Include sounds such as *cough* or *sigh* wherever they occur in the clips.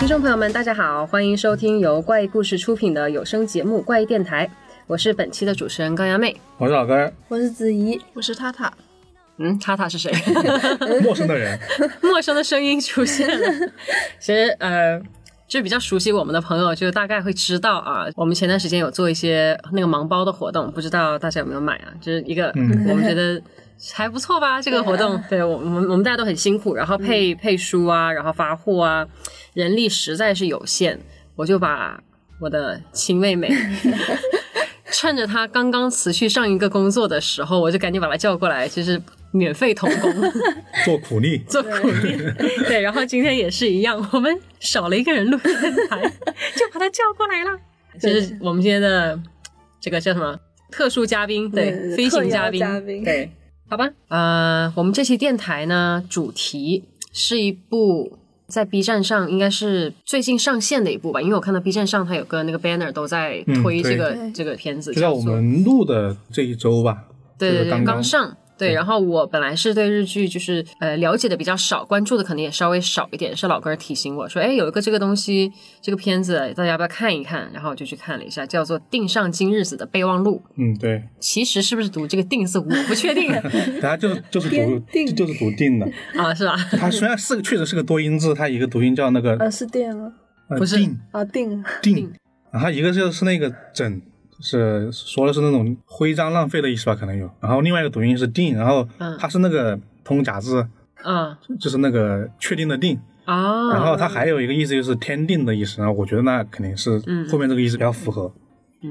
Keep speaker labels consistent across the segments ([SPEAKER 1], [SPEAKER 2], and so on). [SPEAKER 1] 听众朋友们，大家好，欢迎收听由怪异故事出品的有声节目《怪异电台》，我是本期的主持人高衙妹。
[SPEAKER 2] 我是老
[SPEAKER 3] *laughs*
[SPEAKER 2] 根儿，
[SPEAKER 3] 我是子怡，
[SPEAKER 4] 我是塔塔，
[SPEAKER 1] 嗯，塔塔是谁？
[SPEAKER 2] 陌生的
[SPEAKER 3] *laughs*
[SPEAKER 2] 人，
[SPEAKER 1] *laughs* 陌生的声音出现了。 *laughs* 其实，呃，就比较熟悉我们的朋友，就大概会知道啊。我们前段时间有做一些那个盲包的活动，不知道大家有没有买啊？就是一个，
[SPEAKER 2] 嗯
[SPEAKER 1] 我们觉得还不错 *laughs* 吧，这个活动。对啊我我们我们大家都很辛苦，然后配、配书啊，然后发货啊，人力实在是有限，我就把我的亲妹 *laughs* 妹。趁着她刚刚辞去上一个工作的时候，我就赶紧把她叫过来，就是免费童工。
[SPEAKER 2] 做苦力，
[SPEAKER 1] 做苦力。 *laughs* 对，然后今天也是一样，我们少了一个人录电台， *laughs* 就把他叫过来了。就是我们今天的这个叫什么特殊嘉宾，对，
[SPEAKER 3] 嗯
[SPEAKER 1] 飞行
[SPEAKER 3] 特邀
[SPEAKER 1] 嘉宾，
[SPEAKER 3] 嘉宾
[SPEAKER 1] 对，好吧。呃，我们这期电台呢，主题是一部。在 B 站上应该是最近上线的一部吧，因为我看到 B 站上它有个那个 banner 都在
[SPEAKER 2] 嗯
[SPEAKER 1] 推
[SPEAKER 2] 对
[SPEAKER 1] 这个、
[SPEAKER 3] 对
[SPEAKER 1] 这个片子，
[SPEAKER 2] 就在
[SPEAKER 1] 叫
[SPEAKER 2] 我
[SPEAKER 1] 做
[SPEAKER 2] 们录的这一周吧。
[SPEAKER 1] 对对对，
[SPEAKER 2] 这个刚刚
[SPEAKER 1] 上。对，
[SPEAKER 2] 对
[SPEAKER 1] 然后我本来是对日剧就是呃了解的比较少，关注的可能也稍微少一点，是老哥儿提醒我说，哎，有一个这个东西，这个片子大家要不要看一看？然后我就去看了一下，叫做《定上今日子的备忘录》，
[SPEAKER 2] 嗯，对，
[SPEAKER 1] 其实是不是读这个“定”字，我不确定
[SPEAKER 2] 它就就是读
[SPEAKER 3] 编定
[SPEAKER 2] 就是读定的。
[SPEAKER 1] 啊，是吧？
[SPEAKER 2] 它虽然是个确实是个多音字，它一个读音叫那个
[SPEAKER 3] 啊是电吗？
[SPEAKER 2] 呃
[SPEAKER 1] 不是
[SPEAKER 2] 定
[SPEAKER 3] 啊定，
[SPEAKER 2] 定，然后一个就是那个整，是说的是那种徽章浪费的意思吧，可能有。然后另外一个读音是定，然后
[SPEAKER 1] 嗯
[SPEAKER 2] 它是那个通假字，
[SPEAKER 1] 啊
[SPEAKER 2] 就是那个确定的定。然
[SPEAKER 1] 啊，
[SPEAKER 2] 后它还有一个意思就是天定的意思，然后我觉得那肯定是
[SPEAKER 1] 嗯
[SPEAKER 2] 后面这个意思比较符合。
[SPEAKER 1] 嗯，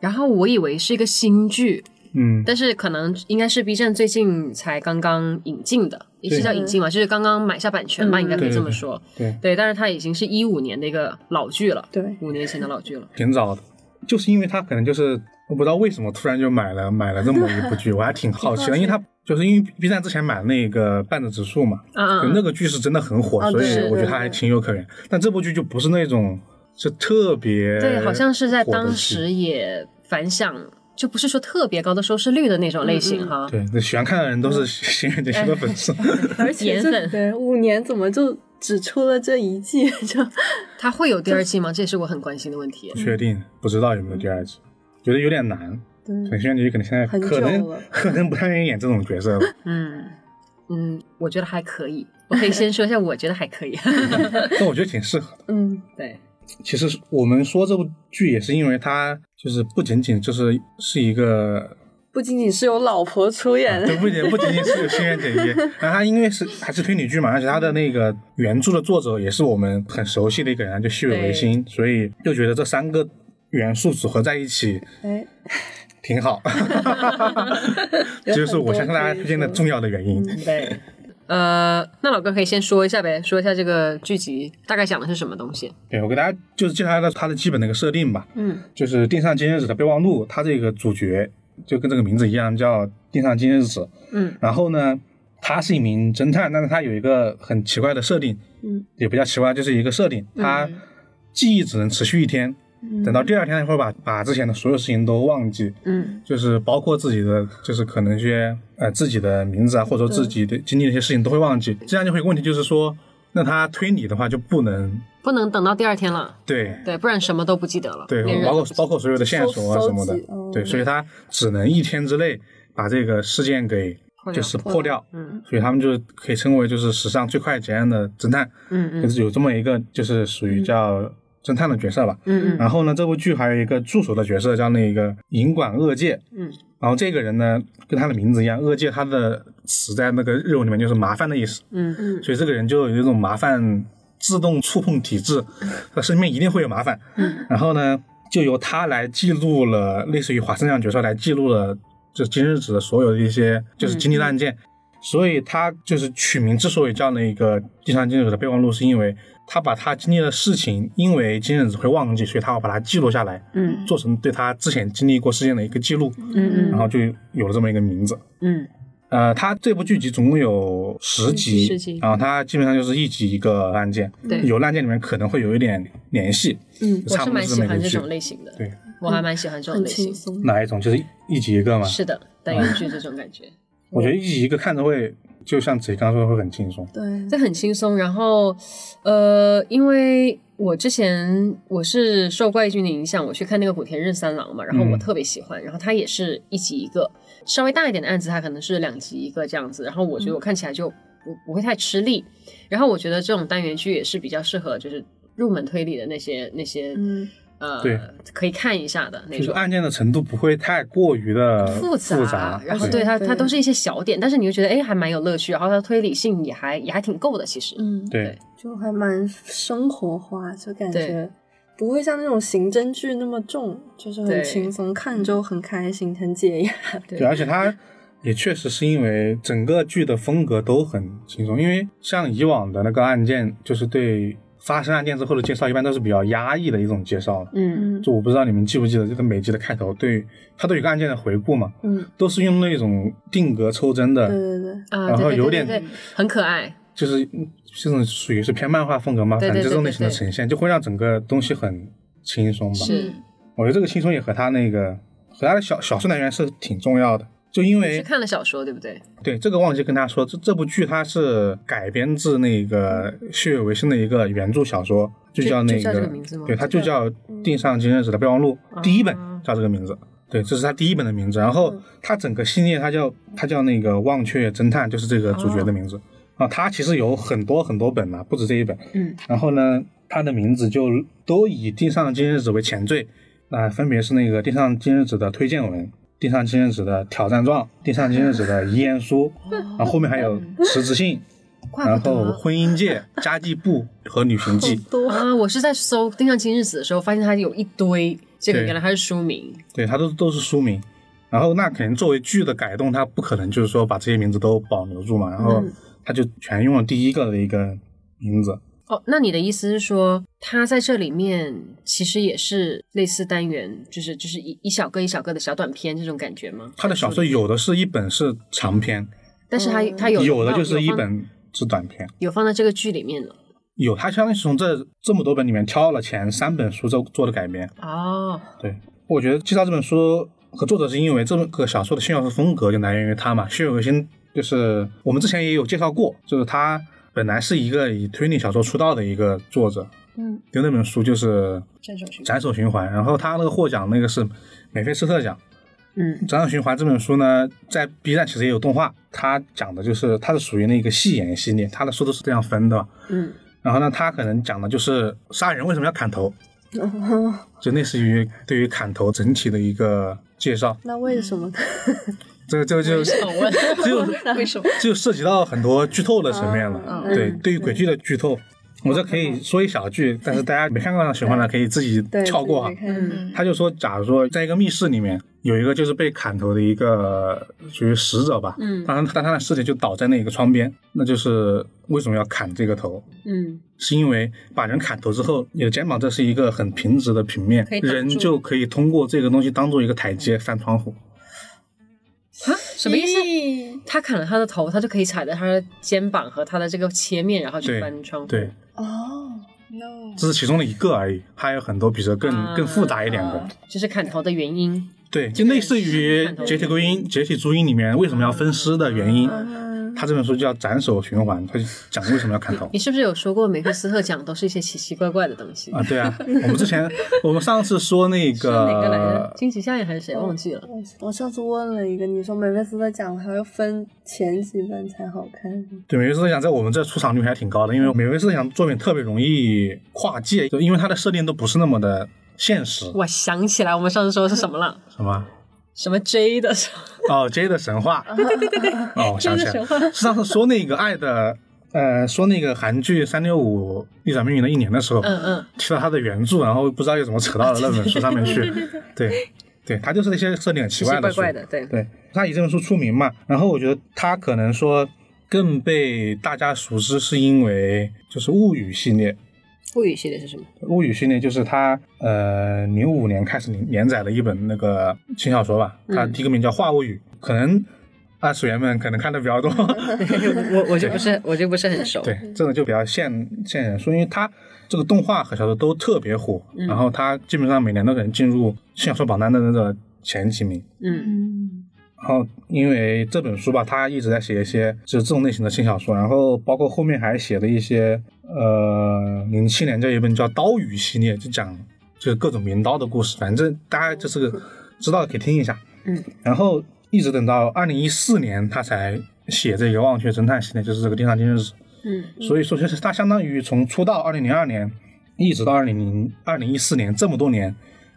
[SPEAKER 1] 然后我以为是一个新剧，
[SPEAKER 2] 嗯，
[SPEAKER 1] 但是可能应该是 B 站最近才刚刚引进的，也是
[SPEAKER 2] 对
[SPEAKER 1] 叫引进嘛，就是刚刚买下版权吧，
[SPEAKER 3] 嗯
[SPEAKER 1] 应该可以这么
[SPEAKER 2] 对对对
[SPEAKER 1] 说。
[SPEAKER 2] 对。
[SPEAKER 1] 对，但是它已经是一五年的一个老剧了，
[SPEAKER 3] 对，
[SPEAKER 1] 五年前的老剧
[SPEAKER 2] *laughs*
[SPEAKER 1] 了。
[SPEAKER 2] 挺早的，就是因为他可能就是我不知道为什么突然就买了买了这么一部剧，我还挺好奇的，因为他就是因为 B 站之前买那个《半泽直树》嘛，
[SPEAKER 1] 嗯
[SPEAKER 2] 就
[SPEAKER 1] 嗯
[SPEAKER 2] 那
[SPEAKER 1] 嗯，
[SPEAKER 2] 个剧是真的很火，
[SPEAKER 3] 啊
[SPEAKER 2] 所以
[SPEAKER 3] 对
[SPEAKER 2] 我觉得
[SPEAKER 3] 对
[SPEAKER 2] 他还
[SPEAKER 3] 对
[SPEAKER 2] 情有可原。但这部剧就不是那种是特别
[SPEAKER 1] 对，好像是在
[SPEAKER 2] 火的
[SPEAKER 1] 当
[SPEAKER 2] 剧
[SPEAKER 1] 时也反响，就不是说特别高的收视率的那种类型哈。
[SPEAKER 2] 对，那喜欢看的人都是新人杰西的粉丝，
[SPEAKER 3] 而且
[SPEAKER 1] 颜
[SPEAKER 3] 这
[SPEAKER 1] 粉
[SPEAKER 3] 对五年怎么就只出了这一季就
[SPEAKER 1] 它会有第二季吗？这也是我很关心的问题
[SPEAKER 2] 不。 *laughs* 确定不知道有没有第二季，觉得有点难。可
[SPEAKER 3] *laughs* 对
[SPEAKER 2] 能新人杰西可能现在
[SPEAKER 3] 嗯很
[SPEAKER 2] 可
[SPEAKER 3] 久
[SPEAKER 2] 能
[SPEAKER 3] 了
[SPEAKER 2] 可能不太愿意演这种角色了。
[SPEAKER 1] *laughs* 嗯嗯，我觉得还可以。我可以先说一下，我觉得还
[SPEAKER 2] *laughs*
[SPEAKER 1] 可以。
[SPEAKER 2] 但我觉得挺适合的。
[SPEAKER 3] 嗯
[SPEAKER 1] 对，
[SPEAKER 2] 其实我们说这部剧也是因为它就是不仅仅就是是一个，
[SPEAKER 3] 不仅仅是有老婆出演
[SPEAKER 2] 对，不仅不仅仅是有新垣结衣，然后它因为是还是推理剧嘛，而且它的那个原著的作者也是我们很熟悉的一个人，就细尾维新，所以就觉得这三个元素组合在一起
[SPEAKER 3] 哎，
[SPEAKER 2] 挺好， *laughs* 这就是我向大家推荐的重要的原因。
[SPEAKER 1] 对。呃，那老哥可以先说一下呗，说一下这个剧集大概讲的是什么东西。
[SPEAKER 2] 对我给大家就是介绍一下它的基本的一个设定吧。
[SPEAKER 1] 嗯，
[SPEAKER 2] 就是《电上今日子》的备忘录，它这个主角就跟这个名字一样，叫电上今日子。
[SPEAKER 1] 嗯，
[SPEAKER 2] 然后呢，他是一名侦探，但是他有一个很奇怪的设定，
[SPEAKER 3] 嗯，
[SPEAKER 2] 也不叫奇怪，就是一个设
[SPEAKER 1] 嗯
[SPEAKER 2] 定，他记忆只能持续一天，
[SPEAKER 3] 嗯
[SPEAKER 2] 等到第二天他会把把之前的所有事情都忘记，
[SPEAKER 1] 嗯，
[SPEAKER 2] 就是包括自己的，就是可能一些呃自己的名字啊，或者说自己的经历的一些事情都会忘记，这样就会有个问题，就是说，那他推理的话就不能
[SPEAKER 1] 不能等到第二天了，
[SPEAKER 2] 对
[SPEAKER 1] 对，不然什么都不记得了。
[SPEAKER 2] 对
[SPEAKER 1] 连，人
[SPEAKER 2] 包
[SPEAKER 1] 都
[SPEAKER 2] 括
[SPEAKER 1] 不记得
[SPEAKER 2] 包括所有的线
[SPEAKER 3] 搜
[SPEAKER 2] 索啊什么的
[SPEAKER 3] 搜集哦，
[SPEAKER 2] 对，所以他只能一天之内把这个事件给
[SPEAKER 1] 破掉
[SPEAKER 2] 就是破掉，
[SPEAKER 1] 嗯
[SPEAKER 2] 所以他们就可以称为就是史上最快结案的侦探，
[SPEAKER 1] 嗯嗯
[SPEAKER 2] 就是有这么一个就是属于叫侦探的角色吧。
[SPEAKER 1] 嗯嗯
[SPEAKER 2] 然后呢，这部剧还有一个助手的角色叫那个银管恶界，
[SPEAKER 1] 嗯，
[SPEAKER 2] 然后这个人呢跟他的名字一样，恶界他的词在那个日文里面就是麻烦的意思，
[SPEAKER 1] 嗯嗯
[SPEAKER 2] 所以这个人就有一种麻烦自动触碰体质，他身边一定会有麻烦。
[SPEAKER 1] 嗯，
[SPEAKER 2] 然后呢，就由他来记录了，类似于华生这样的角色来记录了，就今日子的所有的一些就是经历的案
[SPEAKER 1] 嗯
[SPEAKER 2] 件。所以他就是取名之所以叫那个第三今日子的备忘录，是因为他把他经历的事情，因为今日子会忘记，所以他要把它记录下来，
[SPEAKER 1] 嗯
[SPEAKER 2] 做成对他之前经历过事件的一个记录，
[SPEAKER 1] 嗯
[SPEAKER 2] 然后就有了这么一个名字。
[SPEAKER 1] 嗯
[SPEAKER 2] 呃，它这部剧集总共有十集，
[SPEAKER 1] 十集嗯
[SPEAKER 2] 然后它基本上就是一集一个案件，
[SPEAKER 1] 对
[SPEAKER 2] 有的案件里面可能会有一点联系，
[SPEAKER 3] 嗯
[SPEAKER 2] 就
[SPEAKER 1] 我
[SPEAKER 2] 差
[SPEAKER 1] 是
[SPEAKER 2] 不多
[SPEAKER 1] 蛮
[SPEAKER 2] 是
[SPEAKER 1] 喜
[SPEAKER 2] 每
[SPEAKER 1] 欢
[SPEAKER 2] 个
[SPEAKER 1] 这
[SPEAKER 2] 剧
[SPEAKER 1] 种。类型的，
[SPEAKER 2] 对，
[SPEAKER 1] 我还蛮喜欢这种
[SPEAKER 3] 很
[SPEAKER 1] 类型
[SPEAKER 3] 轻。松，
[SPEAKER 2] 哪一种就是一集一个嘛？
[SPEAKER 1] 是的，单元剧这种感觉。
[SPEAKER 2] 我觉得一集一个看着会就像子怡刚刚说的会很轻松。
[SPEAKER 3] 对，
[SPEAKER 1] *laughs* 这很轻松。然后，呃，因为我之前我是受怪君的影响，我去看那个古田任三郎嘛，然后我
[SPEAKER 2] 嗯
[SPEAKER 1] 特别喜欢，然后他也是一集一个，稍微大一点的案子，他可能是两集一个这样子。然后我觉
[SPEAKER 2] 嗯
[SPEAKER 1] 得我看起来就不不会太吃力。然后我觉得这种单元剧也是比较适合就是入门推理的那些那些、
[SPEAKER 3] 嗯，
[SPEAKER 1] 呃
[SPEAKER 2] 对
[SPEAKER 1] 可以看一下的那
[SPEAKER 2] 就是
[SPEAKER 1] 种。
[SPEAKER 2] 案件的程度不会太过于的
[SPEAKER 1] 复
[SPEAKER 2] 呃杂，
[SPEAKER 1] 然后
[SPEAKER 3] 对
[SPEAKER 1] 它，
[SPEAKER 3] 对
[SPEAKER 1] 它都是一些小点，但是你又觉得哎，还蛮有乐趣，然后它的推理性也还也还挺够的，其实。
[SPEAKER 3] 嗯，
[SPEAKER 2] 对
[SPEAKER 3] 就还蛮生活化，就感
[SPEAKER 1] 对
[SPEAKER 3] 觉不会像那种刑侦剧那么重，就是
[SPEAKER 1] 对
[SPEAKER 3] 很轻松，看着就很开心，很解压。
[SPEAKER 1] 对
[SPEAKER 2] 对，而且它也确实是因为整个剧的风格都很轻松，因为像以往的那个案件，就是对发生案件之后的介绍，一般都是比较压抑的一种介绍。
[SPEAKER 1] 嗯，
[SPEAKER 2] *laughs*
[SPEAKER 3] 嗯
[SPEAKER 2] 就我不知道你们记不记得，就是每集的开头对它都有一个案件的回顾嘛，
[SPEAKER 3] 嗯，
[SPEAKER 2] 都是用那种定格抽帧
[SPEAKER 3] 对
[SPEAKER 2] 的，
[SPEAKER 3] 对对，
[SPEAKER 1] 啊，
[SPEAKER 2] 然
[SPEAKER 1] 对
[SPEAKER 2] 后
[SPEAKER 1] 对
[SPEAKER 2] 有
[SPEAKER 1] 对
[SPEAKER 2] 点
[SPEAKER 1] 对对很可爱，
[SPEAKER 2] 就是这种属于是偏漫画风格嘛，
[SPEAKER 1] 对
[SPEAKER 2] 反
[SPEAKER 1] 对
[SPEAKER 2] 正这种
[SPEAKER 1] 对
[SPEAKER 2] 类型的
[SPEAKER 1] 对对
[SPEAKER 2] 呈现就会让整个东西很轻松吧。
[SPEAKER 1] *laughs* 是
[SPEAKER 2] 我觉得这个轻松也和他那个和他的小小说来源是挺重要的，就因
[SPEAKER 1] 是
[SPEAKER 2] 为
[SPEAKER 1] 看了小说对不对？
[SPEAKER 2] 对这个忘记跟大家说，这这部剧它是改编自那个血月维新的一个原著小说，就
[SPEAKER 1] 就
[SPEAKER 2] 叫
[SPEAKER 1] 就
[SPEAKER 2] 那
[SPEAKER 1] 叫这
[SPEAKER 2] 个
[SPEAKER 1] 个名字吗嗯
[SPEAKER 2] 对，它就叫《定上今日子的备忘录》
[SPEAKER 1] 啊
[SPEAKER 2] 第一本叫这个名字。对，这是他第一本的名字，然
[SPEAKER 1] 嗯
[SPEAKER 2] 后他整个系列，他叫他叫那个忘却侦探，就是这个主角的名字啊。他其实有很多很多本呢、不止这一本。
[SPEAKER 1] 哦嗯，
[SPEAKER 2] 然后呢，它的名字就都以地上今日子为前缀，那、分别是那个地上今日子的推荐文、地上今日子的挑战状、地上今日子的遗言书，然后后面还有辞
[SPEAKER 1] *laughs*
[SPEAKER 2] 职信，
[SPEAKER 1] 怪
[SPEAKER 2] 然
[SPEAKER 1] 哦不
[SPEAKER 2] 后
[SPEAKER 1] 得
[SPEAKER 2] 婚姻戒、家计簿和旅
[SPEAKER 1] *laughs*
[SPEAKER 2] 行记。
[SPEAKER 3] 好嗯多， *laughs*
[SPEAKER 1] 啊！我是在搜《定上今日子》的时候，发现它有一堆，这个
[SPEAKER 2] 对
[SPEAKER 1] 原来它是书名，
[SPEAKER 2] 对，它都都是书名。然后那肯定作为剧的改动，它不可能就是说把这些名字都保留住嘛，然
[SPEAKER 1] 嗯
[SPEAKER 2] 后它就全用了第一个的一个名字。
[SPEAKER 1] 哦，那你的意思是说，它在这里面其实也是类似单元，就是就是一一小个一小个的小短片这种感觉吗？
[SPEAKER 2] 它的小说有的是一本是长篇，
[SPEAKER 1] 但是它
[SPEAKER 3] 嗯
[SPEAKER 1] 它有
[SPEAKER 2] 有的就是一
[SPEAKER 1] 放
[SPEAKER 2] 本是短篇。
[SPEAKER 1] 有放在这个剧里面了。
[SPEAKER 2] 有，它相当于是从这这么多本里面挑了前三本书做做的改编。
[SPEAKER 1] 哦，
[SPEAKER 2] 对，我觉得介绍这本书和作者是因为这个小说的炫耀式风格就来源于他嘛。炫耀核心就是我们之前也有介绍过，就是他本来是一个以推理小说出道的一个作者，
[SPEAKER 3] 嗯，
[SPEAKER 2] 就那本书就是
[SPEAKER 1] 这种是
[SPEAKER 2] 斩首循环，然后他那个获奖那个是美菲斯特奖。
[SPEAKER 1] 嗯
[SPEAKER 2] 《展览循环》这本书呢，在 B 站其实也有动画，它讲的就是它是属于那个戏言系列，它的书都是这样分的。
[SPEAKER 1] 嗯，
[SPEAKER 2] 然后呢，它可能讲的就是杀人为什么要砍头，就类似于对于砍头整体的一个介绍。
[SPEAKER 3] 那为什么？ *laughs*
[SPEAKER 2] 这个这个就
[SPEAKER 1] 想
[SPEAKER 2] *laughs*
[SPEAKER 1] 问，
[SPEAKER 2] 就
[SPEAKER 1] *laughs* 为什么？
[SPEAKER 2] *laughs* 就涉及到很多剧透的层面了。
[SPEAKER 3] 嗯
[SPEAKER 1] 嗯
[SPEAKER 2] 对，对于鬼剧的剧透，我这可以说一小句，但是大家没看过的循环呢，可以自己
[SPEAKER 3] 对，
[SPEAKER 2] 跳过啊哈
[SPEAKER 3] 自己。
[SPEAKER 1] 嗯
[SPEAKER 3] 看
[SPEAKER 2] 他就说，假如说在一个密室里面有一个就是被砍头的一个属于死者吧，
[SPEAKER 1] 嗯
[SPEAKER 2] 当然但他的尸体就倒在那个窗边，那就是为什么要砍这个头？
[SPEAKER 1] 嗯，
[SPEAKER 2] 是因为把人砍头之后，你的肩膀这是一个很平直的平面
[SPEAKER 1] 可以，挡住
[SPEAKER 2] 人就可以通过这个东西当做一个台阶翻窗户。
[SPEAKER 1] 啊，什么意思？
[SPEAKER 3] 咦
[SPEAKER 1] 他砍了他的头，他就可以踩在他的肩膀和他的这个切面，然后去
[SPEAKER 2] 对
[SPEAKER 1] 翻窗户。
[SPEAKER 2] 对，
[SPEAKER 3] 哦，
[SPEAKER 4] No，
[SPEAKER 2] 这是其中的一个而已，还有很多比这更、
[SPEAKER 1] 嗯啊
[SPEAKER 2] 更复杂一点的。
[SPEAKER 4] 啊
[SPEAKER 1] 就是砍头的原因。
[SPEAKER 2] 对，就类似于
[SPEAKER 1] 看头
[SPEAKER 2] 解体归因、解体朱因里面为什么要分尸的原因。
[SPEAKER 3] 嗯
[SPEAKER 2] 他这本书叫《斩首循环》，他就讲为什么要砍头。
[SPEAKER 1] 你是不是有说过梅菲斯特奖都是一些奇奇怪怪的东西？
[SPEAKER 2] 啊，对
[SPEAKER 1] *laughs*
[SPEAKER 2] 啊，我们之前我们上次说那
[SPEAKER 1] 是哪个来着？
[SPEAKER 2] 个，
[SPEAKER 1] 惊奇效应还是谁忘记了？
[SPEAKER 3] 哦我我上次问了一个，你说梅菲斯特奖还要分前几本才好
[SPEAKER 1] *laughs*
[SPEAKER 3] 看，
[SPEAKER 2] 对梅威斯特奖在我们这出场率还挺高的，因为梅威斯特奖作品特别容易跨界，就因为它的设定都不是那么的现实，
[SPEAKER 1] 我想起来，我们上次说的是什么了？
[SPEAKER 2] 什么
[SPEAKER 1] 什么 J 的时候？
[SPEAKER 2] 哦 J 的神
[SPEAKER 1] *laughs*
[SPEAKER 2] 话，对对对对对，哦，我想起来了，上次说那个爱的，呃，说那个韩剧《三六五逆转命运的一年》的时候，
[SPEAKER 1] 嗯啊嗯，
[SPEAKER 2] 提到它的原著，然后不知道又怎么扯到了那本书上面去，对对，它就是那些设定很
[SPEAKER 1] 奇
[SPEAKER 2] 奇怪
[SPEAKER 1] 奇
[SPEAKER 2] 的
[SPEAKER 1] 怪
[SPEAKER 2] 书
[SPEAKER 1] 怪的，对，
[SPEAKER 2] 对，他以这本书出名嘛，然后我觉得他可能说更被大家熟知，是因为就是《物语》系列，《
[SPEAKER 1] 物语系列是 *laughs* 什么？
[SPEAKER 2] 物语》系列就是他呃零五年开始连载的一本那个轻小说吧，它第一个名叫《画物语》，可能二次元们可能看的比较多，
[SPEAKER 1] 我我就不是我就不是很熟。
[SPEAKER 2] 对，这个就比较现现人说，因为它这个动画和小说都特别火，然后它基本上每年都能进入轻小说榜单的那个前几名。
[SPEAKER 1] 嗯，
[SPEAKER 4] 嗯，
[SPEAKER 2] 然后因为这本书吧，他一直在写一些就是这种类型的轻小说，然后包括后面还写了一些呃，零七年这一本叫《刀语》系列，就讲就是各种名刀的故事，反正大家就是个知道的可以听一下。
[SPEAKER 1] 嗯，
[SPEAKER 2] 然后一直等到二零一四年，他才写这个《忘却侦探》系列，就是这个《地上今日史》。
[SPEAKER 1] 嗯
[SPEAKER 2] 所以说，就是他相当于从出道二零零二年一直到二零零二零一四年这么多年，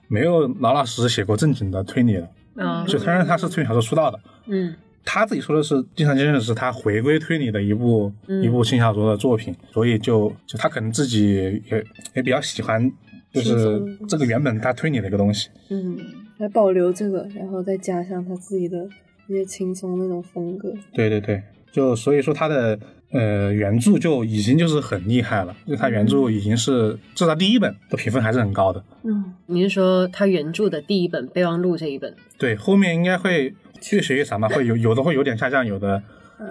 [SPEAKER 2] 没有老老实实写过正经的推理了。
[SPEAKER 1] 啊
[SPEAKER 2] 就虽然他是推理小说出道的，
[SPEAKER 1] 嗯
[SPEAKER 2] 他自己说的是《地上今日史》是他回归推理的一部、
[SPEAKER 1] 嗯
[SPEAKER 2] 一部轻小说的作品，所以就就他可能自己也也比较喜欢，就
[SPEAKER 3] 轻松
[SPEAKER 2] 是这个原本他推理的一个东西。
[SPEAKER 1] 嗯，
[SPEAKER 3] 来保留这个，然后再加上他自己的一些轻松那种风格。
[SPEAKER 2] 对对对，就所以说他的呃原著就已经就是很厉害了，就他原著已经是至少第一本的评分还是很高的。
[SPEAKER 3] 嗯，
[SPEAKER 1] 你是说他原著的第一本《备忘录》这一本？
[SPEAKER 2] 对，后面应该会越写越散吧，会有有的会有点下降，有的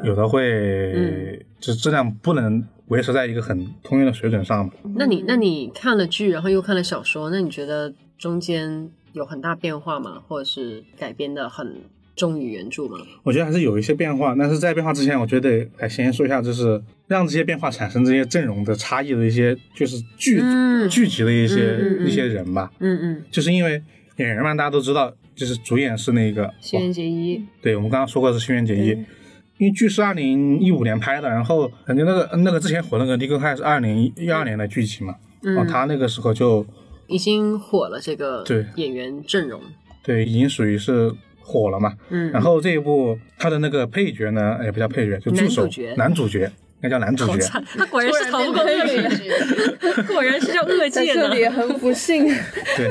[SPEAKER 2] 有的会、
[SPEAKER 1] 嗯
[SPEAKER 2] 就质量不能维持在一个很通用的水准上吧。
[SPEAKER 3] 嗯
[SPEAKER 1] 那你那你看了剧，然后又看了小说，那你觉得中间有很大变化吗？或者是改编的很忠于原著吗？
[SPEAKER 2] 我觉得还是有一些变化，但是在变化之前，我觉得还先说一下，就是让这些变化产生这些阵容的差异的一些，就是聚、
[SPEAKER 1] 嗯
[SPEAKER 2] 聚集的一些、
[SPEAKER 1] 嗯嗯嗯
[SPEAKER 2] 一些人吧，
[SPEAKER 1] 嗯嗯，
[SPEAKER 2] 就是因为演员嘛，大家都知道，就是主演是那个，哦
[SPEAKER 1] 轩辕结衣，
[SPEAKER 2] 对我们刚刚说过是《轩辕结衣》
[SPEAKER 3] 嗯
[SPEAKER 2] 因为剧是二零一五年拍的，然后感觉那个那个之前火那个《尼克泰》是二零一二年的剧集嘛，然后
[SPEAKER 1] 嗯，
[SPEAKER 2] 哦他那个时候就
[SPEAKER 1] 已经火了这个
[SPEAKER 2] 对
[SPEAKER 1] 演员阵容，
[SPEAKER 2] 对已经属于是火了嘛。
[SPEAKER 1] 嗯，
[SPEAKER 2] 然后这一部他的那个配角呢，哎也不叫配角，就助手
[SPEAKER 1] 男主角
[SPEAKER 2] 男主角，应该叫男主
[SPEAKER 1] 好
[SPEAKER 2] 角。
[SPEAKER 1] 惨，他果然是逃不过
[SPEAKER 3] 突然
[SPEAKER 1] 恶
[SPEAKER 3] 变
[SPEAKER 1] 运，果然是叫恶
[SPEAKER 3] 在
[SPEAKER 1] 界
[SPEAKER 3] 这
[SPEAKER 1] 呢
[SPEAKER 3] 里。也很不
[SPEAKER 1] *laughs*
[SPEAKER 3] 幸。
[SPEAKER 2] 对。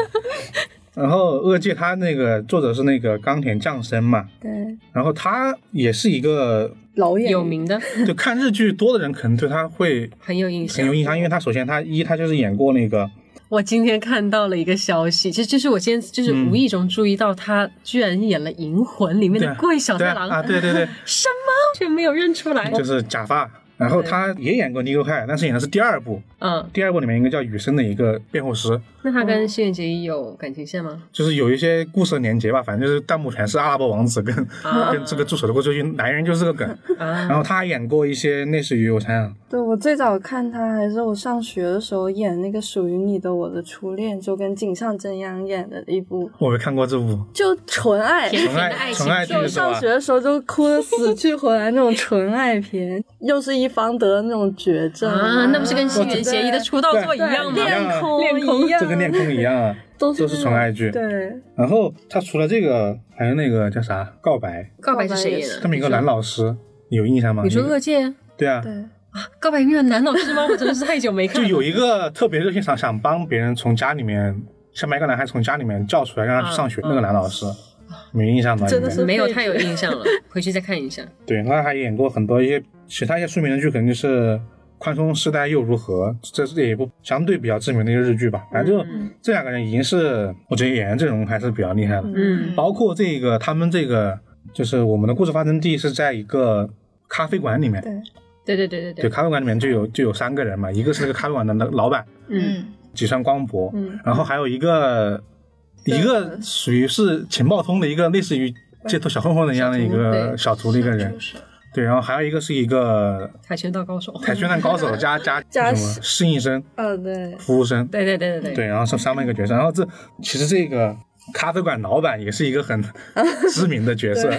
[SPEAKER 2] 然后《恶界》他那个作者是那个冈田将生嘛，
[SPEAKER 3] 对，
[SPEAKER 2] 然后他也是一个，
[SPEAKER 3] 老演员
[SPEAKER 1] 有，名的，
[SPEAKER 2] 就看日剧多的人可能对他会
[SPEAKER 1] 很有印象，
[SPEAKER 2] 很有印象，因为他首先他一他就是演过那个
[SPEAKER 1] 我今天看到了一个消息，其实就是我今天就是
[SPEAKER 2] 嗯
[SPEAKER 1] 无意中注意到他居然演了《银魂》里面
[SPEAKER 2] 对
[SPEAKER 1] 的
[SPEAKER 2] 啊
[SPEAKER 1] 桂小
[SPEAKER 2] 对
[SPEAKER 1] 太
[SPEAKER 2] 啊
[SPEAKER 1] 郎，
[SPEAKER 2] 啊对
[SPEAKER 1] *laughs*
[SPEAKER 2] 对对，
[SPEAKER 1] 什么却没有认出来？
[SPEAKER 2] 就是假发。然后他也演过《尼克派》，但是演的是第二部，
[SPEAKER 1] 嗯，
[SPEAKER 2] 第二部里面一个叫雨生的一个辩护师，
[SPEAKER 1] 那他跟谢结衣有感情线吗？
[SPEAKER 2] 就是有一些故事的连接吧，反正就是弹幕全是阿拉伯王子跟、
[SPEAKER 1] 啊
[SPEAKER 2] 跟这个助手的故事，就男人就是这个梗。
[SPEAKER 1] 啊，
[SPEAKER 2] 然后他还演过一些类似于我想想，
[SPEAKER 3] 对我最早看他还是我上学的时候演那个属于你的我的初恋，就跟井上真央演的一部，
[SPEAKER 2] 我没看过这部，
[SPEAKER 3] 就纯爱。
[SPEAKER 1] 甜
[SPEAKER 2] 纯
[SPEAKER 1] 甜的爱
[SPEAKER 2] 爱
[SPEAKER 1] 情
[SPEAKER 2] 纯爱
[SPEAKER 1] 剧
[SPEAKER 2] 剧
[SPEAKER 3] 就是上
[SPEAKER 2] 吧
[SPEAKER 3] 学？的时候就哭的死去活来那种纯爱片，又是一方得那种绝症
[SPEAKER 1] 啊，那不是跟新
[SPEAKER 3] 对
[SPEAKER 1] 垣结衣的出道作一样吗
[SPEAKER 2] 对？对
[SPEAKER 3] 恋空
[SPEAKER 1] 恋空
[SPEAKER 3] 一样，
[SPEAKER 2] 这跟恋空一样啊。
[SPEAKER 3] 都
[SPEAKER 2] 都是
[SPEAKER 3] 那
[SPEAKER 2] 纯
[SPEAKER 3] 种
[SPEAKER 2] 爱剧
[SPEAKER 3] 对，
[SPEAKER 2] 然后他除了这个，还有那个叫啥《告白啊
[SPEAKER 1] 告白是谁演》，
[SPEAKER 2] 他
[SPEAKER 1] 的？
[SPEAKER 2] 们有个男老师，你有印象吗？
[SPEAKER 1] 你说
[SPEAKER 2] 那个
[SPEAKER 1] 恶界？
[SPEAKER 2] 对啊，
[SPEAKER 3] 对，
[SPEAKER 1] 告白面男老师吗？我真的是太久没看
[SPEAKER 2] 就
[SPEAKER 1] 了。
[SPEAKER 2] 有一个特别热心想想帮别人从家里面，想把一个男孩从家里面叫出来让他去上学，
[SPEAKER 1] 嗯
[SPEAKER 2] 那个男老师，没印象吧？
[SPEAKER 3] 真的
[SPEAKER 2] 应
[SPEAKER 3] 是
[SPEAKER 2] 该
[SPEAKER 1] 没有太有印象了，
[SPEAKER 2] *laughs*
[SPEAKER 1] 回去再看一下。
[SPEAKER 2] 对，他还演过很多一些其他一些出名的剧，可能就是《宽松世代又如何》，这是一部相对比较知名的一个日剧吧。反正就
[SPEAKER 1] 嗯
[SPEAKER 2] 这两个人已经是我觉得演员阵容还是比较厉害的，
[SPEAKER 1] 嗯
[SPEAKER 2] 包括这个他们这个就是我们的故事发生地是在一个咖啡馆里面。
[SPEAKER 3] 对，
[SPEAKER 1] 对对对对
[SPEAKER 2] 对，，咖啡馆里面就有就有三个人嘛，一个是那个咖啡馆的那个老板，
[SPEAKER 1] 嗯
[SPEAKER 2] 吉川光博，
[SPEAKER 3] 嗯
[SPEAKER 2] 然后还有一个
[SPEAKER 3] 对
[SPEAKER 2] 一个属于是情报通的一个类似于街头小混混的一样的一个小图的一个人，对，然后还有一个是一个
[SPEAKER 1] 跆拳道高手。
[SPEAKER 2] 跆拳道高手加加
[SPEAKER 3] 加
[SPEAKER 2] 什么适应生、
[SPEAKER 3] 嗯对，
[SPEAKER 2] 服务生，
[SPEAKER 1] 对对对对对
[SPEAKER 2] 对，然后是三么一个角色，然后这其实这个咖啡馆老板也是一个很知名的角色，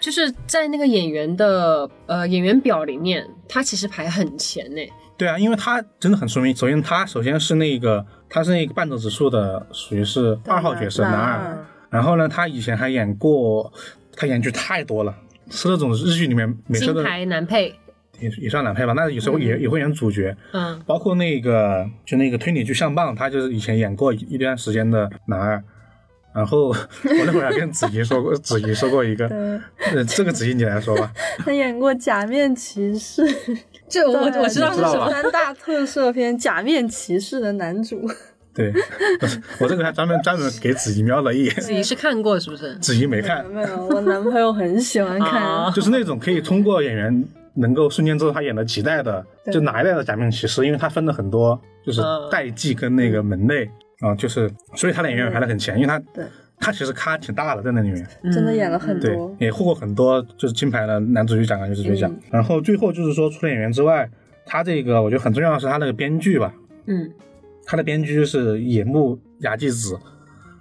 [SPEAKER 1] 就是在那个演员的呃演员表里面，他其实排很前欸呢。
[SPEAKER 2] 对啊，因为他真的很出名，首先他首先是那个他是那个半泽直树的属于是二号角色男二。
[SPEAKER 3] 二，
[SPEAKER 2] 然后呢，他以前还演过，他演剧太多了，是那种日剧里面每次
[SPEAKER 1] 金
[SPEAKER 2] 都
[SPEAKER 1] 牌男配，
[SPEAKER 2] 也也算男配吧，但是有时候也、也会演主角，
[SPEAKER 1] 嗯
[SPEAKER 2] 包括那个就那个推理剧《相棒》，他就是以前演过一段时间的男二。然后 *laughs* 我那会儿还跟子怡
[SPEAKER 3] *laughs*
[SPEAKER 2] 说过，子怡说过一个，
[SPEAKER 3] 对，
[SPEAKER 2] 呃，这个子怡你来说吧，
[SPEAKER 3] 他演过《假面骑士》
[SPEAKER 1] 这 *laughs* 我我知道
[SPEAKER 2] 你
[SPEAKER 1] 是
[SPEAKER 2] 知道
[SPEAKER 1] 什
[SPEAKER 2] 吧
[SPEAKER 1] 么，
[SPEAKER 3] 三大特摄片《假面骑士》的男主，
[SPEAKER 2] 对 *laughs* 我这个还专门专门给子怡瞄了一眼，
[SPEAKER 1] 自己是看过是不是？
[SPEAKER 2] 子怡没看，
[SPEAKER 3] *laughs* 没有，我男朋友很喜欢看
[SPEAKER 1] 啊，
[SPEAKER 2] 就是那种可以通过演员能够瞬间知道他演了几代的，
[SPEAKER 3] 对呃
[SPEAKER 2] 就哪一代的假面骑士，因为他分了很多，就是
[SPEAKER 1] 嗯
[SPEAKER 2] 代际跟那个门类啊、就是所以他的演员排的很前，因为他
[SPEAKER 3] 嗯对
[SPEAKER 2] 他其实咖挺大的在那里面，
[SPEAKER 3] 真的演了
[SPEAKER 1] 嗯
[SPEAKER 3] 很
[SPEAKER 2] 对
[SPEAKER 3] 多，，
[SPEAKER 2] 也获过很多就是金牌的男主角奖和啊女主角奖。
[SPEAKER 3] 嗯
[SPEAKER 2] 然后最后就是说，除了演员之外，他这个我觉得很重要的是他那个编剧吧，
[SPEAKER 1] 嗯，
[SPEAKER 2] 他的编剧是野木雅纪子，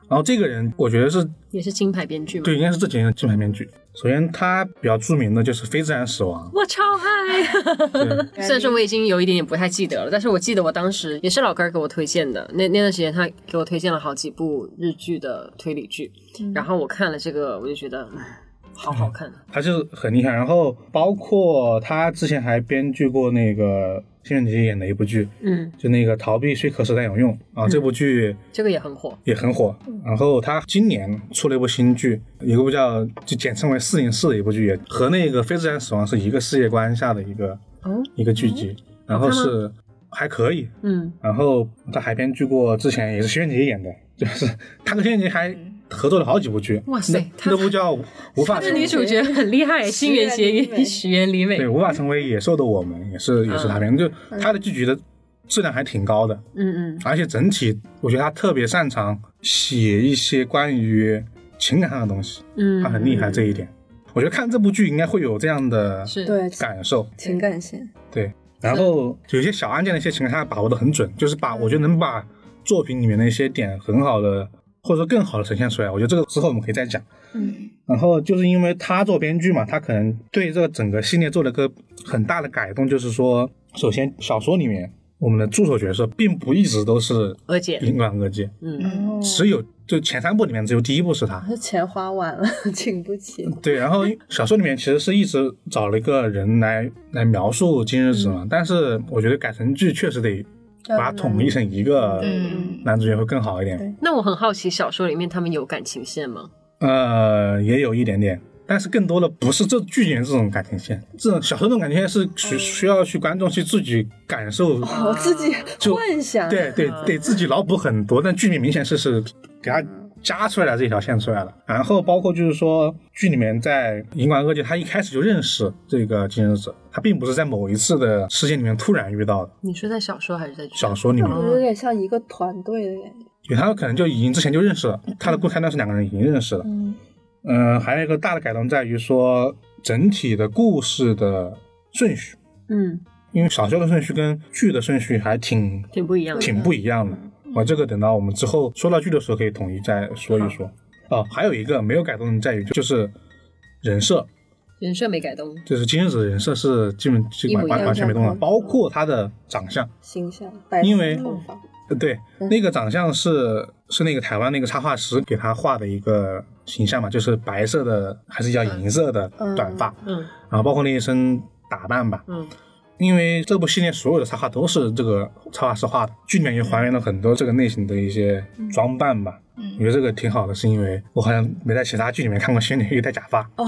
[SPEAKER 2] 然后这个人我觉得是
[SPEAKER 1] 也是金牌编剧嘛。
[SPEAKER 2] 对，应该是这几年的金牌编剧。首先，他比较著名的就是《非自然死
[SPEAKER 3] *laughs*
[SPEAKER 2] 亡
[SPEAKER 1] 我超 *laughs* 嗨！》，
[SPEAKER 2] 对，
[SPEAKER 1] 虽然说我已经有一点点不太记得了，但是我记得我当时也是老根儿给我推荐的。那那段时间他给我推荐了好几部日剧的推理剧，然后我看了这个，我就觉得、嗯好好看。
[SPEAKER 2] 他就是很厉害。然后包括他之前还编剧过那个新垣结衣演的一部剧，
[SPEAKER 1] 嗯，
[SPEAKER 2] 就那个《逃避虽可耻但有用》啊，这部剧
[SPEAKER 1] 这个也很火。
[SPEAKER 2] 也很火。然后他今年出了一部新剧，有一部叫就简称为《四零四》的一部剧，也和那个《非自然死亡》是一个世界观下的一个
[SPEAKER 1] 哦，
[SPEAKER 2] 一个剧集。然后
[SPEAKER 1] 好看
[SPEAKER 2] 是还可以，
[SPEAKER 1] 嗯，
[SPEAKER 2] 然后他还编剧过之前也是薛姐演的， *laughs* 就是他跟薛姐还合作了好几部剧。
[SPEAKER 1] 哇塞
[SPEAKER 2] 那
[SPEAKER 1] 他
[SPEAKER 2] 那部叫《无法
[SPEAKER 1] 这
[SPEAKER 2] 成
[SPEAKER 1] 女主角很厉害，
[SPEAKER 3] 石
[SPEAKER 1] 嗯新垣
[SPEAKER 3] 原
[SPEAKER 1] 结
[SPEAKER 3] 里美
[SPEAKER 1] 衣、石原里美
[SPEAKER 2] 对。无法成为野兽的我们》，也是也是他编，就他的剧集的质量还挺高的，
[SPEAKER 1] 嗯嗯
[SPEAKER 2] 而且整体我觉得他特别擅长写一些关于情感上的东西，
[SPEAKER 1] 嗯，
[SPEAKER 2] 他很厉害这一点。我觉得看这部剧应该会有这样的
[SPEAKER 1] 是，
[SPEAKER 3] 对
[SPEAKER 2] 感受，
[SPEAKER 3] 情感线，
[SPEAKER 2] 对。然后有些小案件的一些情感，他把握的很准，就是把我觉得能把作品里面的一些点很好的，或者说更好的呈现出来。我觉得这个之后我们可以再讲。
[SPEAKER 3] 嗯，
[SPEAKER 2] 然后就是因为他做编剧嘛，他可能对这个整个系列做了个很大的改动，就是说，首先小说里面我们的助手角色并不一直都是
[SPEAKER 1] 娥姐。
[SPEAKER 2] 林管恶界，
[SPEAKER 1] 嗯，
[SPEAKER 3] 哦，
[SPEAKER 2] 只有就前三部里面只有第一部是他。
[SPEAKER 3] 是哦钱花完了， *laughs* 请不起，
[SPEAKER 2] 对，然后小说里面其实是一直找了一个人来来描述今日子嘛，但是我觉得改成剧确实得把它统一成一个
[SPEAKER 4] 嗯
[SPEAKER 2] 男主角会更好一点。
[SPEAKER 3] 对
[SPEAKER 1] 那我很好奇，小说里面他们有感情线吗？
[SPEAKER 2] 呃，也有一点点，但是更多的不是这剧里面这种感情线，这种小说这种感情线是需需要去观众去自己感受，
[SPEAKER 3] 我哦自己
[SPEAKER 2] *laughs* 就
[SPEAKER 3] 幻想，
[SPEAKER 2] 对对，得自己脑补很多。但剧里明显是是给他加出来的这条线出来了。然后包括就是说，剧里面在银管恶界，他一开始就认识这个金日子，他并不是在某一次的事件里面突然遇到的。
[SPEAKER 1] 你说在小说还是在剧
[SPEAKER 2] 小说里面，
[SPEAKER 3] 我有点像一个团队的感觉，
[SPEAKER 2] 对他可能就已经之前就认识了，他的故开段是两个人已经认识了。
[SPEAKER 3] 嗯
[SPEAKER 2] 嗯，还有一个大的改动在于说整体的故事的顺序，
[SPEAKER 1] 嗯，
[SPEAKER 2] 因为小说的顺序跟剧的顺序还挺
[SPEAKER 1] 挺不一样的。嗯
[SPEAKER 2] 挺不一样的。我这个等到我们之后说到剧的时候可以统一再说一说。哦，还有一个没有改动的在于就是人设，
[SPEAKER 1] 人设没改动。
[SPEAKER 2] 就是金日子的人设是基本基本
[SPEAKER 1] 一模一
[SPEAKER 2] 完
[SPEAKER 1] 样
[SPEAKER 2] 完全没动的，
[SPEAKER 3] 嗯
[SPEAKER 2] 包括他的长相。
[SPEAKER 3] 形象，白
[SPEAKER 2] 因为
[SPEAKER 3] 色头发，
[SPEAKER 2] 呃，对，
[SPEAKER 1] 嗯
[SPEAKER 2] 那个长相是是那个台湾那个插画师给他画的一个形象嘛，就是白色的还是叫银色的
[SPEAKER 3] 嗯
[SPEAKER 2] 短发，
[SPEAKER 1] 嗯
[SPEAKER 2] 然后包括那一身打扮吧，
[SPEAKER 1] 嗯
[SPEAKER 2] 因为这部系列所有的插画都是这个插画师画的，剧里面也还原了很多这个类型的一些装扮吧。
[SPEAKER 4] 嗯
[SPEAKER 2] 我觉得这个挺好的，是因为我好像没在其他剧里面看过仙女玉戴假发，
[SPEAKER 3] 哦，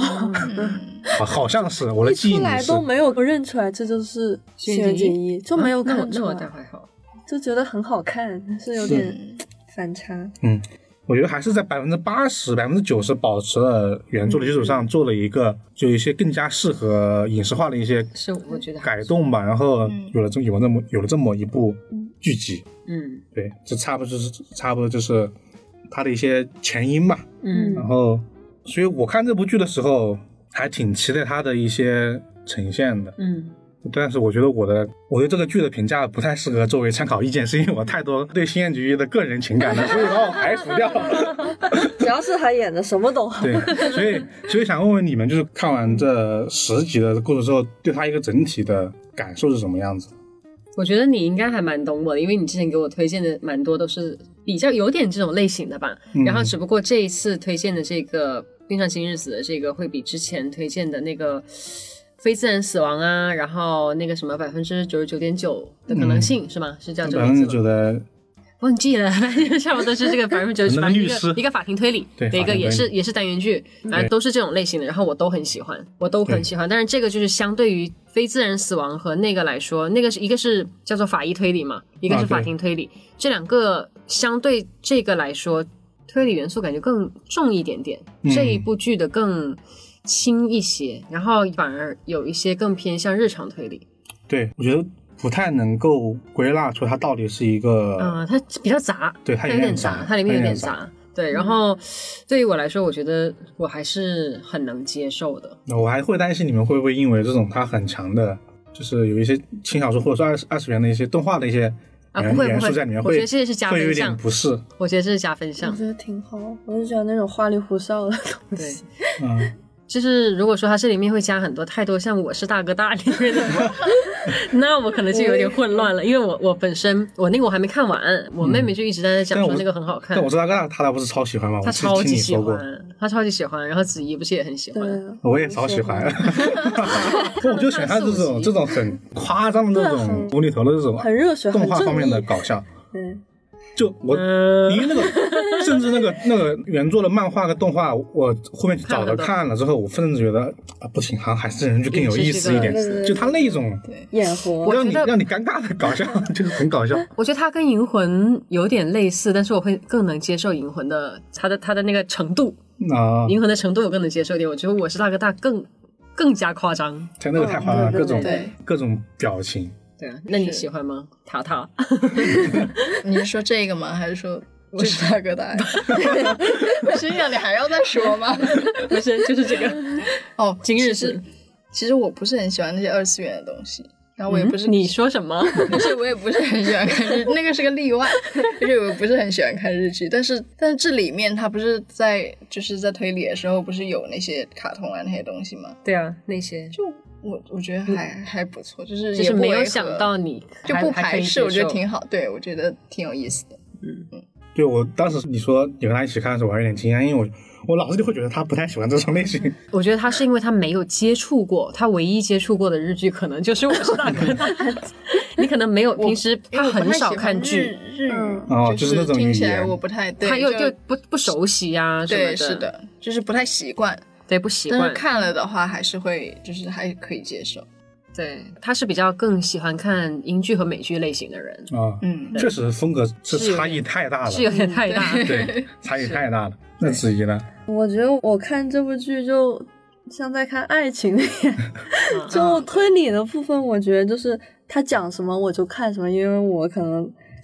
[SPEAKER 4] 嗯
[SPEAKER 2] 好好像是我的
[SPEAKER 3] 一
[SPEAKER 2] 记忆
[SPEAKER 3] 出
[SPEAKER 2] 里
[SPEAKER 3] 来
[SPEAKER 2] 是
[SPEAKER 3] 都。没有认出来，这就是
[SPEAKER 1] 新
[SPEAKER 3] 人
[SPEAKER 1] 垣
[SPEAKER 3] 结
[SPEAKER 1] 结衣
[SPEAKER 3] 衣，就没有
[SPEAKER 1] 那
[SPEAKER 3] 看
[SPEAKER 1] 我那
[SPEAKER 3] 出
[SPEAKER 1] 我
[SPEAKER 3] 来
[SPEAKER 1] 倒，还好。
[SPEAKER 3] 就觉得很好看，但是有点反 *laughs* 差，
[SPEAKER 2] 我觉得还是在百分之八十、百分之九十保持了原著的基础
[SPEAKER 3] 嗯
[SPEAKER 2] 上，做了一个就一些更加适合影视化的一些
[SPEAKER 1] 是我觉得还
[SPEAKER 2] 改动吧，然后
[SPEAKER 4] 嗯
[SPEAKER 2] 有了这有了这么有了这么一部剧集，
[SPEAKER 1] 嗯
[SPEAKER 2] 对，这差不多就是差不多就是它的一些前因吧，
[SPEAKER 1] 嗯
[SPEAKER 2] 然后，所以我看这部剧的时候，还挺期待它的一些呈现的。
[SPEAKER 1] 嗯
[SPEAKER 2] 但是我觉得我的我对这个剧的评价不太适合作为参考意见，是因为我太多对新垣结衣的个人情感了，所以把我排除掉了。
[SPEAKER 3] 只要是他演的，什么都好。
[SPEAKER 2] 对，所以所以想问问你们，就是看完这十集的故事之后，对它一个整体的感受是什么样子？
[SPEAKER 1] 我觉得你应该还蛮懂我的，因为你之前给我推荐的蛮多都是比较有点这种类型的吧。
[SPEAKER 2] 嗯
[SPEAKER 1] 然后只不过这一次推荐的这个《冰上新日子》的这个会比之前推荐的那个。非自然死亡啊，然后那个什么百分之九十九点九的可能性、是吗？是叫这个
[SPEAKER 2] 嗯百
[SPEAKER 1] 名
[SPEAKER 2] 分
[SPEAKER 1] 字
[SPEAKER 2] 之
[SPEAKER 1] 吗？
[SPEAKER 2] 九的，
[SPEAKER 1] 忘记了， *laughs* 反正差不多是这个百分之九十，
[SPEAKER 2] 那个
[SPEAKER 1] 反正
[SPEAKER 2] 律
[SPEAKER 1] 一个
[SPEAKER 2] 师
[SPEAKER 1] 一个法庭推理
[SPEAKER 2] 对
[SPEAKER 1] 的一
[SPEAKER 2] 法
[SPEAKER 1] 个
[SPEAKER 2] 庭
[SPEAKER 1] 也
[SPEAKER 2] 推
[SPEAKER 1] 是
[SPEAKER 2] 理
[SPEAKER 1] 也是单元剧，反正都是这种类型的，然后我都很喜欢，我都很
[SPEAKER 2] 对
[SPEAKER 1] 喜欢。但是这个就是相对于非自然死亡和那个来说，那个是一个是叫做法医推理嘛，一个
[SPEAKER 2] 啊
[SPEAKER 1] 是法
[SPEAKER 2] 对
[SPEAKER 1] 庭推理，这两个相对这个来说，推理元素感觉更重一点点，
[SPEAKER 2] 嗯
[SPEAKER 1] 这一部剧的更轻一些，然后反而有一些更偏向日常推理。
[SPEAKER 2] 对我觉得不太能够归纳出它到底是一个，哦
[SPEAKER 1] 嗯、它比较杂，
[SPEAKER 2] 对它
[SPEAKER 1] 它
[SPEAKER 2] 有
[SPEAKER 1] 有点
[SPEAKER 2] 杂，
[SPEAKER 1] 它里面有
[SPEAKER 2] 有
[SPEAKER 1] 点
[SPEAKER 2] 杂。
[SPEAKER 1] 杂。对，
[SPEAKER 2] 嗯
[SPEAKER 1] 然后对于我来说，我觉得我还是很能接受的。
[SPEAKER 2] 那我还会担心你们会不会因为这种它很强的，就是有一些轻小说或者说二十二十元的一些动画的一些
[SPEAKER 1] 啊
[SPEAKER 2] 元
[SPEAKER 1] 不会
[SPEAKER 2] 元
[SPEAKER 1] 不会
[SPEAKER 2] 素在里面，
[SPEAKER 1] 我
[SPEAKER 2] 会
[SPEAKER 1] 觉得这是加
[SPEAKER 2] 会有一
[SPEAKER 1] 分
[SPEAKER 2] 点
[SPEAKER 1] 项
[SPEAKER 2] 不适。
[SPEAKER 1] 我觉得这是加分
[SPEAKER 3] 我
[SPEAKER 1] 项。
[SPEAKER 3] 觉得挺好，我就喜欢那种花里胡哨的东
[SPEAKER 1] 对
[SPEAKER 3] 西。，
[SPEAKER 2] 嗯，
[SPEAKER 1] *laughs* 就是如果说它这里面会加很多太多像“我是大哥大”里面的话， *laughs* 那我可能就有点混乱了，因为我我本身我那个我还没看完，我妹妹就一直在那讲
[SPEAKER 2] 嗯但
[SPEAKER 1] 说
[SPEAKER 2] 我
[SPEAKER 1] 那个很好看
[SPEAKER 2] 但，我知道大他他不是超喜欢吗？
[SPEAKER 1] 她
[SPEAKER 2] 我是
[SPEAKER 1] 超
[SPEAKER 2] 听
[SPEAKER 1] 级
[SPEAKER 2] 你
[SPEAKER 1] 喜
[SPEAKER 2] 说过，
[SPEAKER 1] 欢，她超级喜欢，然后子怡不是也很喜欢，
[SPEAKER 3] 对，
[SPEAKER 2] 我也超喜欢。 *laughs* 我就喜欢这
[SPEAKER 1] 看了四五
[SPEAKER 2] 种
[SPEAKER 1] 集
[SPEAKER 2] 这种很夸张的那
[SPEAKER 3] 对
[SPEAKER 2] 种
[SPEAKER 3] 很
[SPEAKER 2] 无厘头的这种
[SPEAKER 1] *laughs*
[SPEAKER 3] 很热血，
[SPEAKER 2] 动画
[SPEAKER 3] 很正
[SPEAKER 2] 方面的
[SPEAKER 3] 义
[SPEAKER 2] 搞笑。
[SPEAKER 3] 嗯，
[SPEAKER 2] 就我
[SPEAKER 1] 嗯
[SPEAKER 2] 因为那个，甚至那个那个原作的漫画跟动画，我后面找着看了之后，我甚至觉得啊，不行，好像还是人剧更有意思一点
[SPEAKER 3] 对对。对
[SPEAKER 2] 就他那种
[SPEAKER 3] 眼红
[SPEAKER 1] 我
[SPEAKER 2] 让你
[SPEAKER 1] 觉得
[SPEAKER 2] 让你尴尬的搞笑， *laughs* 就是很搞笑。
[SPEAKER 1] 我觉得它跟《银魂》有点类似，但是我会更能接受《银魂》的它的它的那个程度，
[SPEAKER 2] 啊
[SPEAKER 1] *laughs* 《银魂》的程度我更能接受一点。我觉得《我是大哥大更》更加夸张。
[SPEAKER 2] 在那个太夸张了，
[SPEAKER 3] 嗯对
[SPEAKER 2] 各
[SPEAKER 3] 对
[SPEAKER 2] 种
[SPEAKER 4] 对
[SPEAKER 2] 各种表情。
[SPEAKER 1] 对啊，那你
[SPEAKER 4] 是
[SPEAKER 1] 喜欢吗？塔
[SPEAKER 4] *laughs*
[SPEAKER 1] 塔，
[SPEAKER 4] 你是说这个吗？还是说我是大哥大？ *laughs* 我心想你还要再说吗？
[SPEAKER 1] 不是就是 *laughs* 这个
[SPEAKER 4] *laughs* 哦，
[SPEAKER 1] 今日
[SPEAKER 4] 其实
[SPEAKER 1] 是，
[SPEAKER 4] 其实我不是很喜欢那些二次元的东西，然后我也
[SPEAKER 1] 嗯
[SPEAKER 4] 不是、
[SPEAKER 1] 你说什么？
[SPEAKER 4] 不是，我也不是 *laughs* 很喜欢看日，那个是个例外，就是我不是很喜欢看日剧。但是，但是这里面它不是在就是在推理的时候，不是有那些卡通啊那些东西吗？
[SPEAKER 1] *laughs* 对啊，那些
[SPEAKER 4] 就我我觉得还、还不错，就是
[SPEAKER 1] 嗯就
[SPEAKER 4] 也
[SPEAKER 1] 是
[SPEAKER 4] 不
[SPEAKER 1] 没有
[SPEAKER 4] 违
[SPEAKER 1] 想
[SPEAKER 4] 和
[SPEAKER 1] 到你
[SPEAKER 4] 就
[SPEAKER 1] 还
[SPEAKER 4] 不
[SPEAKER 1] 还可
[SPEAKER 4] 排
[SPEAKER 1] 以
[SPEAKER 4] 斥，我觉得
[SPEAKER 1] 接受
[SPEAKER 4] 挺好。对，我觉得挺有意思的。
[SPEAKER 2] 对我当时你说你跟他一起看的时候，我还有点惊讶，因为我我老是就会觉得他不太喜欢这种类型。
[SPEAKER 1] 我觉得他是因为他没有接触过，他唯一接触过的日剧可能就是《我是大哥大》，
[SPEAKER 4] *laughs*
[SPEAKER 1] 你可能没有平时
[SPEAKER 4] 因为
[SPEAKER 1] 他
[SPEAKER 4] 我不
[SPEAKER 1] 很
[SPEAKER 4] 太
[SPEAKER 1] 少
[SPEAKER 4] 喜欢
[SPEAKER 1] 看剧，
[SPEAKER 4] 日日语
[SPEAKER 3] 嗯，
[SPEAKER 2] 哦就是那种
[SPEAKER 4] 听
[SPEAKER 2] 语
[SPEAKER 4] 起来
[SPEAKER 2] 言
[SPEAKER 4] 我不太对，
[SPEAKER 1] 他又
[SPEAKER 4] 就
[SPEAKER 1] 就不不熟悉呀、什么
[SPEAKER 4] 对是，的，就是不太习惯。
[SPEAKER 1] 对不习
[SPEAKER 4] 但
[SPEAKER 1] 惯
[SPEAKER 4] 是。看了的话，还是会就是还可以接受。
[SPEAKER 1] 对，他是比较更喜欢看英剧和美剧类型的人，
[SPEAKER 2] 啊，
[SPEAKER 4] 嗯，
[SPEAKER 2] 确实风格是
[SPEAKER 1] 是有
[SPEAKER 2] 差异太大了，
[SPEAKER 1] 是有点太大。
[SPEAKER 4] 对
[SPEAKER 2] 对，差异太大了。那子怡呢？
[SPEAKER 3] 我觉得我看这部剧就像在看爱情片。
[SPEAKER 1] 嗯 *laughs*
[SPEAKER 3] *laughs* 就推理的部分，我觉得就是他讲什么我就看什么，因为我可能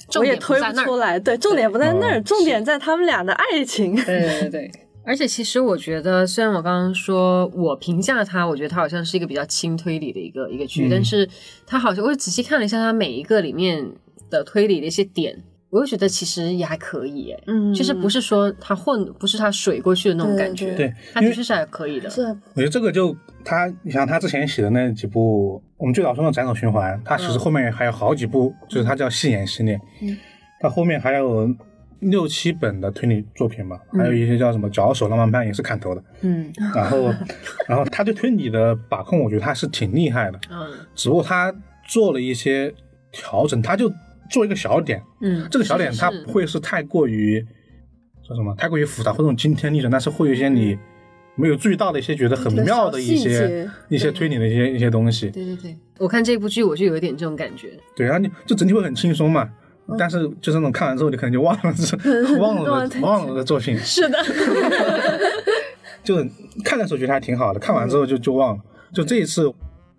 [SPEAKER 1] 重
[SPEAKER 3] 我也
[SPEAKER 1] 点不
[SPEAKER 3] 推
[SPEAKER 1] 在那儿
[SPEAKER 3] 出来，对，重点不在那
[SPEAKER 2] 哦
[SPEAKER 3] 儿，重点在他们俩的爱
[SPEAKER 1] *laughs*
[SPEAKER 3] 情。
[SPEAKER 1] 对对对对。而且其实我觉得，虽然我刚刚说我评价它，我觉得它好像是一个比较轻推理的一个一个剧，
[SPEAKER 2] 嗯
[SPEAKER 1] 但是它好像我仔细看了一下它每一个里面的推理的一些点，我又觉得其实也还可以，哎、
[SPEAKER 3] 嗯
[SPEAKER 1] 就是不是说它混，不是它水过去的那种
[SPEAKER 3] 对
[SPEAKER 1] 感觉，
[SPEAKER 2] 对
[SPEAKER 1] 它
[SPEAKER 2] 因
[SPEAKER 1] 的
[SPEAKER 2] 为
[SPEAKER 1] 确 *laughs* 是还可以的，
[SPEAKER 3] 是
[SPEAKER 2] 我觉得这个就他，你想他之前写的那几部，我们最早说的《斩首循环》，他其实
[SPEAKER 1] 嗯
[SPEAKER 2] 后面还有好几部，就是他叫戏言系列，
[SPEAKER 3] 嗯
[SPEAKER 2] 他后面还有六七本的推理作品吧，
[SPEAKER 1] 嗯
[SPEAKER 2] 还有一些叫什么《绞首浪漫派》也是砍头
[SPEAKER 1] *laughs*
[SPEAKER 2] 的，
[SPEAKER 1] 嗯
[SPEAKER 2] 然后，然后他对推理的把控，我觉得他是挺厉害的，
[SPEAKER 1] 嗯
[SPEAKER 2] 只不过他做了一些调整，他就做一个小点，
[SPEAKER 1] 嗯，
[SPEAKER 2] 这个小点
[SPEAKER 1] 是
[SPEAKER 2] 它
[SPEAKER 1] 是
[SPEAKER 2] 不会是太过于叫什么太过于复杂或者那种惊天逆转，但是会有一些你没有注意到的一些觉得很
[SPEAKER 3] 对
[SPEAKER 2] 妙
[SPEAKER 3] 小
[SPEAKER 2] 的一
[SPEAKER 3] 细
[SPEAKER 2] 些
[SPEAKER 3] 节
[SPEAKER 2] 一些推理的一些一些东西。
[SPEAKER 1] 对对对，我看这部剧我就有点这种感觉，
[SPEAKER 2] 对，然后你就整体会很轻松嘛。但是就是那种看完之后，你可能就忘了是忘
[SPEAKER 3] 忘
[SPEAKER 2] 了
[SPEAKER 3] 了
[SPEAKER 2] 的
[SPEAKER 3] 它
[SPEAKER 2] 忘了的作品，
[SPEAKER 1] 是的，
[SPEAKER 2] 就是看的时候觉得还挺好的，看完之后就就忘了。就这一次，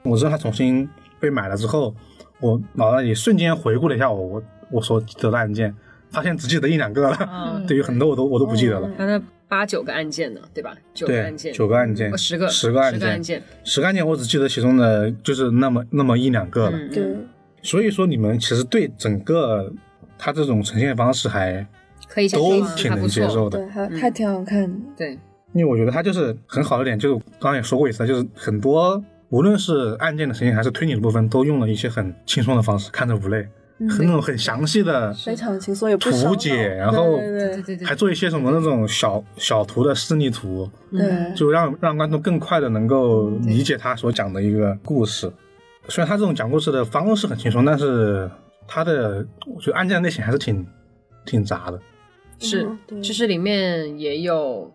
[SPEAKER 2] 我知道它重新被买了之后，我脑袋里瞬间回顾了一下我我我所记得的案件，发现只记得一两个了，
[SPEAKER 1] 嗯，
[SPEAKER 2] 对于很多我都我都 *laughs* 不记得了。
[SPEAKER 1] 它那八九个案件呢，对吧？九个
[SPEAKER 2] 对
[SPEAKER 1] 案，件，
[SPEAKER 2] 九个案件，
[SPEAKER 1] 哦十个
[SPEAKER 2] 十个案
[SPEAKER 1] 十个案件，
[SPEAKER 2] 十个案件，我只记得其中的就是那么那么一两个了。
[SPEAKER 1] 嗯，
[SPEAKER 3] *laughs* 对
[SPEAKER 1] 嗯，
[SPEAKER 2] 所以说，你们其实对整个它这种呈现方式还
[SPEAKER 1] 可以接受
[SPEAKER 2] 都
[SPEAKER 1] 吗
[SPEAKER 2] 挺
[SPEAKER 1] 还
[SPEAKER 2] 能
[SPEAKER 1] 不错
[SPEAKER 2] 接受的
[SPEAKER 3] 对，，还
[SPEAKER 1] 嗯
[SPEAKER 3] 还挺好看的。
[SPEAKER 1] 对，
[SPEAKER 2] 因为我觉得它就是很好的点，就是刚刚也说过一次，就是很多无论是案件的呈现还是推理的部分，都用了一些很轻松的方式，看着不累，
[SPEAKER 1] 嗯
[SPEAKER 2] 很那种很详细的
[SPEAKER 3] 非常轻松，也不
[SPEAKER 2] 图
[SPEAKER 3] 伤
[SPEAKER 2] 解，然
[SPEAKER 3] 脑
[SPEAKER 2] 后
[SPEAKER 3] 对对
[SPEAKER 1] 对对对
[SPEAKER 2] 还做一些什么那种小小图的示例图，
[SPEAKER 3] 对对，
[SPEAKER 1] 嗯
[SPEAKER 2] 就让让观众更快的能够理解他所讲的一个故事。虽然他这种讲故事的方式很轻松，但是他的我觉得案件类型还是挺挺杂的。
[SPEAKER 1] 是
[SPEAKER 3] 嗯，对
[SPEAKER 1] 就是里面也有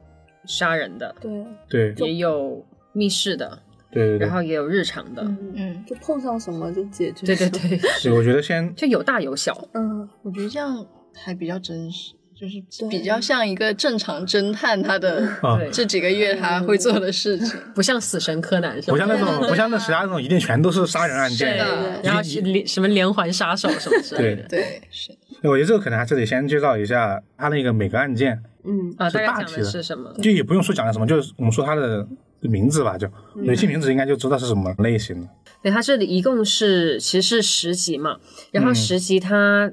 [SPEAKER 1] 杀人的，
[SPEAKER 3] 对，
[SPEAKER 2] 对对
[SPEAKER 1] 也有密室的，
[SPEAKER 2] 对对
[SPEAKER 1] 然，后也有日常的，
[SPEAKER 3] 嗯，
[SPEAKER 4] 嗯，
[SPEAKER 3] 就碰上什么就解决。
[SPEAKER 1] 对对，对， *laughs*
[SPEAKER 2] 所以我觉得先
[SPEAKER 1] 就有大有小。
[SPEAKER 2] *laughs*
[SPEAKER 3] 嗯，
[SPEAKER 4] 我觉得这样还比较真实，就是
[SPEAKER 3] 对
[SPEAKER 4] 比较像一个正常侦探他的
[SPEAKER 2] 啊，
[SPEAKER 1] 对
[SPEAKER 4] 这几个月他会做的事情。
[SPEAKER 1] 不像死神柯南是吧？
[SPEAKER 2] 不像那
[SPEAKER 4] 对
[SPEAKER 1] *laughs*
[SPEAKER 2] 种
[SPEAKER 4] 对
[SPEAKER 2] 不像那其他那种一定全都是杀人案
[SPEAKER 1] 对
[SPEAKER 2] 件
[SPEAKER 4] 是，的
[SPEAKER 1] 然后是连什么连环杀手什么之类
[SPEAKER 2] 对
[SPEAKER 1] 的，
[SPEAKER 4] 对，是
[SPEAKER 2] 那我觉得这个可能还是得先介绍一下它那个每个案件，
[SPEAKER 3] 嗯，
[SPEAKER 1] 啊，大概
[SPEAKER 2] 大
[SPEAKER 1] 讲的
[SPEAKER 2] 体的
[SPEAKER 1] 是什么？
[SPEAKER 2] 就也不用说讲了什么，就是我们说它的名字吧，就
[SPEAKER 1] 嗯
[SPEAKER 2] 有些名字应该就知道是什么类型的。
[SPEAKER 1] 对，它这里一共是其实是十集嘛，然后
[SPEAKER 2] 嗯
[SPEAKER 1] 十集它，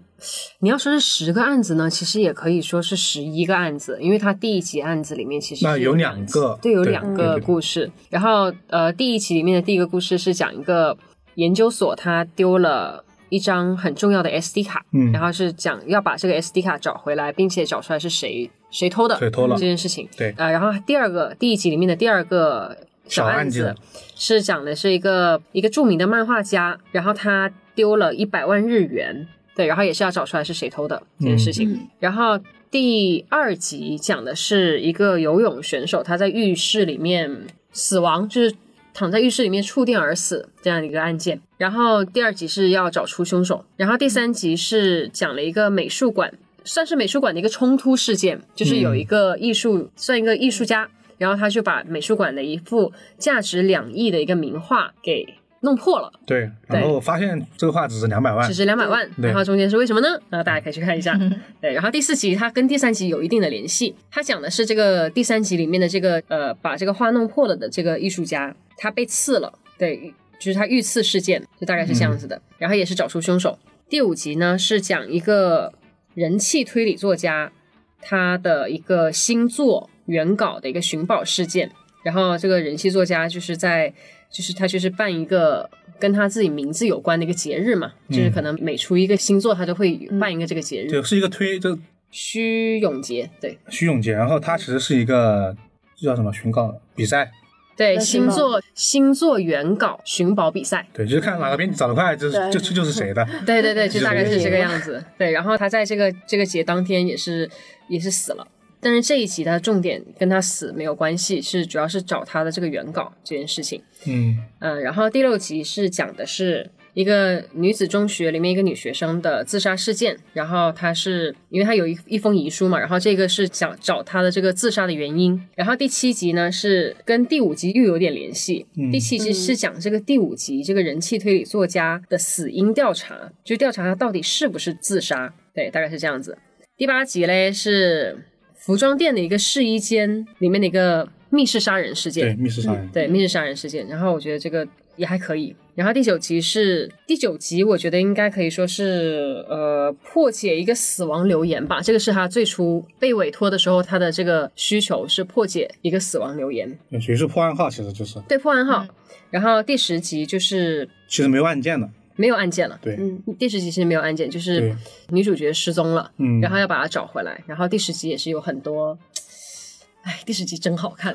[SPEAKER 1] 你要说是十个案子呢，其实也可以说是十一个案子，因为它第一集案子里面其实
[SPEAKER 2] 那
[SPEAKER 1] 是
[SPEAKER 2] 有
[SPEAKER 1] 两
[SPEAKER 2] 两
[SPEAKER 1] 集
[SPEAKER 2] 个
[SPEAKER 1] 对，有
[SPEAKER 2] 对
[SPEAKER 1] 两
[SPEAKER 2] 对
[SPEAKER 1] 个
[SPEAKER 2] 对
[SPEAKER 1] 故事。然后呃，第一集里面的第一个故事是讲一个研究所它丢了。一张很重要的 SD 卡，
[SPEAKER 2] 嗯
[SPEAKER 1] 然后是讲要把这个 SD 卡找回来，并且找出来是谁谁偷的，
[SPEAKER 2] 谁偷了
[SPEAKER 1] 这件事情。
[SPEAKER 2] 对
[SPEAKER 1] 呃，然后第二个第一集里面的第二个小
[SPEAKER 2] 小
[SPEAKER 1] 案
[SPEAKER 2] 案
[SPEAKER 1] 子，
[SPEAKER 2] 件
[SPEAKER 1] 是讲的是一个一个著名的漫画家，然后他丢了一百万日元，对，然后也是要找出来是谁偷的这件事情。
[SPEAKER 4] 嗯
[SPEAKER 1] 然后第二集讲的是一个游泳选手，他在浴室里面死亡，就是躺在浴室里面触电而死这样一个案件。然后第二集是要找出凶手，然后第三集是讲了一个美术馆，算是美术馆的一个冲突事件，就是有一个艺术、算一个艺术家，然后他就把美术馆的一幅价值两亿的一个名画给弄破了，
[SPEAKER 2] 对，
[SPEAKER 1] 对
[SPEAKER 2] 然后发现这个画只值两百万
[SPEAKER 1] 只，值两百万，
[SPEAKER 2] 对
[SPEAKER 1] 然后中间是为什么呢？那大家可以去看一下。对，然后第四集它跟第三集有一定的联系，它讲的是这个第三集里面的这个呃，把这个画弄破了的这个艺术家，他被刺了，对，就是他遇刺事件，就大概是这样子的。
[SPEAKER 2] 嗯
[SPEAKER 1] 然后也是找出凶手。第五集呢是讲一个人气推理作家他的一个新作原稿的一个寻宝事件，然后这个人气作家就是在就是他就是办一个跟他自己名字有关的一个节日嘛，就是可能每出一个星座，他就会
[SPEAKER 3] 嗯
[SPEAKER 1] 办一个这个节日。
[SPEAKER 2] 就是一个推这
[SPEAKER 1] 虚永节，对
[SPEAKER 2] 徐永杰，然后他其实是一个这叫什么寻稿比赛，
[SPEAKER 1] 对，
[SPEAKER 3] 那是
[SPEAKER 1] 星
[SPEAKER 3] 吗
[SPEAKER 1] 座星座原稿寻宝比赛，
[SPEAKER 2] 对，就是看哪个编辑找得快，就是
[SPEAKER 3] 对
[SPEAKER 2] 就就就是谁的。
[SPEAKER 1] *laughs* 对对对，就
[SPEAKER 2] 就是
[SPEAKER 1] 大概是这
[SPEAKER 3] 这
[SPEAKER 1] 个
[SPEAKER 3] 个
[SPEAKER 1] 样子。对，然后他在这个这个节当天也是也是死了，但是这一集他的重点跟他死没有关系，是主要是找他的这个原稿这件事情。
[SPEAKER 2] 嗯，
[SPEAKER 1] 嗯，然后第六集是讲的是一个女子中学里面一个女学生的自杀事件，然后她是因为她有一一封遗书嘛，然后这个是讲找她的这个自杀的原因。然后第七集呢是跟第五集又有点联系，
[SPEAKER 2] 嗯
[SPEAKER 1] 第七集是讲这个第五集这个人气推理作家的死因调查，就调查他到底是不是自杀，对，大概是这样子。第八集嘞是服装店的一个试衣间里面的一个密室杀人事件，
[SPEAKER 2] 对，密室杀人，
[SPEAKER 1] 对密室杀人事件。然后我觉得这个也还可以。然后第九集是第九集，我觉得应该可以说是呃破解一个死亡留言吧。这个是他最初被委托的时候，他的这个需求是破解一个死亡留言，
[SPEAKER 2] 对属于是破案号，其实就是
[SPEAKER 1] 对破案号。然后第十集就是
[SPEAKER 2] 其实没有案件的，
[SPEAKER 1] 没有案件了。
[SPEAKER 2] 对，
[SPEAKER 3] 嗯，
[SPEAKER 1] 第十集其实没有案件，就是
[SPEAKER 2] 对
[SPEAKER 1] 女主角失踪了，
[SPEAKER 2] 嗯，
[SPEAKER 1] 然后要把她找回来。然后第十集也是有很多，哎，第十集真好看， *laughs*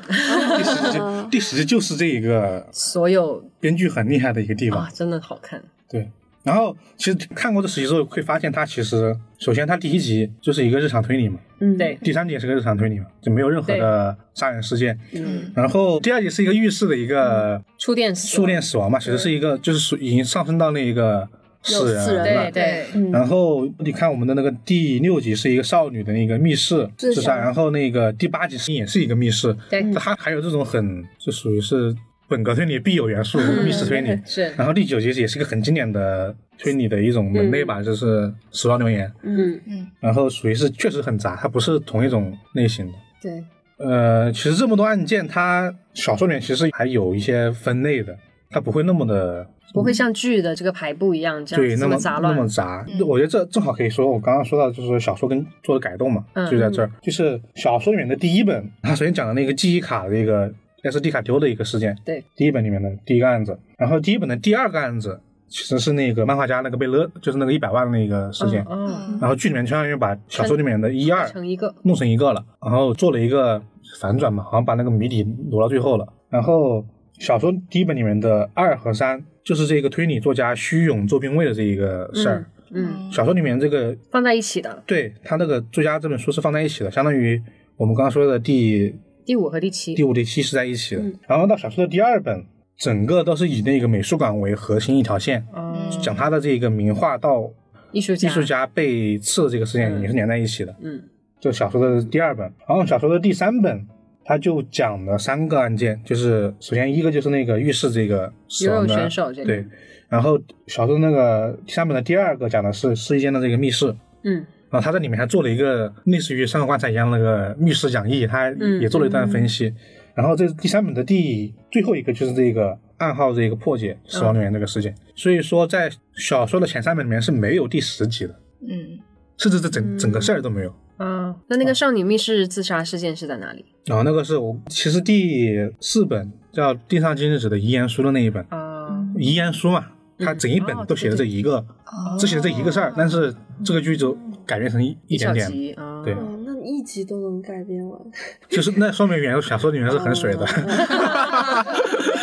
[SPEAKER 2] 第十
[SPEAKER 3] *laughs*
[SPEAKER 2] 集
[SPEAKER 3] 啊
[SPEAKER 2] 第十集就是这一个
[SPEAKER 1] 所有
[SPEAKER 2] 编剧很厉害的一个地方
[SPEAKER 1] 啊，真的好看。
[SPEAKER 2] 对。然后其实看过这十集之后，会发现它其实首先它第一集就是一个日常推理嘛，
[SPEAKER 3] 嗯，
[SPEAKER 1] 对，
[SPEAKER 2] 第三集也是个日常推理嘛，就没有任何的杀人事件。
[SPEAKER 1] 嗯，
[SPEAKER 2] 然后第二集是一个浴室的一个
[SPEAKER 1] 触电死
[SPEAKER 2] 触
[SPEAKER 1] 亡
[SPEAKER 2] 电死亡嘛，其实是一个就是属已经上升到那一个死
[SPEAKER 3] 有
[SPEAKER 2] 人
[SPEAKER 3] 死人
[SPEAKER 2] 了
[SPEAKER 1] 对
[SPEAKER 3] 了。
[SPEAKER 1] 对
[SPEAKER 4] 对，
[SPEAKER 3] 嗯
[SPEAKER 2] 然后你看我们的那个第六集是一个少女的那个密室
[SPEAKER 3] 自
[SPEAKER 2] 自杀，
[SPEAKER 3] 杀
[SPEAKER 2] 然后那个第八集是也是一个密室，
[SPEAKER 1] 对，
[SPEAKER 2] 它还有这种很就属于是本格推理必有元素密室推理。
[SPEAKER 1] 是，
[SPEAKER 2] 然后第九集也是一个很经典的推理的一种门类吧，就是死亡留言，
[SPEAKER 1] 嗯，
[SPEAKER 2] 然后属于是确实很杂，它不是同一种类型的。
[SPEAKER 1] 对，
[SPEAKER 2] 呃，其实这么多案件，它小说里面其实还有一些分类的，它不会那么的
[SPEAKER 1] 不会像剧的这个排布一样这
[SPEAKER 2] 对
[SPEAKER 1] 样
[SPEAKER 2] 那
[SPEAKER 1] 这么杂
[SPEAKER 2] 那么
[SPEAKER 1] 乱，
[SPEAKER 2] 杂。
[SPEAKER 4] 嗯
[SPEAKER 2] 我觉得这正好可以说，我刚刚说到就是说小说跟做的改动嘛，
[SPEAKER 1] 嗯
[SPEAKER 2] 就在这儿，就是小说里面的第一本，它首先讲的那个记忆卡的一个 SD 卡丢的一个事件，
[SPEAKER 1] 对，
[SPEAKER 2] 第一本里面的第一个案子，然后第一本的第二个案子其实是那个漫画家那个被勒，就是那个一百万的那个事件，
[SPEAKER 1] 嗯，
[SPEAKER 4] 嗯
[SPEAKER 2] 然后剧里面相当于把小说里面的一二
[SPEAKER 1] 嗯成一个，
[SPEAKER 2] 弄成一个了，然后做了一个反转嘛，好像把那个谜底挪到最后了。然后小说第一本里面的二和三，就是这个推理作家虚勇做兵卫的这一个事儿。
[SPEAKER 1] 嗯，
[SPEAKER 2] 小说里面这个
[SPEAKER 1] 放在一起的
[SPEAKER 2] 对他那个作家这本书是放在一起的，相当于我们刚刚说的第
[SPEAKER 1] 第五和第七嗯
[SPEAKER 2] 第，五、第七是在一起的。然后到小说的第二本，整个都是以那个美术馆为核心一条线，
[SPEAKER 1] 哦，
[SPEAKER 2] 讲他的这个名画到
[SPEAKER 1] 艺术
[SPEAKER 2] 艺
[SPEAKER 1] 家，
[SPEAKER 2] 术家被刺的这个事件
[SPEAKER 1] 嗯
[SPEAKER 2] 也是连在一起的。
[SPEAKER 1] 嗯，
[SPEAKER 2] 这小说的第二本，然后小说的第三本，它就讲了三个案件，就是首先一个就是那个浴室这个死
[SPEAKER 1] 游
[SPEAKER 2] 亡
[SPEAKER 1] 泳
[SPEAKER 2] 的
[SPEAKER 1] 选手这个，
[SPEAKER 2] 对，然后小说那个第三本的第二个讲的是试衣间的这个密室，
[SPEAKER 1] 嗯
[SPEAKER 2] 然后他在里面还做了一个类似于上个棺材一样那个密室讲义，他
[SPEAKER 1] 嗯
[SPEAKER 2] 也做了一段分析。然后这是第三本的第最后一个就是这个暗号这个破解死亡
[SPEAKER 1] 嗯
[SPEAKER 2] 人员这个事件，所以说在小说的前三本里面是没有第十集的，
[SPEAKER 4] 嗯，
[SPEAKER 2] 甚至这整整个事儿都没有。
[SPEAKER 1] 啊，那那个少女密室自杀事件是在哪里
[SPEAKER 2] 然后那个是我其实第四本叫《地上今日子》的遗言书的那一本，
[SPEAKER 1] 啊？
[SPEAKER 2] 遗言书嘛，他整一本
[SPEAKER 1] 哦
[SPEAKER 2] 都写了这
[SPEAKER 1] 对
[SPEAKER 2] 一个，
[SPEAKER 4] 哦
[SPEAKER 2] 只写了这一个事儿，但是这个剧就改编成一一点
[SPEAKER 1] 小
[SPEAKER 2] 点，
[SPEAKER 1] 集啊，
[SPEAKER 2] 对
[SPEAKER 3] 哦，那一集都能改编完，
[SPEAKER 2] 就是那说明原著小说里面是很水的。
[SPEAKER 1] 哦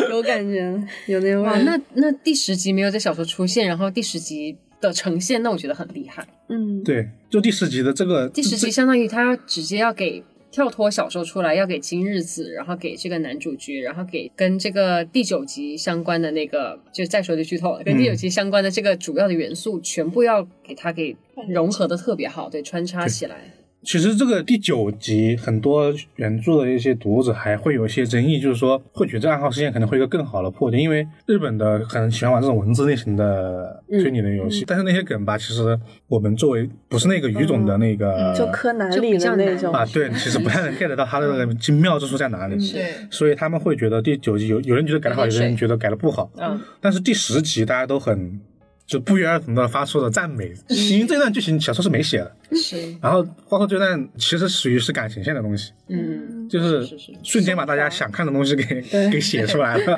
[SPEAKER 3] 有感觉，有那味
[SPEAKER 1] 哇，
[SPEAKER 3] 儿。
[SPEAKER 1] 那那第十集没有在小说出现，然后第十集的呈现，那我觉得很厉害。
[SPEAKER 3] 嗯，
[SPEAKER 2] *laughs* 对，就第十集的这个
[SPEAKER 1] 第十集相当于他要直接要给跳脱小说出来，要给今日子，然后给这个男主角，然后给跟这个第九集相关的那个，就再说就剧透了，跟第九集相关的这个主要的元素，全部要给他给融合的特别好，对，穿插起来。
[SPEAKER 2] 其实这个第九集，很多原著的一些读者还会有一些争议，就是说会觉得这暗号事件可能会有一个更好的破解，因为日本的很喜欢玩这种文字类型的推理类游戏，但是那些梗吧，其实我们作为不是那个语种的那个、
[SPEAKER 3] 嗯就柯南
[SPEAKER 1] 就比
[SPEAKER 3] 里的
[SPEAKER 1] 较
[SPEAKER 3] 那
[SPEAKER 1] 难
[SPEAKER 3] 种，
[SPEAKER 2] 啊，对，其实不太能 get 到它的那个精妙之处在哪里。
[SPEAKER 4] 对，
[SPEAKER 2] 所以他们会觉得第九集有有人觉得改得好，
[SPEAKER 1] 有点
[SPEAKER 2] 有人
[SPEAKER 1] 水
[SPEAKER 2] 觉得改得不好。
[SPEAKER 1] 嗯，
[SPEAKER 2] 但是第十集大家都很就不约而同的发出了赞美，因为这段剧情小说是没写的，
[SPEAKER 1] 是，
[SPEAKER 2] 然后包括这段其实属于是感情线的东西，
[SPEAKER 1] 嗯，
[SPEAKER 2] 就是
[SPEAKER 1] 是是
[SPEAKER 2] 瞬间把大家想看的东西给
[SPEAKER 3] 对
[SPEAKER 2] *laughs* 给写出来了。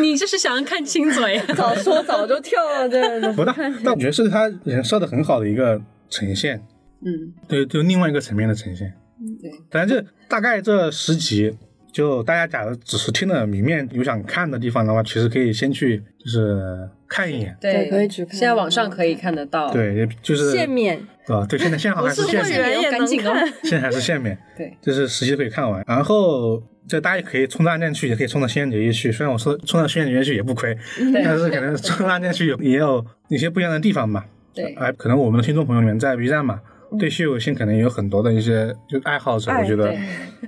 [SPEAKER 1] 你这是想要看亲嘴？啊
[SPEAKER 3] 早说早就跳了，这人都
[SPEAKER 2] 不大，但我觉得是他人设的很好的一个呈现，
[SPEAKER 1] 嗯，
[SPEAKER 2] 对，就另外一个层面的呈现。
[SPEAKER 1] 对，
[SPEAKER 2] 反正这大概这十集，就大家假如只是听了明面有想看的地方的话，其实可以先去就是看一眼。
[SPEAKER 3] 对可以去看
[SPEAKER 1] 现在网上可以看得到，，
[SPEAKER 2] 对， *laughs* 就是
[SPEAKER 3] 限免，
[SPEAKER 2] 啊，对，现在现在好像还
[SPEAKER 3] 不是
[SPEAKER 2] 限
[SPEAKER 3] 会
[SPEAKER 2] 免，
[SPEAKER 3] 员也
[SPEAKER 1] 赶
[SPEAKER 3] 能
[SPEAKER 1] 紧哦。
[SPEAKER 3] 看
[SPEAKER 2] 现在还是限免，
[SPEAKER 1] *laughs* 对，
[SPEAKER 2] 就是实际可以看完。然后这大家也可以冲到暗恋去，也可以冲到轩辕结衣去。虽然我说冲到轩辕结衣去也不亏，但是可能冲到暗恋去有也有一些不一样的地方吧。
[SPEAKER 1] 对嗯
[SPEAKER 2] 哎，可能我们的听众朋友里面在 B 站嘛，对虚有性可能也有很多的一些就爱好者，
[SPEAKER 3] 哎
[SPEAKER 2] 我觉得
[SPEAKER 1] 对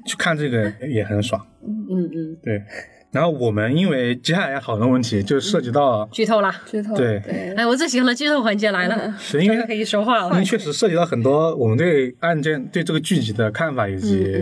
[SPEAKER 2] 去看这个也很爽。
[SPEAKER 1] 嗯嗯，
[SPEAKER 2] 对，然后我们因为接下来要讨论问题，就涉及到
[SPEAKER 1] 剧透啦！
[SPEAKER 3] 剧透
[SPEAKER 2] 对
[SPEAKER 3] 对，
[SPEAKER 1] 哎，我最喜欢的剧透环节来了，
[SPEAKER 2] 是因为
[SPEAKER 1] 可以说话
[SPEAKER 2] 因
[SPEAKER 1] 了
[SPEAKER 2] 为。确实涉及到很多我们对案件、对这个剧集的看法，以
[SPEAKER 1] 嗯
[SPEAKER 2] 及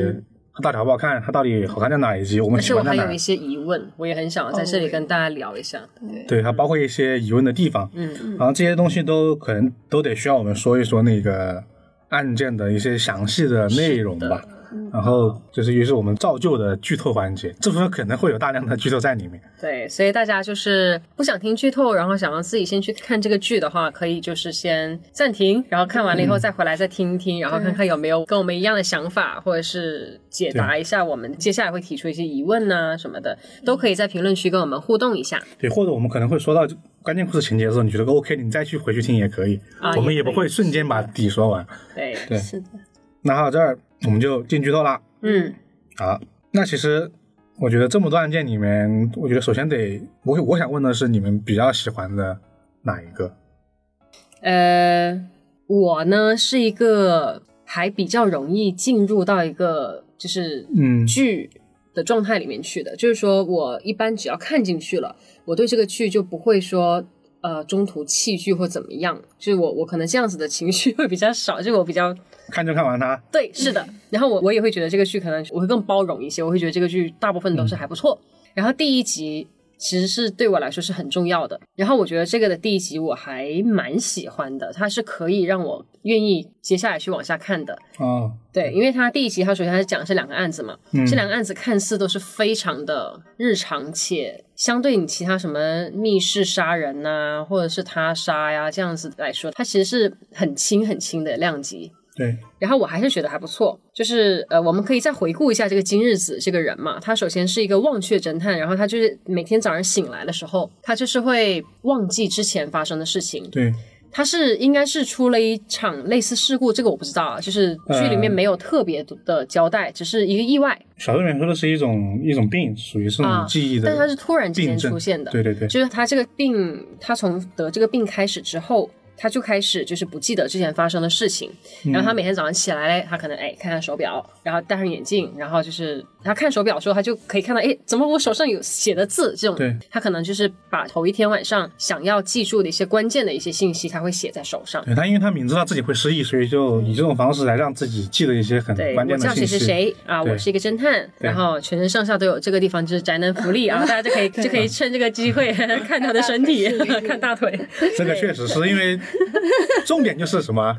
[SPEAKER 2] 它到底好不好看，它到底好看在哪，以及我们
[SPEAKER 1] 但
[SPEAKER 2] 喜
[SPEAKER 1] 是我
[SPEAKER 2] 欢在
[SPEAKER 1] 还
[SPEAKER 2] 哪
[SPEAKER 1] 有一。些疑问，哦我也很想在这里跟大家聊一下。
[SPEAKER 2] 对，它包括一些疑问的地方。
[SPEAKER 1] 嗯，
[SPEAKER 2] 然后这些东西都可能都得需要我们说一说那个案件的一些详细的内容吧。
[SPEAKER 1] 嗯
[SPEAKER 2] 然后就是，于是我们造就的剧透环节，这部分可能会有大量的剧透在里面。
[SPEAKER 1] 对，所以大家就是不想听剧透，然后想要自己先去看这个剧的话，可以就是先暂停，然后看完了以后再回来再听一听，然后看看有没有跟我们一样的想法，或者是解答一下我们接下来会提出一些疑问呐、什么的，都可以在评论区跟我们互动一下。
[SPEAKER 2] 对，或者我们可能会说到关键故事情节的时候，你觉得 OK，你再去回去听也可以。
[SPEAKER 1] 啊
[SPEAKER 2] 我们
[SPEAKER 1] 也
[SPEAKER 2] 也不
[SPEAKER 1] 可以
[SPEAKER 2] 会瞬间把底说完。
[SPEAKER 1] 对，
[SPEAKER 2] 对
[SPEAKER 3] 是的，
[SPEAKER 2] 那好，这儿我们就进剧透啦。
[SPEAKER 1] 嗯，
[SPEAKER 2] 好，那其实我觉得这么多案件里面，我觉得首先得，我我想问的是，你们比较喜欢的哪一个？
[SPEAKER 1] 呃，我呢是一个还比较容易进入到一个就是
[SPEAKER 2] 嗯
[SPEAKER 1] 剧的状态里面去的，就是说我一般只要看进去了，我对这个剧就不会说。呃，中途弃剧或怎么样，就是我我可能这样子的情绪会比较少， *laughs* 就我比较
[SPEAKER 2] 看就看完它。
[SPEAKER 1] 对，是的。然后我我也会觉得这个剧可能我会更包容一些，我会觉得这个剧大部分都是还不错。然后第一集其实是对我来说是很重要的。然后我觉得这个的第一集我还蛮喜欢的，它是可以让我愿意接下来去往下看的。
[SPEAKER 2] 哦，
[SPEAKER 1] 对，因为它第一集它首先它是讲这两个案子嘛，
[SPEAKER 2] 嗯
[SPEAKER 1] 这两个案子看似都是非常的日常，且相对你其他什么密室杀人呐、或者是他杀呀这样子来说，它其实是很轻很轻的量级。
[SPEAKER 2] 对，
[SPEAKER 1] 然后我还是觉得还不错，就是呃，我们可以再回顾一下这个今日子这个人嘛。他首先是一个忘却侦探，然后他就是每天早上醒来的时候，他就是会忘记之前发生的事情。
[SPEAKER 2] 对，
[SPEAKER 1] 他是应该是出了一场类似事故，这个我不知道啊，就是剧里面
[SPEAKER 2] 呃
[SPEAKER 1] 没有特别的交代，只是一个意外，
[SPEAKER 2] 小说里面说的是一种一种病，属于是那
[SPEAKER 1] 啊
[SPEAKER 2] 种记忆的
[SPEAKER 1] 但
[SPEAKER 2] 病症，
[SPEAKER 1] 它是突然之间出现的
[SPEAKER 2] 对对对，
[SPEAKER 1] 就是他这个病，他从得这个病开始之后，他就开始就是不记得之前发生的事情，
[SPEAKER 2] 嗯
[SPEAKER 1] 然后他每天早上起来，他可能哎看看手表，然后戴上眼镜，然后就是他看手表的时候，他就可以看到哎怎么我手上有写的字这
[SPEAKER 2] 对
[SPEAKER 1] 种，他可能就是把头一天晚上想要记住的一些关键的一些信息，他会写在手上。
[SPEAKER 2] 对他，因为他明知道自己会失忆，所以就以这种方式来让自己记得一些很
[SPEAKER 1] 嗯对，
[SPEAKER 2] 关
[SPEAKER 1] 我
[SPEAKER 2] 键
[SPEAKER 1] 知
[SPEAKER 2] 的
[SPEAKER 1] 道谁
[SPEAKER 2] 信
[SPEAKER 1] 是
[SPEAKER 2] 息。
[SPEAKER 1] 谁啊，
[SPEAKER 2] 对
[SPEAKER 1] 我是一个侦探，
[SPEAKER 2] 对
[SPEAKER 1] 然后全身上下都有这个地方就是宅男福
[SPEAKER 2] *laughs*
[SPEAKER 1] 利啊，大家就可以就可以趁这个机会看他的身体， *laughs* 看大腿。
[SPEAKER 2] 这个确实是
[SPEAKER 1] *laughs*
[SPEAKER 2] 因为重点就是什么？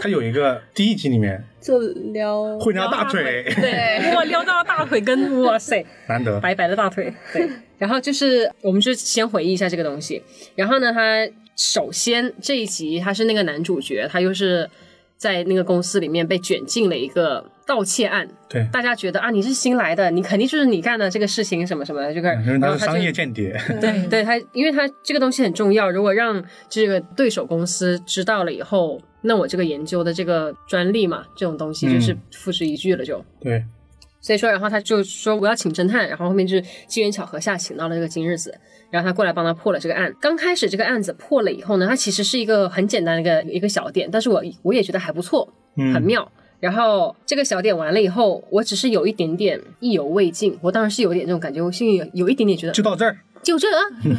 [SPEAKER 2] 他有一个第一集里面
[SPEAKER 3] 就撩
[SPEAKER 1] 哦
[SPEAKER 2] 会撩大腿，
[SPEAKER 1] 对，哇，撩到了大腿根，哇塞，
[SPEAKER 2] *laughs* 难得。
[SPEAKER 1] 白白的大腿。 *laughs* 对，然后就是我们就先回忆一下这个东西。然后呢，他首先这一集他是那个男主角，他又是在那个公司里面被卷进了一个盗窃案。
[SPEAKER 2] 对，
[SPEAKER 1] 大家觉得啊，你是新来的，你肯定就是你干的这个事情什么什么的，这个，
[SPEAKER 2] 因为
[SPEAKER 1] 然
[SPEAKER 2] 他
[SPEAKER 1] 后
[SPEAKER 2] 嗯是
[SPEAKER 1] 他就
[SPEAKER 2] 商业
[SPEAKER 1] *laughs*
[SPEAKER 2] 间谍，
[SPEAKER 1] 对，对他，因为他这个东西很重要，如果让这个对手公司知道了以后，那我这个研究的这个专利嘛，这种东西就是
[SPEAKER 2] 嗯
[SPEAKER 1] 付之一炬了就。
[SPEAKER 2] 对，
[SPEAKER 1] 所以说，然后他就说我要请侦探，然后后面就是机缘巧合下请到了这个金日子，然后他过来帮他破了这个案。刚开始这个案子破了以后呢，它其实是一个很简单的一个一个小点，但是我我也觉得还不错，
[SPEAKER 2] 嗯，
[SPEAKER 1] 很妙。然后这个小点完了以后，我只是有一点点意犹未尽，我当时是有点这种感觉，我心里有有一点点觉得
[SPEAKER 2] 就到这儿，
[SPEAKER 1] 就这，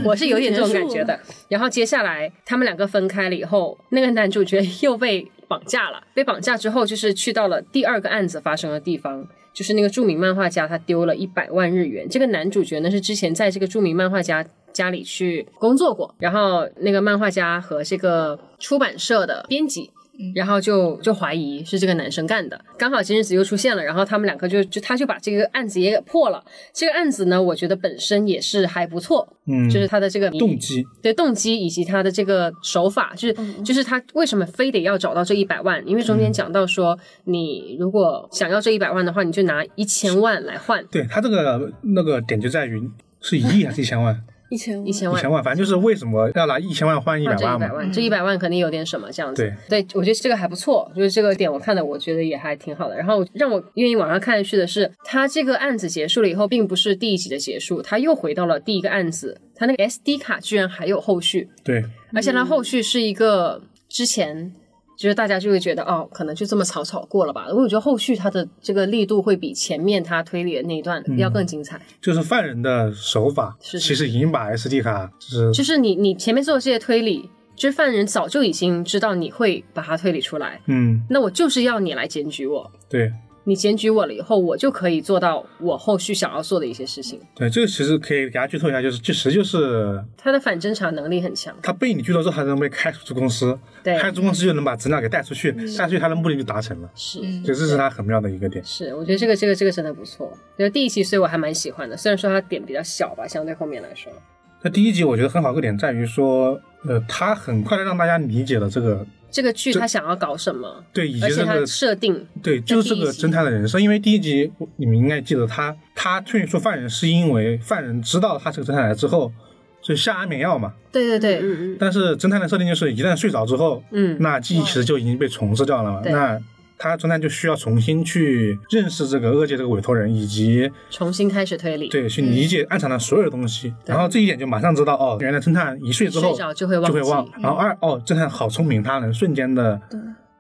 [SPEAKER 1] 我是有点这种感觉的。然后接下来他们两个分开了以后，那个男主角又被绑架了。被绑架之后，就是去到了第二个案子发生的地方，就是那个著名漫画家他丢了一百万日元。这个男主角呢是之前在这个著名漫画家。家里去工作过，然后那个漫画家和这个出版社的编辑然后就就怀疑是这个男生干的。刚好今日子又出现了，然后他们两个就就他就把这个案子也给破了。这个案子呢，我觉得本身也是还不错，
[SPEAKER 2] 嗯，
[SPEAKER 1] 就是他的这个
[SPEAKER 2] 动机，
[SPEAKER 1] 对动机以及他的这个手法，就是就是他为什么非得要找到这一百万？因为中间
[SPEAKER 2] 嗯
[SPEAKER 1] 讲到说，你如果想要这一百万的话，你就拿一千万来换
[SPEAKER 2] 对他这个那个点就在于是一亿还是一千万？
[SPEAKER 3] 一千五
[SPEAKER 1] 一千
[SPEAKER 2] 一
[SPEAKER 1] 万。
[SPEAKER 2] 千万，反正就是为什么要拿一千万换一百
[SPEAKER 1] 换这一
[SPEAKER 2] 万
[SPEAKER 1] 百
[SPEAKER 2] 嘛？
[SPEAKER 1] 万，这一百万肯定有点什么这样子。对，我觉得这个还不错，就是这个点我看的，我觉得也还挺好的。然后让我愿意往上看下去的是，他这个案子结束了以后，并不是第一集的结束，他又回到了第一个案子，他那个 SD 卡居然还有后续，
[SPEAKER 2] 对，
[SPEAKER 1] 而且它后续是一个之前。就是大家就会觉得哦，可能就这么草草过了吧。因为我觉得后续它的这个力度会比前面他推理的那一段要更精彩。
[SPEAKER 2] 就是犯人的手法，
[SPEAKER 1] 是
[SPEAKER 2] 其实已经把 SD 卡就是
[SPEAKER 1] 就是你你前面做的这些推理，就是犯人早就已经知道你会把它推理出来，
[SPEAKER 2] 嗯，
[SPEAKER 1] 那我就是要你来检举我，
[SPEAKER 2] 对
[SPEAKER 1] 你检举我了以后，我就可以做到我后续想要做的一些事情。
[SPEAKER 2] 对，这个其实可以给大家剧透一下，就是其实就是
[SPEAKER 1] 他的反侦查能力很强，
[SPEAKER 2] 他被你剧透之后，他能被开除出公司，
[SPEAKER 1] 对，嗯
[SPEAKER 2] 开除公司就能把资料给带出去，带出去他的目的就达成了，
[SPEAKER 1] 是
[SPEAKER 2] 就这是他很妙的一个点。
[SPEAKER 1] 是，我觉得这个这个这个真的不错。就是第一期，所以我还蛮喜欢的，虽然说它点比较小吧，相对后面来说，
[SPEAKER 2] 那第一集我觉得很好一个点在于说，呃，他很快的让大家理解了这个
[SPEAKER 1] 这个剧
[SPEAKER 2] 这
[SPEAKER 1] 它想要搞什么，
[SPEAKER 2] 对，以及
[SPEAKER 1] 而且
[SPEAKER 2] 这
[SPEAKER 1] 它
[SPEAKER 2] 个
[SPEAKER 1] 设定
[SPEAKER 2] 对，就是这个侦探的人生。因为第一集你们应该记得他，他退出犯人是因为犯人知道他是个侦探来之后，就下安眠药嘛。
[SPEAKER 1] 对对对，
[SPEAKER 3] 嗯嗯
[SPEAKER 2] 但是侦探的设定就是一旦睡着之后，
[SPEAKER 1] 嗯
[SPEAKER 2] 那记忆其实就已经被重置掉了嘛。
[SPEAKER 1] 对
[SPEAKER 2] 那他侦探就需要重新去认识这个恶界这个委托人，以及
[SPEAKER 1] 重新开始推理，
[SPEAKER 2] 对去理解暗藏的所有的东西。然后这一点就马上知道哦，原来侦探一睡之后
[SPEAKER 1] 睡着就会忘
[SPEAKER 2] 就
[SPEAKER 1] 记，嗯
[SPEAKER 2] 会忘。然后二哦，侦探好聪明，他能瞬间的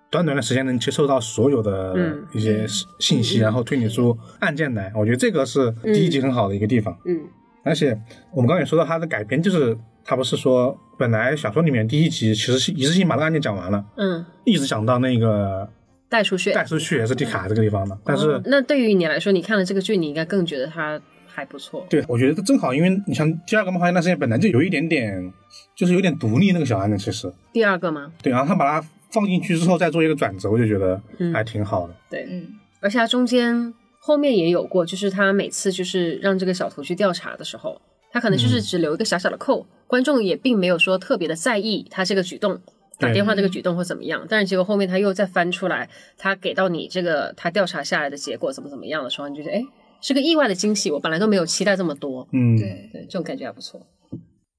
[SPEAKER 2] 短短的时间能接受到所有的
[SPEAKER 1] 嗯
[SPEAKER 2] 一些信信息，然后推理出案件来。我觉得这个是第一集很好的一个地方。
[SPEAKER 1] 嗯，
[SPEAKER 2] 而且我们刚刚也说到它的改编，就是它不是说本来小说里面第一集其实是一次性把这个案件讲完了，
[SPEAKER 1] 嗯，
[SPEAKER 2] 一直讲到那个
[SPEAKER 1] 带出去。
[SPEAKER 2] 带出去 SD 卡这个地方
[SPEAKER 1] 嗯
[SPEAKER 2] 的，但是。
[SPEAKER 1] 那对于你来说，你看了这个剧，你应该更觉得它还不错。
[SPEAKER 2] 对，我觉得正好，因为你像第二个漫画家那时间本来就有一点点，就是有点独立那个小案子，其实
[SPEAKER 1] 第二个吗？
[SPEAKER 2] 对，然后他把它放进去之后再做一个转折，我就觉得
[SPEAKER 1] 嗯
[SPEAKER 2] 还挺好的。
[SPEAKER 1] 对，
[SPEAKER 4] 嗯，
[SPEAKER 1] 而且他中间后面也有过，就是他每次就是让这个小图去调查的时候，他可能就是只留一个小小的扣，观众也并没有说特别的在意他这个举动。打
[SPEAKER 2] 对
[SPEAKER 1] 电话这个举动或怎么样，但是结果后面他又再翻出来，他给到你这个他调查下来的结果怎么怎么样的时候，你就觉得哎，是个意外的惊喜，我本来都没有期待这么多，
[SPEAKER 2] 嗯，
[SPEAKER 4] 对，
[SPEAKER 1] 对，这种感觉还不错。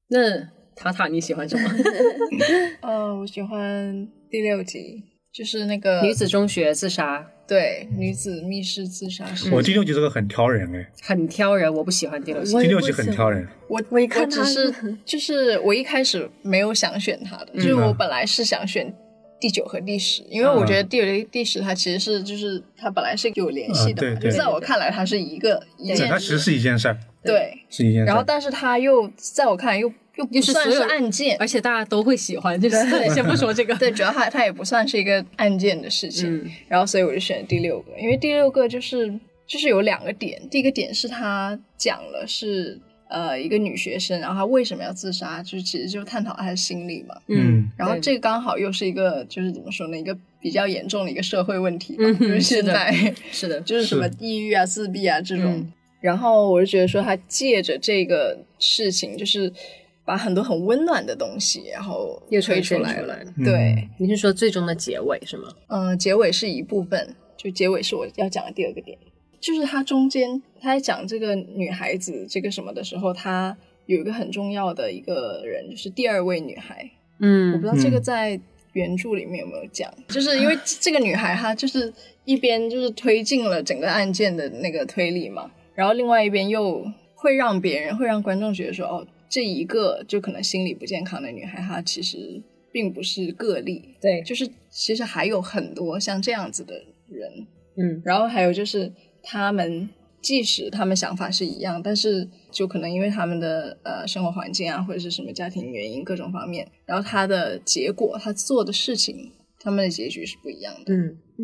[SPEAKER 1] 那塔塔你喜欢
[SPEAKER 4] *laughs*
[SPEAKER 1] 什么？
[SPEAKER 4] 嗯哦，我喜欢第六集，就是那个
[SPEAKER 1] 女子中学自杀，
[SPEAKER 4] 对，女子密室自杀
[SPEAKER 1] 嗯
[SPEAKER 4] 事件。
[SPEAKER 2] 我第六集这个很挑人哎，
[SPEAKER 1] 很挑人，我不喜欢第
[SPEAKER 4] 哦
[SPEAKER 1] 六集。
[SPEAKER 3] 我
[SPEAKER 2] 第
[SPEAKER 3] 也
[SPEAKER 2] 六
[SPEAKER 3] 不
[SPEAKER 2] 集很
[SPEAKER 3] 喜
[SPEAKER 2] 挑人，
[SPEAKER 4] 我
[SPEAKER 3] 我一看
[SPEAKER 4] 只
[SPEAKER 3] 他
[SPEAKER 4] 是就是我一开始没有想选他的，就是
[SPEAKER 2] 嗯
[SPEAKER 4] 我
[SPEAKER 2] 啊
[SPEAKER 4] 本来是想选第九和第十，因为我觉得第九、第十它其实是就是它本来是有联系的嘛，
[SPEAKER 2] 嗯对
[SPEAKER 4] 就
[SPEAKER 2] 对
[SPEAKER 4] 在我看来它是一个一
[SPEAKER 2] 对，
[SPEAKER 4] 件
[SPEAKER 2] 它其实是一件事儿，
[SPEAKER 4] 对，
[SPEAKER 2] 是一件事
[SPEAKER 4] 然后
[SPEAKER 2] 儿。
[SPEAKER 4] 但是它又在我看来又又不
[SPEAKER 1] 又是
[SPEAKER 4] 算
[SPEAKER 1] 所
[SPEAKER 4] 是
[SPEAKER 1] 有 *laughs*
[SPEAKER 4] 案件，
[SPEAKER 1] 而且大家都会喜欢，就是先不说这个，
[SPEAKER 4] 对，主要它它也不算是一个案件的事情，
[SPEAKER 1] 嗯
[SPEAKER 4] 然后所以我就选了第六个，因为第六个就是就是有两个点，第一个点是他讲了是呃一个女学生，然后她为什么要自杀，就是其实就是探讨她的心理嘛。
[SPEAKER 2] 嗯，
[SPEAKER 4] 然后
[SPEAKER 1] 对
[SPEAKER 4] 这个刚好又是一个就是怎么说呢，一个比较严重的一个社会问题嘛，
[SPEAKER 1] 嗯
[SPEAKER 4] 就是
[SPEAKER 1] 是
[SPEAKER 4] 现
[SPEAKER 1] 的
[SPEAKER 4] 在 *laughs*
[SPEAKER 1] 是的，
[SPEAKER 4] 就是什么
[SPEAKER 2] 是
[SPEAKER 4] 抑郁啊、自闭啊这种。
[SPEAKER 1] 嗯
[SPEAKER 4] 然后我就觉得说，他借着这个事情，就是把很多很温暖的东西，然后
[SPEAKER 1] 又
[SPEAKER 4] 推
[SPEAKER 1] 推
[SPEAKER 4] 出
[SPEAKER 1] 出
[SPEAKER 4] 来
[SPEAKER 1] 来
[SPEAKER 4] 了。
[SPEAKER 1] 了
[SPEAKER 4] 对，
[SPEAKER 1] 嗯你是说最终的结尾是吗？
[SPEAKER 4] 呃，结尾是一部分，就结尾是我要讲的第二个点，就是它中间他在讲这个女孩子这个什么的时候，她有一个很重要的一个人，就是第二位女孩，我不
[SPEAKER 1] 嗯
[SPEAKER 4] 知道这个
[SPEAKER 2] 嗯
[SPEAKER 4] 在原著里面有没有讲，就是因为这个女孩她就是一边就是推进了整个案件的那个推理嘛，然后另外一边又会让别人会让观众觉得说，哦，这一个就可能心理不健康的女孩，她其实并不是个例，
[SPEAKER 1] 对
[SPEAKER 4] 就是其实还有很多像这样子的人，
[SPEAKER 1] 嗯，
[SPEAKER 4] 然后还有就是他们即使他们想法是一样，但是就可能因为他们的呃生活环境啊，或者是什么家庭原因各种方面，然后他的结果他做的事情，他们的结局是不一样的。
[SPEAKER 1] 嗯
[SPEAKER 3] 嗯，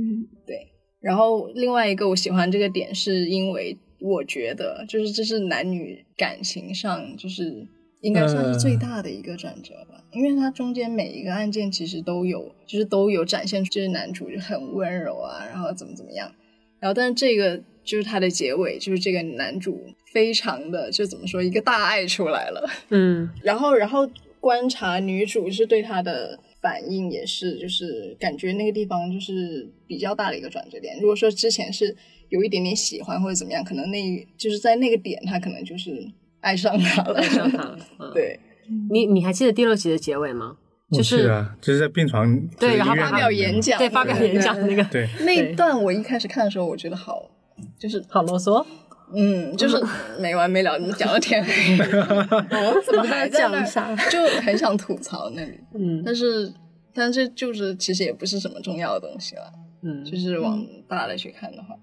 [SPEAKER 4] 然后另外一个我喜欢这个点，是因为我觉得就是这是男女感情上就是应该算是最大的一个转折吧，因为它中间每一个案件其实都有，就是都有展现出就是男主就很温柔啊，然后怎么怎么样，然后但是这个就是它的结尾，就是这个男主非常的就怎么说一个大爱出来了。
[SPEAKER 1] 嗯
[SPEAKER 4] 然后然后观察女主是对他的反应也是，就是感觉那个地方就是比较大的一个转折点。如果说之前是有一点点喜欢或者怎么样，可能那一就是在那个点，他可能就是爱上他了。
[SPEAKER 1] 爱上他了。嗯，
[SPEAKER 4] 对，
[SPEAKER 1] 你你还记得第六集的结尾吗？
[SPEAKER 2] 我
[SPEAKER 1] 就
[SPEAKER 2] 记得
[SPEAKER 1] 是
[SPEAKER 2] 啊就是在病床
[SPEAKER 1] 对然后
[SPEAKER 2] 发
[SPEAKER 1] 发
[SPEAKER 4] 表演，讲，
[SPEAKER 1] 对发表演讲那个，
[SPEAKER 2] 对，
[SPEAKER 4] 那一
[SPEAKER 1] 对
[SPEAKER 4] 段，我一开始看的时候，我觉得好，就是
[SPEAKER 1] 好啰嗦。
[SPEAKER 4] 嗯， *laughs* 就是没完没了，你讲到天黑， *laughs* 我怎么还在那
[SPEAKER 3] 讲啥
[SPEAKER 4] 儿？就很想吐槽那里，
[SPEAKER 1] 嗯
[SPEAKER 4] 但是但是就是其实也不是什么重要的东西了。
[SPEAKER 1] 嗯，
[SPEAKER 4] 就是往大了去看的话，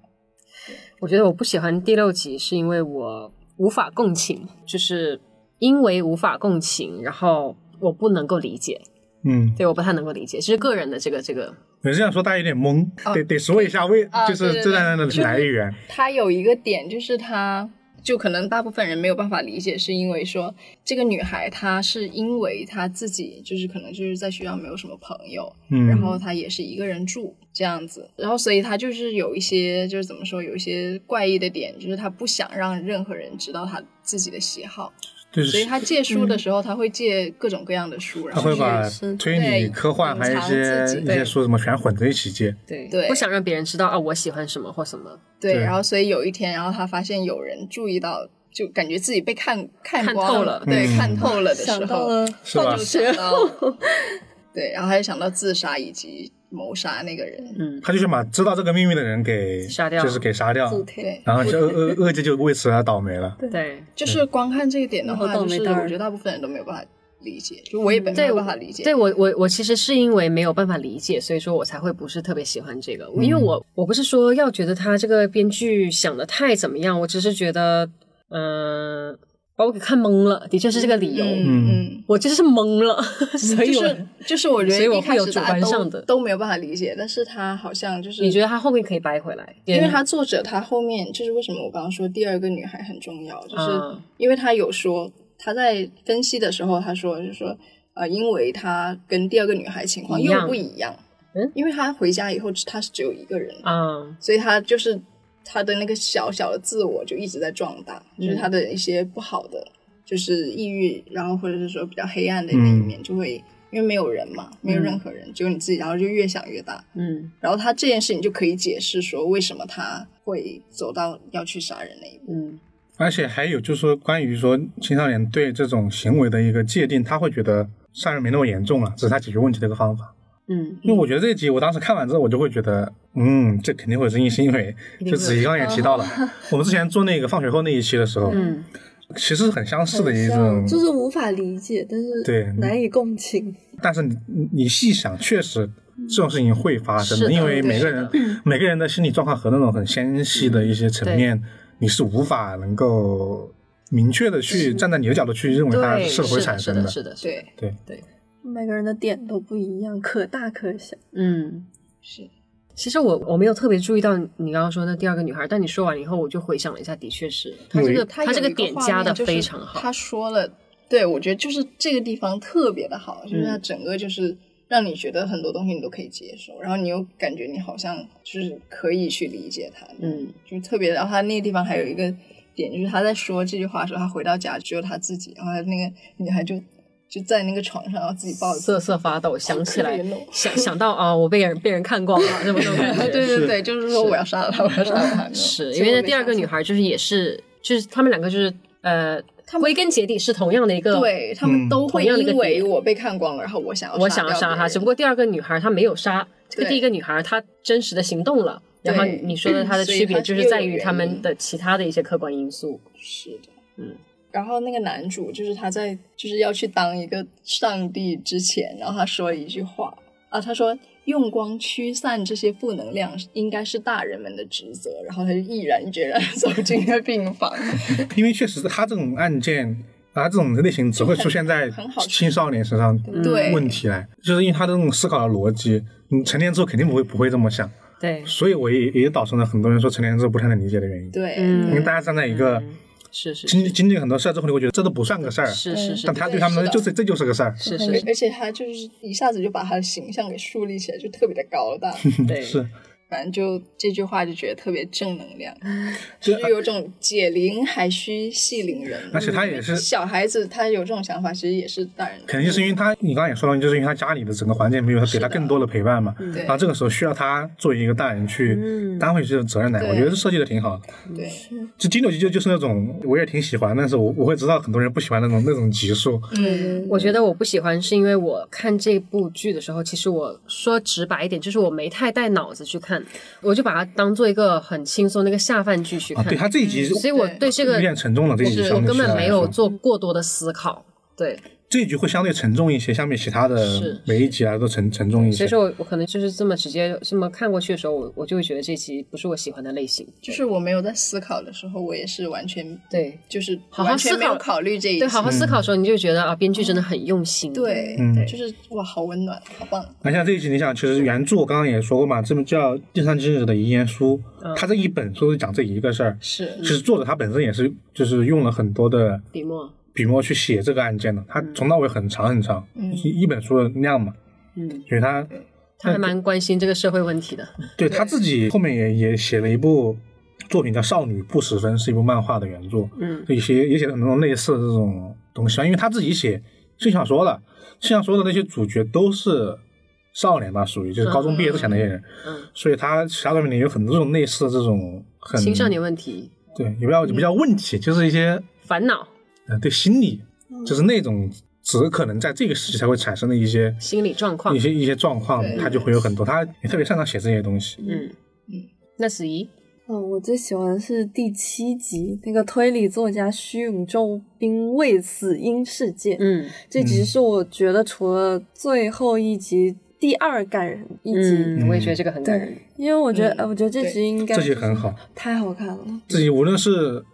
[SPEAKER 1] 我觉得我不喜欢第六集，是因为我无法共情，就是因为无法共情，然后我不能够理解，
[SPEAKER 2] 嗯，
[SPEAKER 1] 对，我不太能够理解，是个人的这个这个，
[SPEAKER 2] 可是这样说大家有点懵，得得说一下为
[SPEAKER 4] 哦啊
[SPEAKER 2] 就
[SPEAKER 4] 对
[SPEAKER 2] 是
[SPEAKER 4] 对
[SPEAKER 2] 这
[SPEAKER 4] 对
[SPEAKER 2] 段的
[SPEAKER 4] 就是
[SPEAKER 2] 来源，
[SPEAKER 4] 它有一个点就是它。就可能大部分人没有办法理解，是因为说这个女孩她是因为她自己就是可能就是在学校没有什么朋友，
[SPEAKER 2] 嗯，
[SPEAKER 4] 然后她也是一个人住这样子，然后所以她就是有一些就是怎么说有一些怪异的点，就是她不想让任何人知道她自己的喜好，
[SPEAKER 2] 就
[SPEAKER 4] 所以
[SPEAKER 2] 是
[SPEAKER 4] 她借书的时候她会借各种各样的书，然
[SPEAKER 2] 他
[SPEAKER 4] 后
[SPEAKER 2] 会
[SPEAKER 4] 去
[SPEAKER 2] 把
[SPEAKER 3] 是
[SPEAKER 2] 推理、
[SPEAKER 4] 对
[SPEAKER 2] 科幻
[SPEAKER 4] 隐
[SPEAKER 2] 还有一
[SPEAKER 4] 藏自
[SPEAKER 2] 些
[SPEAKER 4] 己
[SPEAKER 2] 一些
[SPEAKER 1] 对
[SPEAKER 2] 说什么全混在一起接，
[SPEAKER 1] 对
[SPEAKER 4] 对
[SPEAKER 1] 不想让别人知道啊，我喜欢什么或什么，
[SPEAKER 4] 对，
[SPEAKER 2] 对
[SPEAKER 4] 然后所以有一天，然后他发现有人注意到，就感觉自己被看看
[SPEAKER 1] 看
[SPEAKER 4] 光
[SPEAKER 1] 透
[SPEAKER 4] 了
[SPEAKER 1] 了，
[SPEAKER 4] 对，
[SPEAKER 2] 嗯
[SPEAKER 4] 看透了的时候，
[SPEAKER 3] 想到了
[SPEAKER 2] 是吧
[SPEAKER 4] 就？想到，对，然后他就想到自杀以及谋杀那个人，
[SPEAKER 1] 嗯，
[SPEAKER 2] 他就想把知道这个秘密的人给
[SPEAKER 1] 杀掉
[SPEAKER 2] 就是给杀掉，
[SPEAKER 3] 主题，
[SPEAKER 4] 对，
[SPEAKER 2] 然后就恶恶恶界就为此而倒霉了。
[SPEAKER 1] 对
[SPEAKER 4] 就是光看这一点的
[SPEAKER 3] 然
[SPEAKER 4] 话，
[SPEAKER 3] 后倒
[SPEAKER 4] 就
[SPEAKER 3] 霉
[SPEAKER 4] 是
[SPEAKER 3] 蛋
[SPEAKER 4] 我
[SPEAKER 3] 儿
[SPEAKER 4] 觉得大部分人都没有办法理解，就我也没
[SPEAKER 1] 嗯对
[SPEAKER 4] 有办法理解，
[SPEAKER 1] 对我我我其实是因为没有办法理解，所以说我才会不是特别喜欢这个，
[SPEAKER 2] 嗯
[SPEAKER 1] 因为我我不是说要觉得他这个编剧想的太怎么样，我只是觉得，嗯、把我给看懵了，的确是这个理由。
[SPEAKER 4] 嗯嗯。嗯
[SPEAKER 1] 我真是懵了， *laughs* 所以
[SPEAKER 4] 就
[SPEAKER 1] 我
[SPEAKER 4] 是就是，我觉
[SPEAKER 1] 所以
[SPEAKER 4] 得一
[SPEAKER 1] 我会
[SPEAKER 4] 开
[SPEAKER 1] 有
[SPEAKER 4] 始
[SPEAKER 1] 主
[SPEAKER 4] 大家
[SPEAKER 1] 观
[SPEAKER 4] 都
[SPEAKER 1] 上的
[SPEAKER 4] 都没有办法理解，但是他好像就是
[SPEAKER 1] 你觉得他嗯后面可以掰回来？
[SPEAKER 4] 因为他作者他后面就是为什么我刚刚说第二个女孩很重要，就是
[SPEAKER 1] 嗯
[SPEAKER 4] 因为他有说他在分析的时候他说就是说呃，因为他跟第二个女孩情况
[SPEAKER 1] 一
[SPEAKER 4] 又
[SPEAKER 1] 样
[SPEAKER 4] 不一样，
[SPEAKER 1] 嗯
[SPEAKER 4] 因为他回家以后他是只有一个人，
[SPEAKER 1] 嗯
[SPEAKER 4] 所以他就是他的那个小小的自我就一直在壮大，就是
[SPEAKER 1] 嗯
[SPEAKER 4] 他的一些不好的就是抑郁，然后或者是说比较黑暗的那一面就会。因为没有人嘛，没有任何人，只有你自己，然后就越想越大。
[SPEAKER 1] 嗯
[SPEAKER 4] 然后他这件事情就可以解释说为什么他会走到要去杀人那一步。
[SPEAKER 1] 嗯
[SPEAKER 2] 而且还有就是说，关于说青少年对这种行为的一个界定，他会觉得杀人没那么严重了，只是他解决问题的一个方法。
[SPEAKER 1] 嗯，
[SPEAKER 2] 因为我觉得这一集我当时看完之后，我就会觉得，嗯，这肯定会有争议，是因为
[SPEAKER 1] 一定会
[SPEAKER 2] 就
[SPEAKER 1] 有
[SPEAKER 2] 子怡刚刚也提到了， *laughs* 我们之前做那个放学后那一期的时候，
[SPEAKER 1] 嗯，
[SPEAKER 2] 其实是很相似的一
[SPEAKER 3] 很
[SPEAKER 2] 种
[SPEAKER 3] 像，就是无法理解，但
[SPEAKER 2] 对
[SPEAKER 3] 是难以共情。
[SPEAKER 2] 但是你你你细想，确实这种事情会发生
[SPEAKER 1] 是的
[SPEAKER 2] 因为每个
[SPEAKER 1] 是
[SPEAKER 2] 人
[SPEAKER 1] 的嗯
[SPEAKER 2] 每个人的心理状况和那种很纤细的一些层面，你是无法能够明确的去站在你的角度去认为它
[SPEAKER 1] 对，
[SPEAKER 2] 是否会
[SPEAKER 1] 是
[SPEAKER 2] 产
[SPEAKER 1] 的，是
[SPEAKER 2] 生
[SPEAKER 1] 的，是的，是的，
[SPEAKER 4] 对，
[SPEAKER 3] 每个人的点都不一样，可大可小。
[SPEAKER 1] 嗯。
[SPEAKER 4] 是
[SPEAKER 1] 其实我我没有特别注意到你刚刚说那第二个女孩，但你说完以后，我就回想了一下，的确是她这
[SPEAKER 2] 因为
[SPEAKER 1] 个
[SPEAKER 4] 他
[SPEAKER 1] 她这
[SPEAKER 4] 有一
[SPEAKER 1] 点
[SPEAKER 4] 画
[SPEAKER 1] 加
[SPEAKER 4] 面
[SPEAKER 1] 的
[SPEAKER 4] 就是
[SPEAKER 1] 非常好
[SPEAKER 4] 他，说了，对我觉得就是这个地方特别的好，就是他
[SPEAKER 1] 嗯
[SPEAKER 4] 整个就是让你觉得很多东西你都可以接受，然后你又感觉你好像就是可以去理解他，
[SPEAKER 1] 嗯，
[SPEAKER 4] 就是特别。然后他那个地方还有一个点，就是他在说这句话的时候，他回到家只有他自己，然后那个女孩就就在那个床上，然后自己抱着自己
[SPEAKER 1] 瑟瑟发抖，想起来
[SPEAKER 4] 好可怜哦
[SPEAKER 1] *laughs* 想想到啊，我被人被人看光了，这么种感觉，
[SPEAKER 4] *laughs* 对对
[SPEAKER 2] 是
[SPEAKER 4] 对，就是说我要杀了他，我要杀了他。
[SPEAKER 1] *laughs* 是因为那第二个女
[SPEAKER 4] 孩。
[SPEAKER 1] 孩就是也是，就是他们两个就是呃，归根结底是同样的一个，
[SPEAKER 4] 对他们
[SPEAKER 2] 嗯
[SPEAKER 4] 都
[SPEAKER 1] 同
[SPEAKER 4] 会
[SPEAKER 1] 样的一个
[SPEAKER 4] 因为
[SPEAKER 1] 点
[SPEAKER 4] 我被看光了，然后我想要
[SPEAKER 1] 我想要
[SPEAKER 4] 掉
[SPEAKER 1] 杀
[SPEAKER 4] 别
[SPEAKER 1] 她，
[SPEAKER 4] 人
[SPEAKER 1] 只不过第二个女孩她没有杀，这个
[SPEAKER 4] 对
[SPEAKER 1] 第一个女孩她真实的行动了。
[SPEAKER 4] 对
[SPEAKER 1] 然后你说的它的
[SPEAKER 4] 所以
[SPEAKER 1] 区别
[SPEAKER 4] 它
[SPEAKER 1] 就是
[SPEAKER 4] 又有
[SPEAKER 1] 在于
[SPEAKER 4] 原
[SPEAKER 1] 他们
[SPEAKER 4] 因
[SPEAKER 1] 的其他的一些客观因素，
[SPEAKER 4] 是的，
[SPEAKER 1] 嗯。
[SPEAKER 4] 然后那个男主就是他在就是要去当一个上帝之前，然后他说了一句话啊，他说用光驱散这些负能量应该是大人们的职责，然后他就毅然决然地走进了病房。
[SPEAKER 2] 因为确实他这种案件。啊他这种类型只会出现在
[SPEAKER 4] 就很很好
[SPEAKER 2] 青少年身上
[SPEAKER 4] 对
[SPEAKER 2] 问题来，就是因为他的那种思考的逻辑，你成年之后肯定不会不会这么想，
[SPEAKER 1] 对，
[SPEAKER 2] 所以我也也导致了很多人说成年之后不太能理解的原因，
[SPEAKER 4] 对，
[SPEAKER 1] 嗯
[SPEAKER 2] 因为大家站在一个
[SPEAKER 1] 嗯是是
[SPEAKER 2] 经
[SPEAKER 1] 是
[SPEAKER 2] 经历了很多事儿之后，你会觉得这都不算个事儿，
[SPEAKER 1] 是是是
[SPEAKER 2] 但他对他们来说就是这就是个事儿，
[SPEAKER 1] 是
[SPEAKER 4] 而
[SPEAKER 1] 是，
[SPEAKER 4] 而且他就是一下子就把他的形象给树立起来，就特别的
[SPEAKER 2] *laughs*
[SPEAKER 4] 高大。
[SPEAKER 1] 对
[SPEAKER 2] 是
[SPEAKER 4] 反正就这句话就觉得特别正能量，
[SPEAKER 2] 这
[SPEAKER 4] 就是有种解铃还须系铃人。
[SPEAKER 2] 而且他也是
[SPEAKER 4] 小孩子，他有这种想法，其实也是大人的
[SPEAKER 2] 肯定是因为他，你刚刚也说了，就是因为他家里的整个环境没有他给
[SPEAKER 4] 是
[SPEAKER 2] 他
[SPEAKER 4] 的
[SPEAKER 2] 更多的陪伴嘛，
[SPEAKER 4] 嗯
[SPEAKER 2] 啊
[SPEAKER 4] 对
[SPEAKER 2] 然后这个时候需要他作为一个大人去
[SPEAKER 1] 嗯
[SPEAKER 2] 担回这个责任来，
[SPEAKER 4] 对
[SPEAKER 2] 我觉得这设计的挺好的。
[SPEAKER 4] 对
[SPEAKER 2] 就第六集就就是那种我也挺喜欢，但是我我会知道很多人不喜欢那种那种集数，
[SPEAKER 4] 嗯
[SPEAKER 1] 我觉得我不喜欢是因为我看这部剧的时候，其实我说直白一点，就是我没太带脑子去看，我就把它当做一个很轻松的一个下饭剧去
[SPEAKER 2] 啊，
[SPEAKER 1] 看，嗯
[SPEAKER 2] 对他这一集
[SPEAKER 1] 所以我对这个
[SPEAKER 2] 有点沉重了，这一集
[SPEAKER 1] 是我
[SPEAKER 2] 相对
[SPEAKER 1] 根
[SPEAKER 2] 起来
[SPEAKER 1] 本没有
[SPEAKER 2] 说
[SPEAKER 1] 做过多的思考，对，
[SPEAKER 2] 这一集会相对沉重一些，相比其他的
[SPEAKER 1] 是
[SPEAKER 2] 每一集来都沉沉重一
[SPEAKER 1] 所
[SPEAKER 2] 些
[SPEAKER 1] 以。说我我可能就是这么直接这么看过去的时候，我我就会觉得这期不是我喜欢的类型，
[SPEAKER 4] 就是我没有在思考的时候，我也是完全
[SPEAKER 1] 对
[SPEAKER 4] 就是
[SPEAKER 1] 好好
[SPEAKER 4] 完全没有
[SPEAKER 1] 思考
[SPEAKER 4] 考虑这一
[SPEAKER 1] 对，好好思考
[SPEAKER 2] 嗯
[SPEAKER 1] 的时候，你就觉得啊，编剧真的很用心，
[SPEAKER 4] 对
[SPEAKER 2] 嗯
[SPEAKER 4] 就是哇，好温暖，好棒。
[SPEAKER 2] 那像这一集，你想，其实原著我刚刚也说过嘛，这本叫《第三今日的遗言书》，
[SPEAKER 1] 嗯
[SPEAKER 2] 它这一本书是讲这一个事儿。
[SPEAKER 4] 是
[SPEAKER 2] 其实作者他本身也是，就是用了很多的
[SPEAKER 1] 笔墨，
[SPEAKER 2] 笔墨去写这个案件的，他从到尾很长很长，
[SPEAKER 4] 嗯
[SPEAKER 2] 一一本书的量嘛，
[SPEAKER 1] 嗯，
[SPEAKER 2] 所以他
[SPEAKER 1] 他还蛮关心这个社会问题的，
[SPEAKER 2] 对他自己后面也也写了一部作品叫《少女不十分》，是一部漫画的原作，
[SPEAKER 1] 嗯
[SPEAKER 2] 也写也写了很多类似的这种东西啊，因为他自己写轻小说了，轻小说的那些主角都是少年吧，属于就是高中毕业之前那些人，
[SPEAKER 1] 嗯，
[SPEAKER 2] 所以他其他作品里有很多这种类似的这种很
[SPEAKER 1] 青少年嗯问题、
[SPEAKER 2] 对也不叫也不叫问题，就是一些
[SPEAKER 1] 烦恼、
[SPEAKER 2] 呃对心理，
[SPEAKER 1] 嗯
[SPEAKER 2] 就是那种只可能在这个时期才会产生的一些
[SPEAKER 1] 心理状况
[SPEAKER 2] 一，些一些状况，
[SPEAKER 4] 对
[SPEAKER 2] 他就会有很多，他也特别擅长写这些东西。
[SPEAKER 1] 嗯
[SPEAKER 4] 嗯。
[SPEAKER 1] 那子怡，
[SPEAKER 3] 嗯，我最喜欢的是第七集那个推理作家虚永周兵卫死因事件。
[SPEAKER 1] 嗯，
[SPEAKER 3] 这集是我觉得除了最后一集第二感人一集，
[SPEAKER 1] 我也觉得这个很感人，
[SPEAKER 3] 因为我觉得，
[SPEAKER 4] 嗯
[SPEAKER 3] 呃我觉得这集应该
[SPEAKER 2] 这集很好，
[SPEAKER 3] 太好看了。
[SPEAKER 2] 自己无论是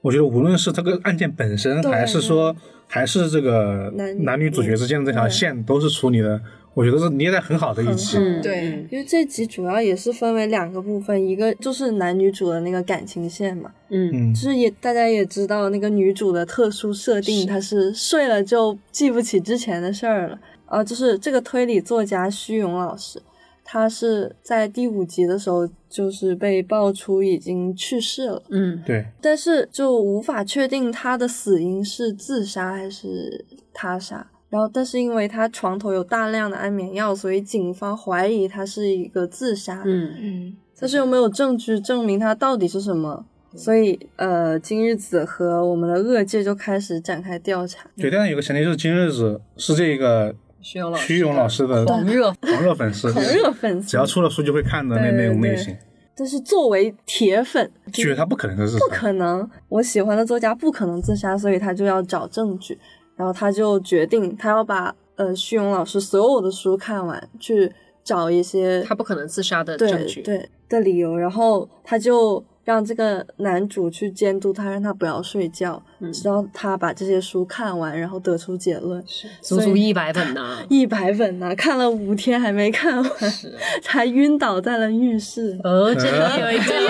[SPEAKER 2] 我觉得无论是这个案件本身，
[SPEAKER 3] 对
[SPEAKER 2] 还是说还是这个
[SPEAKER 3] 男女
[SPEAKER 2] 男女主角之间的这条线，都是处理的，我觉得是捏得很好的一集。
[SPEAKER 3] 很好
[SPEAKER 1] 嗯，
[SPEAKER 4] 对
[SPEAKER 1] 嗯
[SPEAKER 3] 因为这集主要也是分为两个部分，一个就是男女主的那个感情线嘛，
[SPEAKER 1] 嗯，
[SPEAKER 2] 嗯
[SPEAKER 3] 就，是也大家也知道那个女主的特殊设定，她是睡了就记不起之前的事儿了。呃，就是这个推理作家虚荣老师，他是在第五集的时候就是被爆出已经去世了，
[SPEAKER 1] 嗯，
[SPEAKER 2] 对，
[SPEAKER 3] 但是就无法确定他的死因是自杀还是他杀。然后，但是因为他床头有大量的安眠药，所以警方怀疑他是一个自杀。
[SPEAKER 1] 嗯，
[SPEAKER 4] 嗯，
[SPEAKER 3] 但是又没有证据证明它到底是什么，所以呃，今日子和我们的恶界就开始展开调查。
[SPEAKER 2] 对，但是有个前提就是今日子是这个
[SPEAKER 1] 徐勇老师，
[SPEAKER 2] 徐勇老师的
[SPEAKER 1] 狂热
[SPEAKER 2] 狂热粉丝，
[SPEAKER 3] 狂热粉丝
[SPEAKER 2] 只要，出了书就会看的那
[SPEAKER 3] 对对
[SPEAKER 2] 那种类
[SPEAKER 3] 对
[SPEAKER 2] 型，
[SPEAKER 3] 但是作为铁粉，
[SPEAKER 2] 觉得他不可能的事
[SPEAKER 3] 不
[SPEAKER 2] 情。
[SPEAKER 3] 可能，我喜欢的作家不可能自杀，所以他就要找证据，然后他就决定他要把呃徐勇老师所有的书看完，去找一些
[SPEAKER 1] 他不可能自杀的证
[SPEAKER 3] 对
[SPEAKER 1] 据。
[SPEAKER 3] 对的理由，然后他就让这个男主去监督他，让他不要睡觉，
[SPEAKER 1] 嗯
[SPEAKER 3] 直到他把这些书看完，然后得出结论。
[SPEAKER 1] 足
[SPEAKER 3] 所
[SPEAKER 1] 足
[SPEAKER 3] 以。
[SPEAKER 1] 一百本呢
[SPEAKER 3] 一百本呐、看了五天还没看完， *laughs* 才晕倒在了浴室。
[SPEAKER 2] 嗯
[SPEAKER 1] 哦，这里有一 *laughs* 个，
[SPEAKER 3] 又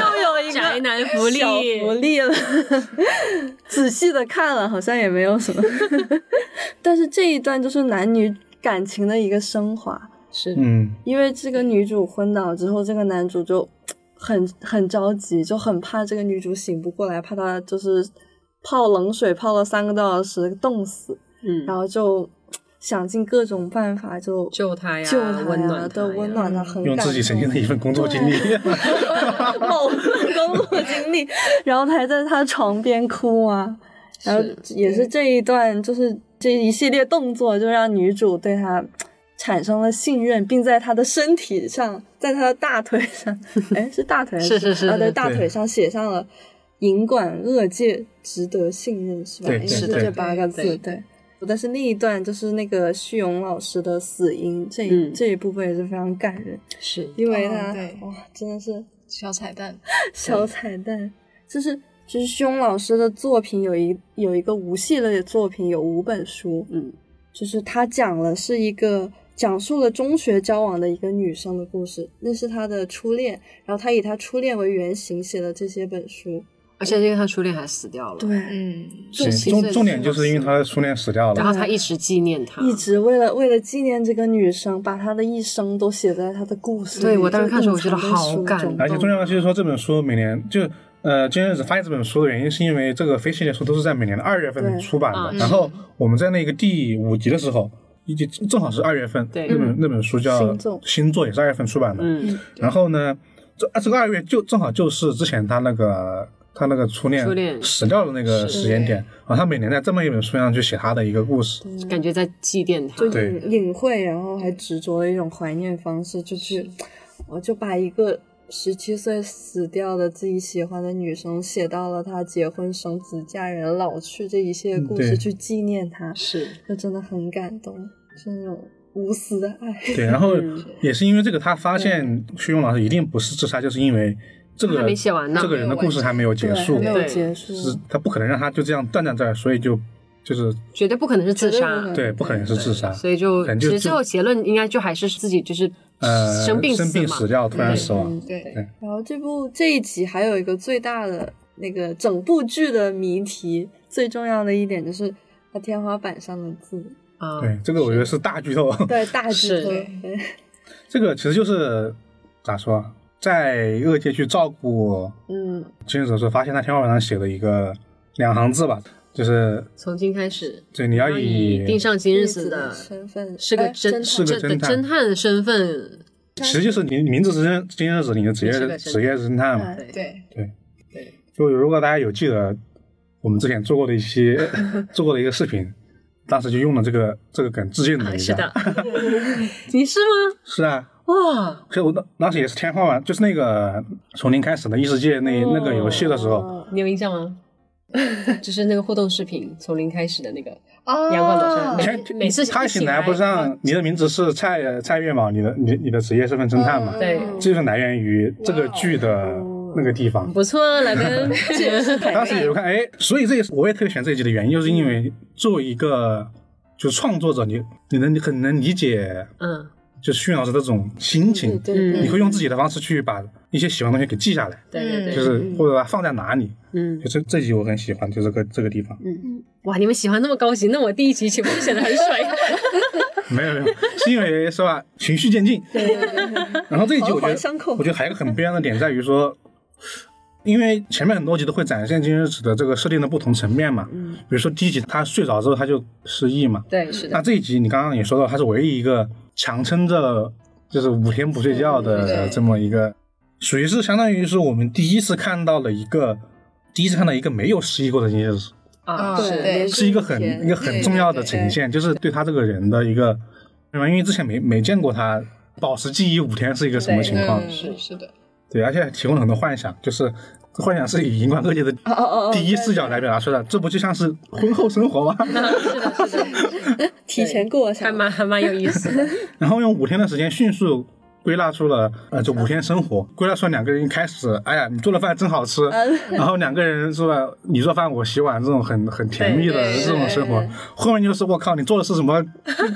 [SPEAKER 3] 有一个
[SPEAKER 1] 宅男福利，
[SPEAKER 3] 小福利了。 *laughs* 仔细的看了，好像也没有什么。 *laughs* 但是这一段就是男女感情的一个升华，
[SPEAKER 1] 是
[SPEAKER 2] 嗯，
[SPEAKER 3] 因为这个女主昏倒之后，这个男主就很很着急，就很怕这个女主醒不过来，怕她就是泡冷水泡了三个多小时冻死，
[SPEAKER 1] 嗯，
[SPEAKER 3] 然后就想尽各种办法就
[SPEAKER 1] 救他呀，
[SPEAKER 3] 救她
[SPEAKER 1] 温
[SPEAKER 3] 呀
[SPEAKER 1] 暖
[SPEAKER 3] 对，温暖她，很
[SPEAKER 2] 用
[SPEAKER 3] 感
[SPEAKER 2] 自己曾经
[SPEAKER 3] 动
[SPEAKER 2] 的一份工作经历， *laughs*
[SPEAKER 3] *laughs* 某份工作经历，然后他还在他床边哭啊，然后也是这一段，就是这一系列动作，就让女主对他产生了信任，并在他的身体上，在他的大腿上，哎，是大腿还
[SPEAKER 1] 是是是
[SPEAKER 3] 啊，对，
[SPEAKER 1] 是
[SPEAKER 3] 大腿上写上了“银管恶界，值得信任”，是吧？
[SPEAKER 2] 对
[SPEAKER 3] 应该是
[SPEAKER 1] 对
[SPEAKER 3] 这八个字，
[SPEAKER 1] 对
[SPEAKER 3] 对。但是另一段就是那个旭勇老师的死因，这一、
[SPEAKER 1] 嗯
[SPEAKER 3] 这一部分也是非常感人，
[SPEAKER 1] 是
[SPEAKER 3] 因为
[SPEAKER 4] 哦
[SPEAKER 3] 他、
[SPEAKER 4] 对
[SPEAKER 3] 哇，真的是
[SPEAKER 4] 小彩蛋，
[SPEAKER 3] 小彩蛋，就是就是凶老师的作品有一有一个无系列的作品有五本书，
[SPEAKER 1] 嗯，
[SPEAKER 3] 就是他讲了是一个讲述了中学交往的一个女生的故事，那是他的初恋，然后他以他初恋为原型写的这些本书，
[SPEAKER 1] 而且因为他初恋还死掉了，，
[SPEAKER 3] 对，
[SPEAKER 4] 嗯，
[SPEAKER 1] 心
[SPEAKER 2] 对
[SPEAKER 1] 碎
[SPEAKER 2] 重
[SPEAKER 1] 的
[SPEAKER 2] 重点
[SPEAKER 1] 事
[SPEAKER 2] 就是因为他的初恋死掉
[SPEAKER 1] 然后
[SPEAKER 2] 了，
[SPEAKER 1] 他一直纪念他，
[SPEAKER 3] 一直为了为了纪念这个女生，把她的一生都写在她的故事里，
[SPEAKER 1] 对我当时看的时候我觉得
[SPEAKER 3] 就隐藏在
[SPEAKER 1] 好
[SPEAKER 3] 书
[SPEAKER 1] 感
[SPEAKER 3] 中
[SPEAKER 1] 动
[SPEAKER 2] 而且重要的就是说这本书每年就。呃，今日只发现这本书的原因，是因为这个非系列书都是在每年的二月份
[SPEAKER 3] 对
[SPEAKER 2] 出版
[SPEAKER 1] 啊
[SPEAKER 2] 的。然后我们在那个第五集的时候，以及正好是二月份，
[SPEAKER 1] 对
[SPEAKER 2] 那本
[SPEAKER 3] 嗯
[SPEAKER 2] 那本书叫
[SPEAKER 3] 星
[SPEAKER 2] 《
[SPEAKER 3] 座
[SPEAKER 2] 星座》，也是二月份出版的。
[SPEAKER 1] 嗯，
[SPEAKER 2] 然后呢，这啊这个二月就正好就是之前他那个他那个初恋
[SPEAKER 1] 初恋
[SPEAKER 2] 死掉的那个
[SPEAKER 1] 是
[SPEAKER 2] 时间点啊，他每年在这么一本书上去写他的一个故事，
[SPEAKER 1] 感觉在祭奠他
[SPEAKER 3] 就，
[SPEAKER 2] 对
[SPEAKER 3] 隐隐晦，然后还执着的一种怀念方式，就去，我就把一个十七岁死掉的自己喜欢的女生写到了她结婚、生子、嫁人、老去这一系列故
[SPEAKER 2] 嗯对
[SPEAKER 3] 事去纪念她，
[SPEAKER 1] 是
[SPEAKER 3] 就真的很感动，是那种无私的爱。
[SPEAKER 2] *laughs*
[SPEAKER 3] *laughs*
[SPEAKER 2] 对，然后
[SPEAKER 1] 嗯
[SPEAKER 2] 也是因为这个，他发现徐勇老师一定不是自杀，就是因为这个
[SPEAKER 1] 还没写完呢
[SPEAKER 2] 这个人的故事还没有结
[SPEAKER 3] 对，还
[SPEAKER 2] 束
[SPEAKER 3] 没，有
[SPEAKER 1] 对
[SPEAKER 3] 结束，
[SPEAKER 2] 是他不可能让他就这样断在这儿，所以就就是
[SPEAKER 1] 绝对不可能是自
[SPEAKER 3] 绝对不
[SPEAKER 1] 杀
[SPEAKER 3] 可，能
[SPEAKER 2] 对，不可能是自杀，
[SPEAKER 1] 所以就
[SPEAKER 2] 感觉
[SPEAKER 1] 其
[SPEAKER 2] 就
[SPEAKER 1] 实最后结论应该就还是自己就是
[SPEAKER 2] 呃
[SPEAKER 1] 生病
[SPEAKER 2] 生病
[SPEAKER 1] 嘛
[SPEAKER 2] 死，掉，突然
[SPEAKER 1] 对
[SPEAKER 2] 死亡
[SPEAKER 3] 嗯，
[SPEAKER 4] 对，
[SPEAKER 3] 然后这部这一集还有一个最大的那个整部剧的谜题，最重要的一点就是它天花板上的字，
[SPEAKER 1] 啊，
[SPEAKER 2] 对，这个我觉得是大剧透，
[SPEAKER 3] 对大
[SPEAKER 1] 是
[SPEAKER 3] 剧透。对
[SPEAKER 2] *laughs* 这个其实就是咋说啊，在恶界去照顾
[SPEAKER 3] 嗯，
[SPEAKER 2] 金手是发现他天花板上写了一个两行字吧，就是
[SPEAKER 1] 从今开始，
[SPEAKER 2] 对你要
[SPEAKER 1] 要以盯上今日子
[SPEAKER 3] 的
[SPEAKER 1] 的
[SPEAKER 3] 身份
[SPEAKER 1] 是个
[SPEAKER 3] 哎
[SPEAKER 1] 侦
[SPEAKER 2] 是个
[SPEAKER 1] 这
[SPEAKER 2] 侦
[SPEAKER 1] 的
[SPEAKER 2] 探
[SPEAKER 1] 侦探的身份，
[SPEAKER 2] 其实就是你名字是真金日子，你的职
[SPEAKER 1] 你是个侦
[SPEAKER 2] 业
[SPEAKER 1] 探
[SPEAKER 2] 职业是侦探嘛。
[SPEAKER 3] 哎
[SPEAKER 4] 对，
[SPEAKER 2] 就如果大家有记得，我们之前做过的一些
[SPEAKER 1] *laughs*
[SPEAKER 2] 做过的一个视频，当时就用了这个这个梗致敬了
[SPEAKER 1] 啊
[SPEAKER 2] 一
[SPEAKER 1] 是
[SPEAKER 2] 下。
[SPEAKER 1] 的， *laughs* 你是吗？
[SPEAKER 2] 是啊，
[SPEAKER 1] 哇，
[SPEAKER 2] 所以我当当时也是天花板，就是那个从零开始的异世界那、那个游戏的时候，
[SPEAKER 3] 哦
[SPEAKER 1] 你有印象 *laughs* 吗？就是那个互动视频，从零开始的那个
[SPEAKER 4] 啊，
[SPEAKER 1] 阳光岛上，
[SPEAKER 2] 天
[SPEAKER 1] 每每次
[SPEAKER 2] 他
[SPEAKER 1] 一嗯
[SPEAKER 2] 醒来不是让你的名字是蔡蔡月嘛，你的你 *laughs* 你的职业身份侦探嘛，
[SPEAKER 4] 嗯
[SPEAKER 1] 对
[SPEAKER 2] *laughs* 这就是来源于这个剧的那个地方。
[SPEAKER 1] 哦不错，啊来 *laughs* 跟
[SPEAKER 3] *laughs*
[SPEAKER 2] 当时也有看，哎，所以这也是我也特别喜欢这一集的原因，就是因为作为一个就是创作者，你你能很能理解
[SPEAKER 1] 嗯，
[SPEAKER 2] 就是训老师的这种心
[SPEAKER 3] 对
[SPEAKER 2] 情，
[SPEAKER 3] 对
[SPEAKER 1] 嗯
[SPEAKER 3] 对
[SPEAKER 2] 你会用自己的方式去把一些喜欢的东西给记下来，
[SPEAKER 1] 对对对，
[SPEAKER 3] 嗯
[SPEAKER 2] 就是或者把它放在哪里，
[SPEAKER 1] 嗯
[SPEAKER 2] 就这这集我很喜欢，就这个这个地方，
[SPEAKER 1] 嗯，哇，你们喜欢那么高级，那我第一集岂不是显得很水？ *laughs*
[SPEAKER 2] 没有没有，是因为是吧，循序渐进，
[SPEAKER 3] 对 *laughs* 对对对
[SPEAKER 2] 然后这一集我觉
[SPEAKER 3] 环环
[SPEAKER 2] 得
[SPEAKER 3] 相扣
[SPEAKER 2] 我觉得还有一个很不一样的点在于说。因为前面很多集都会展现今日子的这个设定的不同层面嘛，嗯、比如说第一集他睡着之后他就失忆嘛，
[SPEAKER 1] 对，是
[SPEAKER 2] 那
[SPEAKER 1] 的，
[SPEAKER 2] 这一集你刚刚也说到，他是唯一一个强撑着就是五天不睡觉的
[SPEAKER 4] 对
[SPEAKER 2] 这么一个，属于是相当于是我们第一次看到了一个，第一次看到一个没有失忆过的金日子，
[SPEAKER 1] 啊，
[SPEAKER 4] 啊
[SPEAKER 1] 是
[SPEAKER 4] 对
[SPEAKER 3] 连
[SPEAKER 2] 是一个
[SPEAKER 3] 续
[SPEAKER 2] 很
[SPEAKER 3] 天
[SPEAKER 2] 一个很重要的呈现，就是对他这个人的一个对吧？因为之前没没见过他保持记忆五天是一个什么情况，
[SPEAKER 4] 嗯是是的，
[SPEAKER 2] 对，而且还提供了很多幻想，就是幻想是以荧光世界的
[SPEAKER 4] 哦哦哦，
[SPEAKER 2] 第一视角来表达出来的，这不就像是婚后生
[SPEAKER 4] *laughs*
[SPEAKER 2] 活吗？
[SPEAKER 1] 是的，是的，
[SPEAKER 3] 提前过
[SPEAKER 1] 还
[SPEAKER 3] 上。
[SPEAKER 1] 蛮还蛮有意思的。
[SPEAKER 2] 然后用五天的时间迅速归纳出了呃，这五天生活，归纳出了两个人一开始，哎呀，你做的饭真好吃，然后两个人是吧，你做饭我洗碗这种很很甜蜜的
[SPEAKER 1] 对
[SPEAKER 4] 对
[SPEAKER 2] 这种生活
[SPEAKER 3] 对，
[SPEAKER 2] 后面就是我靠，你做的是什么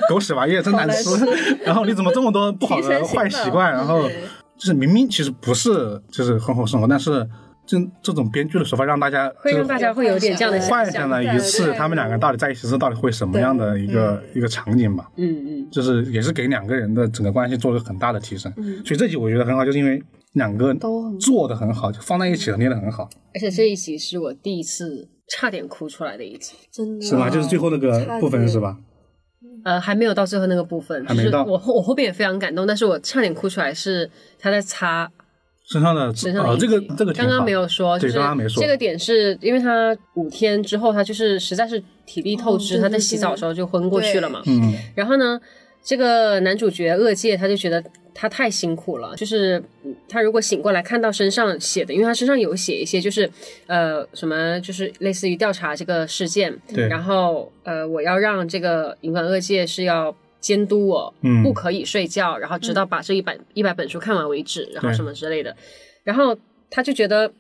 [SPEAKER 2] 狗屎玩意儿，真难吃， *laughs* 然后你怎么这么多不好
[SPEAKER 3] 提升
[SPEAKER 2] 的
[SPEAKER 3] 性
[SPEAKER 2] 坏
[SPEAKER 3] 的
[SPEAKER 2] 习惯，然后
[SPEAKER 4] 对
[SPEAKER 2] 就是明明其实不是就是婚后生活，但是这这种编剧的手法让大家
[SPEAKER 1] *laughs* 会
[SPEAKER 2] 就
[SPEAKER 1] 让
[SPEAKER 2] 是
[SPEAKER 1] 大家会有点这样的
[SPEAKER 2] 幻想
[SPEAKER 1] 象。
[SPEAKER 2] 了一次
[SPEAKER 3] 对
[SPEAKER 2] 他们两个到底在一起是到底会什么样的一个一个场景吧。
[SPEAKER 1] 嗯嗯，
[SPEAKER 2] 就是也是给两个人的整个关系做了很大的提升。
[SPEAKER 3] 嗯
[SPEAKER 2] 所以这集我觉得很好，就是因为两个
[SPEAKER 3] 都很
[SPEAKER 2] 做的很好，就放在一起了，捏的很好，
[SPEAKER 1] 而且这一集是我第一次差点哭出来的一集。
[SPEAKER 3] 真的
[SPEAKER 2] 是吧？就是最后那个
[SPEAKER 3] 差
[SPEAKER 2] 部分
[SPEAKER 3] 点
[SPEAKER 2] 是吧？
[SPEAKER 1] 呃，还没有到最后那个部分，
[SPEAKER 2] 还没到
[SPEAKER 1] 就是我后我后边也非常感动，但是我差点哭出来是他在擦
[SPEAKER 2] 身上的
[SPEAKER 1] 身上的
[SPEAKER 2] 哦，
[SPEAKER 1] 印记、
[SPEAKER 2] 这个这个挺
[SPEAKER 1] 刚刚
[SPEAKER 2] 好
[SPEAKER 1] 没有说，
[SPEAKER 2] 对
[SPEAKER 1] 就是
[SPEAKER 2] 刚刚没说
[SPEAKER 1] 这个点是因为他五天之后，他就是实在是体力透支，
[SPEAKER 3] 哦对
[SPEAKER 1] 他在洗澡的时候就昏过去了嘛。
[SPEAKER 2] 嗯，
[SPEAKER 1] 然后呢，这个男主角恶界他就觉得他太辛苦了，就是嗯他如果醒过来看到身上写的，因为他身上有写一些就是呃什么就是类似于调查这个事件，
[SPEAKER 2] 对
[SPEAKER 1] 然后呃我要让这个银管恶界是要。监督我，
[SPEAKER 2] 嗯
[SPEAKER 1] 不可以睡觉，然后直到把这一百一百本书看完为止，然后
[SPEAKER 2] 对
[SPEAKER 1] 什么之类的。然后他就觉得，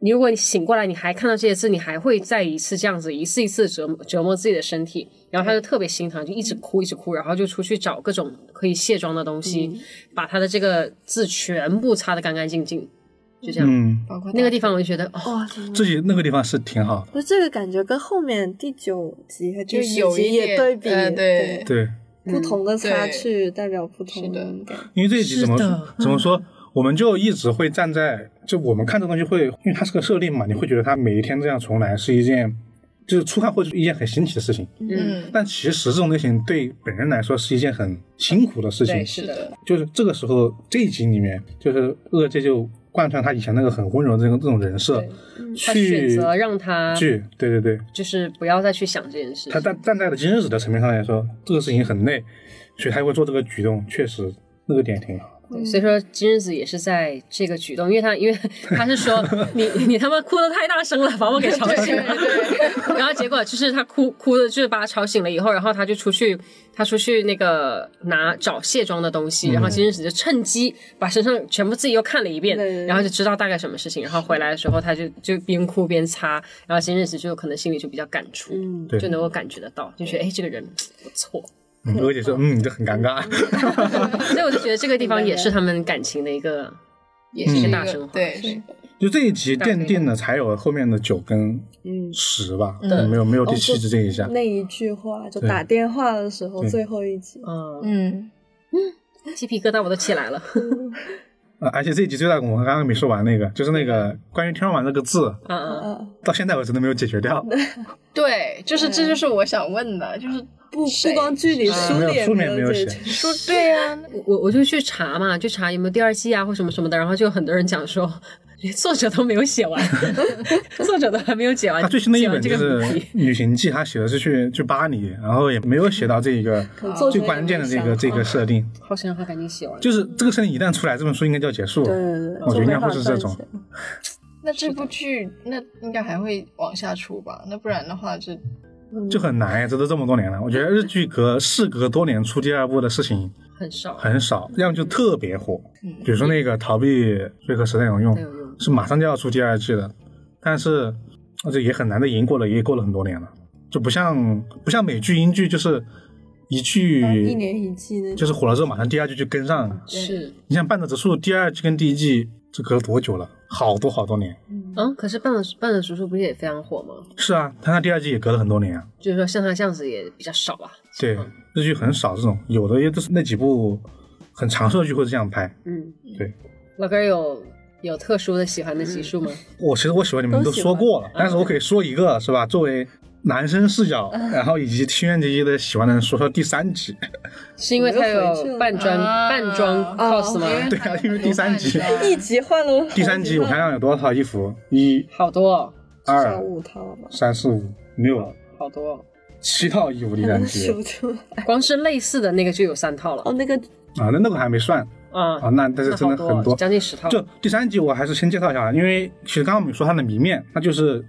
[SPEAKER 1] 你如果你醒过来，你还看到这些字，你还会再一次这样子，一次一次折磨折磨自己的身体。然后他就特别心疼，就一直哭，一直哭，然后就出去找各种可以卸妆的东西，把他的这个字全部擦得干干净净，就这样。
[SPEAKER 2] 嗯，
[SPEAKER 4] 包括
[SPEAKER 1] 那个地方我就觉得，哦，
[SPEAKER 3] 哇，真的
[SPEAKER 2] 自己那个地方是挺好的，
[SPEAKER 3] 不是这个感觉跟后面第九集和第
[SPEAKER 4] 就
[SPEAKER 3] 十
[SPEAKER 4] 有一
[SPEAKER 3] 集也
[SPEAKER 4] 点
[SPEAKER 3] 对比，
[SPEAKER 4] 呃对
[SPEAKER 2] 对，
[SPEAKER 3] 不同的差
[SPEAKER 4] 对
[SPEAKER 3] 距代表不同
[SPEAKER 4] 是的
[SPEAKER 3] 感觉。
[SPEAKER 2] 因为这一集怎么
[SPEAKER 1] 是的嗯
[SPEAKER 2] 怎么说？我们就一直会站在，就我们看这东西会，因为它是个设定嘛，你会觉得它每一天这样重来是一件，就是初看会是一件很新奇的事情，
[SPEAKER 1] 嗯， *laughs*
[SPEAKER 4] 嗯，
[SPEAKER 2] 但其实这种类型对本人来说是一件很辛苦的事情
[SPEAKER 1] 对，是
[SPEAKER 4] 是的，
[SPEAKER 2] 就是这个时候这一集里面，就是恶界就贯穿他以前那个很温柔的这个这种人设
[SPEAKER 1] 对，他选
[SPEAKER 2] 去
[SPEAKER 1] 择让嗯他
[SPEAKER 2] 去对对对，
[SPEAKER 1] 就是不要再去想这件事
[SPEAKER 2] 他
[SPEAKER 1] 情。
[SPEAKER 2] 站站在了今日子的层面上来说，这个事情很累，所以他会做这个举动，确实那个点挺好。
[SPEAKER 1] 对所以说今日子也是在这个举动，因为他因为他是
[SPEAKER 2] *laughs*
[SPEAKER 1] 说你你他妈哭的太大声了，把我给吵醒了。 *laughs* 然后结果就是他哭哭的，就是把他吵醒了以后，然后他就出去，他出去那个拿找卸妆的东
[SPEAKER 3] 嗯
[SPEAKER 1] 西，然后今日子就趁机把身上全部自己又看了一遍
[SPEAKER 3] 对对，对
[SPEAKER 1] 然后就知道大概什么事情。然后回来的时候，他就就边哭边擦，然后今日子就可能心里就比较感触，
[SPEAKER 3] 嗯，
[SPEAKER 2] 对
[SPEAKER 1] 就能够感觉得到，就觉得哎这个人 *laughs* 不错。
[SPEAKER 2] 嗯恶界说，嗯，这很尴尬。
[SPEAKER 3] *laughs*
[SPEAKER 1] 所以我就觉得这个地方也是他们感情的一个
[SPEAKER 4] 也是一
[SPEAKER 2] 嗯
[SPEAKER 1] 大升
[SPEAKER 4] 个
[SPEAKER 1] 华
[SPEAKER 4] 对
[SPEAKER 3] 是
[SPEAKER 2] 就这一集奠定了才有后面的九跟
[SPEAKER 3] 嗯
[SPEAKER 2] 十吧，
[SPEAKER 1] 嗯
[SPEAKER 2] 没有没有
[SPEAKER 3] 哦
[SPEAKER 2] 第七集这一下。
[SPEAKER 3] 那一句话，就
[SPEAKER 2] 对
[SPEAKER 3] 打电话的时候
[SPEAKER 2] 对
[SPEAKER 3] 最后一集，
[SPEAKER 1] 嗯，
[SPEAKER 4] 嗯，
[SPEAKER 1] 鸡皮疙瘩我都起来
[SPEAKER 3] *laughs*
[SPEAKER 1] 了。嗯
[SPEAKER 2] 呃而且这一集最大，我们刚刚没说完那个，就是那个关于天花板这个字，
[SPEAKER 1] 嗯嗯，
[SPEAKER 3] 啊，
[SPEAKER 2] 到现在我真的没有解决掉。
[SPEAKER 4] 对，就是这就是我想问的，就是
[SPEAKER 3] 不
[SPEAKER 4] 谁
[SPEAKER 3] 不光剧里书
[SPEAKER 2] 没有书
[SPEAKER 3] 也
[SPEAKER 2] 面没有
[SPEAKER 3] 这
[SPEAKER 2] 写
[SPEAKER 3] 句
[SPEAKER 4] 说对啊呀，
[SPEAKER 1] 我我我就去查嘛，就查有没有第二季啊或什么什么的，然后就有很多人讲说。连作者都没有写完， *laughs* 作者都还没有
[SPEAKER 3] 啊
[SPEAKER 1] 写完。
[SPEAKER 2] 他最新的一
[SPEAKER 1] 写
[SPEAKER 2] 本
[SPEAKER 1] 完这
[SPEAKER 2] 就
[SPEAKER 1] 个
[SPEAKER 2] 是
[SPEAKER 1] 谜
[SPEAKER 2] 《
[SPEAKER 1] 题，
[SPEAKER 2] 旅行记》，他写的是去去巴黎，然后也没有写到这一个
[SPEAKER 3] 可能作者
[SPEAKER 2] 最
[SPEAKER 3] 也
[SPEAKER 2] 关键的这
[SPEAKER 3] 没
[SPEAKER 2] 个
[SPEAKER 3] 想哦
[SPEAKER 2] 这个设定，
[SPEAKER 1] *laughs* 好想让他赶紧写完。
[SPEAKER 2] 就是这个设定一旦出来，这本书应该就要结束
[SPEAKER 3] 对
[SPEAKER 2] 了。
[SPEAKER 3] 对对，
[SPEAKER 2] 我觉得
[SPEAKER 3] 就
[SPEAKER 2] 应
[SPEAKER 3] 没
[SPEAKER 2] 该会
[SPEAKER 3] 法
[SPEAKER 2] 是这
[SPEAKER 3] 赚
[SPEAKER 2] 种
[SPEAKER 3] 钱
[SPEAKER 4] 那这部剧那应该还会往下出吧？那不然的话这
[SPEAKER 3] 嗯
[SPEAKER 2] 就很难呀，这都这么多年了。我觉得日剧隔事隔多年出第二部的事情
[SPEAKER 1] 很少，
[SPEAKER 2] 很少，要么就特别火，
[SPEAKER 4] 嗯
[SPEAKER 2] 比如说那个逃避罪和实在有用
[SPEAKER 1] 太，有用了。
[SPEAKER 2] 是马上就要出第二季了，但是而且也很难的，已经过了也过了很多年了，就不像不像美剧、英剧，就是一剧
[SPEAKER 3] 啊一年一季那
[SPEAKER 2] 就是火了之后马上第二季就跟上了。
[SPEAKER 1] 是，
[SPEAKER 2] 你像《半泽直树》第二季跟第一季，这隔了多久了？好多好多年。
[SPEAKER 1] 嗯，可是半了半了叔叔不是也非常火吗？
[SPEAKER 2] 是啊，他那第二季也隔了很多年啊。
[SPEAKER 1] 就是说像他这样子也比较少啊。
[SPEAKER 2] 对，日剧很少这种，有的也都是那几部很长寿剧会这样拍。
[SPEAKER 1] 嗯，
[SPEAKER 2] 对，
[SPEAKER 1] 老根儿有有特殊的喜欢的集数吗？
[SPEAKER 2] 我其实我喜欢你们
[SPEAKER 3] 都
[SPEAKER 2] 都
[SPEAKER 3] 喜
[SPEAKER 2] 说
[SPEAKER 3] 欢
[SPEAKER 2] 过了，但是我可以说一个是吧？作为男生视角，然后以及听愿集的喜欢的人说说第三集。
[SPEAKER 1] 是因为他有扮装
[SPEAKER 4] 啊
[SPEAKER 1] 扮装
[SPEAKER 3] 啊
[SPEAKER 1] cos 吗？
[SPEAKER 2] 对啊因为第三集
[SPEAKER 3] 一集换了好几
[SPEAKER 2] 第三集我
[SPEAKER 3] 套
[SPEAKER 2] 看上有多少套衣服？一、
[SPEAKER 1] 好多、哦，
[SPEAKER 3] 至少
[SPEAKER 2] 二、
[SPEAKER 3] 五套吧，
[SPEAKER 2] 三、四、五、六，
[SPEAKER 1] 好多、哦。
[SPEAKER 2] 七套义无力
[SPEAKER 3] 还
[SPEAKER 2] 战
[SPEAKER 3] 能 *laughs*
[SPEAKER 2] 记
[SPEAKER 3] 数出来。
[SPEAKER 1] 光是类似的那个就有三套了
[SPEAKER 3] 哦，那个
[SPEAKER 2] 啊，那那个还没算
[SPEAKER 1] 啊
[SPEAKER 2] 啊，，那但是
[SPEAKER 1] 那
[SPEAKER 2] 真
[SPEAKER 1] 好
[SPEAKER 2] 的很
[SPEAKER 1] 多
[SPEAKER 2] 多
[SPEAKER 1] 哦，。将近十套。
[SPEAKER 2] 就第三集我还是先介绍一下，因为其实刚刚我们说它的谜面，那就是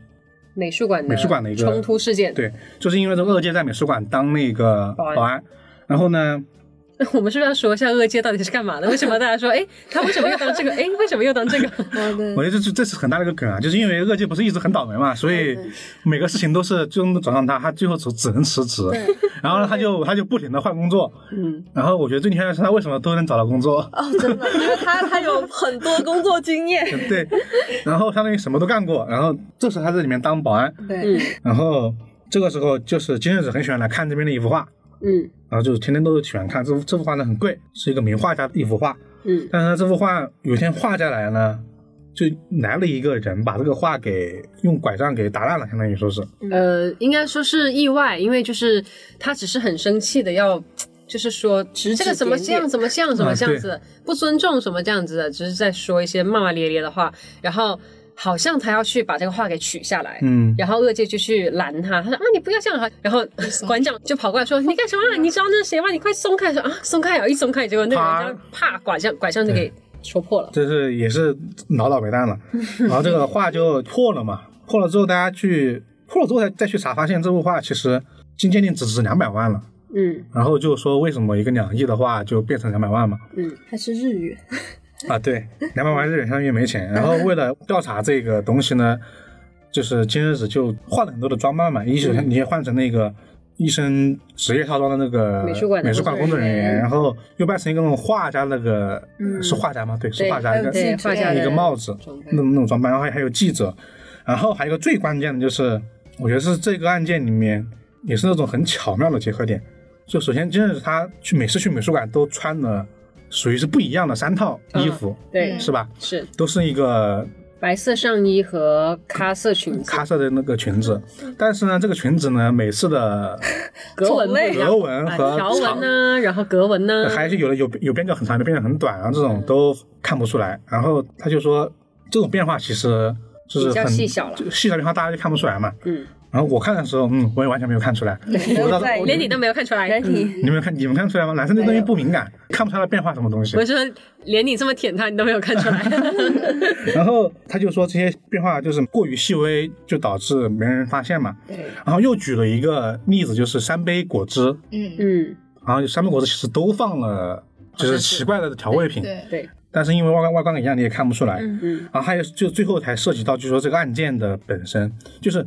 [SPEAKER 1] 美术馆的
[SPEAKER 2] 美术馆的一个
[SPEAKER 1] 冲突事件，
[SPEAKER 2] 对，就是因为这个恶界在美术馆当那个
[SPEAKER 1] 保安
[SPEAKER 2] 保安，然后呢，
[SPEAKER 1] *laughs* 我们是不是要说一下恶界到底是干嘛的？为什么大家说，哎，他为什么又当这个？哎，为什么又当这 *laughs* 个？
[SPEAKER 3] 哦对
[SPEAKER 2] 我，觉得这是这是很大的一个梗啊，就是因为恶界不是一直很倒霉嘛，所以
[SPEAKER 3] 对对
[SPEAKER 2] 每个事情都是最终都找上他，他最后只只能辞职， *laughs* 然后呢他就他就不停的换工作，
[SPEAKER 1] 嗯，
[SPEAKER 2] 然后我觉得最厉害的是他为什么都能找到工作，
[SPEAKER 3] *laughs* 哦真的，因为他他有很多工作经验。
[SPEAKER 2] *laughs* 对，然后相当于什么都干过，然后这时候他在里面当保安，
[SPEAKER 3] *laughs* 对，
[SPEAKER 2] 然后这个时候就是金日子很喜欢来看这边的一幅画，
[SPEAKER 1] 嗯
[SPEAKER 2] 然后就是天天都喜欢看这幅这幅画呢很贵，是一个名画家的一幅画，
[SPEAKER 1] 嗯
[SPEAKER 2] 但是呢这幅画有一天画家来呢，就来了一个人把这个画给用拐杖给打烂了，相当于说是。
[SPEAKER 1] 呃，应该说是意外，因为就是他只是很生气的要。就是说，
[SPEAKER 3] 指
[SPEAKER 1] 这个怎么这样，
[SPEAKER 3] 点
[SPEAKER 1] 怎么这样，怎么
[SPEAKER 2] 啊
[SPEAKER 1] 这样子的，不尊重什么这样子的，只是在说一些骂骂咧咧的话，然后好像他要去把这个话给取下来，
[SPEAKER 2] 嗯，
[SPEAKER 1] 然后恶界就去拦他，他说啊你不要这样哈，然后馆长就跑过来说你干什么、啊？你知道那是谁吗？你快松开！说啊松开啊！一松开，结果那个人家啪拐杖拐杖就给戳破了。
[SPEAKER 2] 这是也是挠倒霉蛋了，然后这个画就破了嘛，破了之后大家去破了之后再再去查，发现这幅画其实金鉴定只值两百万了，
[SPEAKER 1] 嗯
[SPEAKER 2] 然后就说为什么一个两亿的画就变成两百万嘛，
[SPEAKER 1] 嗯
[SPEAKER 3] 还是日语。
[SPEAKER 2] *laughs* 啊，对，两百万日元相当于没钱。然后为了调查这个东西呢，就是今日子就换了很多的装扮嘛，一首
[SPEAKER 1] 嗯
[SPEAKER 2] 先你也换成那个医生职业套装的那个
[SPEAKER 1] 美术馆的
[SPEAKER 2] 美术馆工作
[SPEAKER 1] 工作
[SPEAKER 2] 人
[SPEAKER 1] 人
[SPEAKER 2] 员，
[SPEAKER 1] 员嗯
[SPEAKER 2] 然后又扮成一个那种画家那个、是画家吗？对，是
[SPEAKER 1] 对
[SPEAKER 2] 画家
[SPEAKER 1] 还有
[SPEAKER 2] 一个
[SPEAKER 1] 记者画家的
[SPEAKER 2] 一个帽子
[SPEAKER 1] 装扮
[SPEAKER 2] 那种那种装扮，然后还有记者，然后还有一个最关键的就是，我觉得是这个案件里面也是那种很巧妙的结合点。就首先，今日子他去每次去美术馆都穿了属于是不一样的三套衣服，
[SPEAKER 1] 对
[SPEAKER 4] 嗯
[SPEAKER 2] 是吧？
[SPEAKER 1] 是
[SPEAKER 2] 都是一个
[SPEAKER 1] 白色上衣和咖色裙子，
[SPEAKER 2] 咖色的那个裙子，但是呢，这个裙子呢，每次的
[SPEAKER 1] 格纹不一样
[SPEAKER 2] 格纹
[SPEAKER 1] 啊 *laughs*
[SPEAKER 2] 和
[SPEAKER 1] 条纹
[SPEAKER 2] 长
[SPEAKER 1] 呢、然后格纹呢、
[SPEAKER 2] 还是有的有有边角很长，有边角很短，然后这种都看不出来。然后他就说，这种变化其实就是
[SPEAKER 1] 比较
[SPEAKER 2] 很
[SPEAKER 1] 细小了
[SPEAKER 2] 就细小变化大家就看不出来嘛。
[SPEAKER 1] 嗯。
[SPEAKER 2] 然后我看的时候，嗯，我也完全没有看出来。我到
[SPEAKER 3] 在意
[SPEAKER 1] 连你都没有看出来，嗯
[SPEAKER 3] 人体
[SPEAKER 2] 你们看你们看出来吗？男生对东西不敏感，看不出来变化什么东西
[SPEAKER 1] 我。说连你这么舔他，你都没有看出来。
[SPEAKER 2] *laughs* 然后他就说这些变化就是过于细微，就导致没人发现嘛。
[SPEAKER 1] 对，
[SPEAKER 2] 然后又举了一个例子，就是三杯果汁，
[SPEAKER 4] 嗯，
[SPEAKER 1] 嗯，
[SPEAKER 2] 然后三杯果汁其实都放了就是奇怪的调
[SPEAKER 1] 嗯
[SPEAKER 2] 味品，
[SPEAKER 4] 对，
[SPEAKER 1] 对，
[SPEAKER 2] 但是因为外观外观一样，你也看不出来。
[SPEAKER 4] 嗯
[SPEAKER 1] 嗯
[SPEAKER 2] 然后还有就最后才涉及到，就是说这个案件的本身，就是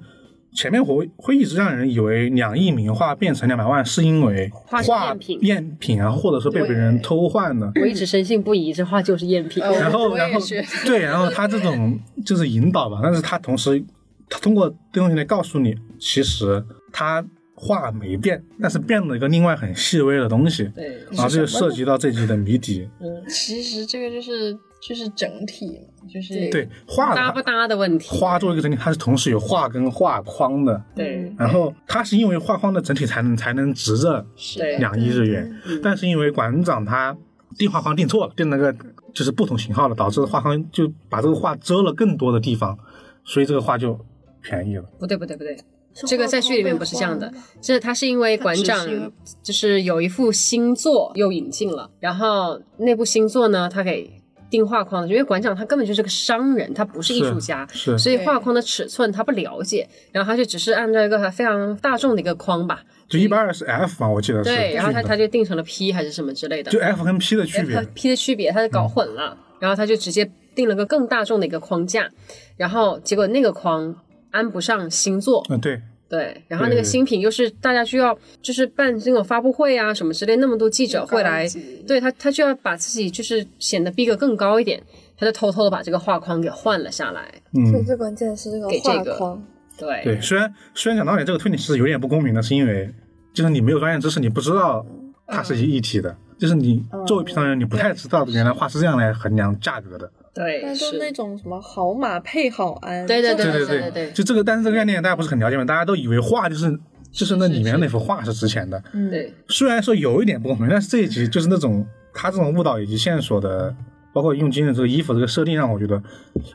[SPEAKER 2] 前面我会一直让人以为两亿名画变成两百万是因为
[SPEAKER 1] 画
[SPEAKER 2] 画
[SPEAKER 1] 是赝品
[SPEAKER 2] 赝品啊，或者说被别人偷换的。
[SPEAKER 1] 我一直深信不疑，这话就是赝品。
[SPEAKER 4] 呃
[SPEAKER 2] 然后，
[SPEAKER 4] 我
[SPEAKER 2] 然后
[SPEAKER 4] 我也是
[SPEAKER 2] *laughs* 对，然后他这种就是引导吧，但是他同时他通过这东西来告诉你，其实他画没变，但是变了一个另外很细微的东西，
[SPEAKER 1] 对，
[SPEAKER 2] 然后啊这就涉及到这集的谜底。
[SPEAKER 4] 其实这个就是就是整体嘛，就是
[SPEAKER 2] 对，画的
[SPEAKER 1] 搭
[SPEAKER 2] 话
[SPEAKER 1] 不搭的问题。
[SPEAKER 2] 画作为一个整体，它是同时有画跟画框的，
[SPEAKER 4] 嗯
[SPEAKER 1] 对，
[SPEAKER 2] 然后它是因为画框的整体才能才能值这
[SPEAKER 1] 对
[SPEAKER 2] 两亿日元，
[SPEAKER 1] 嗯
[SPEAKER 2] 但是因为馆长他定画框定错了，定了个就是不同型号的，导致画框就把这个画遮了更多的地方，所以这个画就便宜了。
[SPEAKER 1] 不对不对不对，
[SPEAKER 3] 是
[SPEAKER 1] 这个在剧里面不是这样的，这他是因为馆长
[SPEAKER 4] 他只是因为
[SPEAKER 1] 就是有一幅新作又引进了，然后那部新作呢，他给定画框的，因为馆长他根本就是个商人，他不是艺术家。
[SPEAKER 2] 是
[SPEAKER 1] 所以
[SPEAKER 4] 对
[SPEAKER 1] 画框的尺寸他不了解，然后他就只是按照一个非常大众的一个框吧，
[SPEAKER 2] 就一百二十 F 嘛，我记得是。
[SPEAKER 1] 对，然后他
[SPEAKER 2] 巨
[SPEAKER 1] 他
[SPEAKER 2] 型
[SPEAKER 1] 就定成了 P 还是什么之类的
[SPEAKER 2] 的，就 F 跟 P 的区
[SPEAKER 1] 他
[SPEAKER 2] 别。嗯
[SPEAKER 1] P 的区别，他是搞混了，然后他就直接定了个更大众的一个框架，然后结果那个框安不上星座，
[SPEAKER 2] 嗯，对，
[SPEAKER 1] 对，然后那个
[SPEAKER 2] 对
[SPEAKER 1] 新品又是大家需要就是办这种发布会啊什么之类，那么多记者会来
[SPEAKER 4] 高级，
[SPEAKER 1] 对他他就要把自己就是显得逼格更高一点，他就偷偷的把这个画框给换了下来，
[SPEAKER 3] 最
[SPEAKER 2] 嗯，
[SPEAKER 3] 最关键的是这个
[SPEAKER 1] 给这
[SPEAKER 3] 画
[SPEAKER 1] 个
[SPEAKER 3] 框，
[SPEAKER 1] 对，
[SPEAKER 2] 对。虽然虽然讲道理，这个推理是有点不公平的，是因为就是你没有专业知识，你不知道它是一体的，就是你作为平常人，你不太知道原来画是这样来衡量价格的。
[SPEAKER 1] 对
[SPEAKER 3] 但是那
[SPEAKER 1] 是，
[SPEAKER 3] 种什么好马配好鞍，
[SPEAKER 1] 对对
[SPEAKER 3] 这
[SPEAKER 1] 对
[SPEAKER 3] 种
[SPEAKER 2] 对
[SPEAKER 1] 对
[SPEAKER 2] 对
[SPEAKER 1] 对
[SPEAKER 2] 就这个，但是这个概念大家不是很了解嘛？大家都以为画就是就是那里面那幅画是值钱的，
[SPEAKER 1] 对，
[SPEAKER 2] 虽然说有一点不公平，但是这一集就是那种他这种误导以及线索的，包括用金的这个衣服这个设定，让我觉得，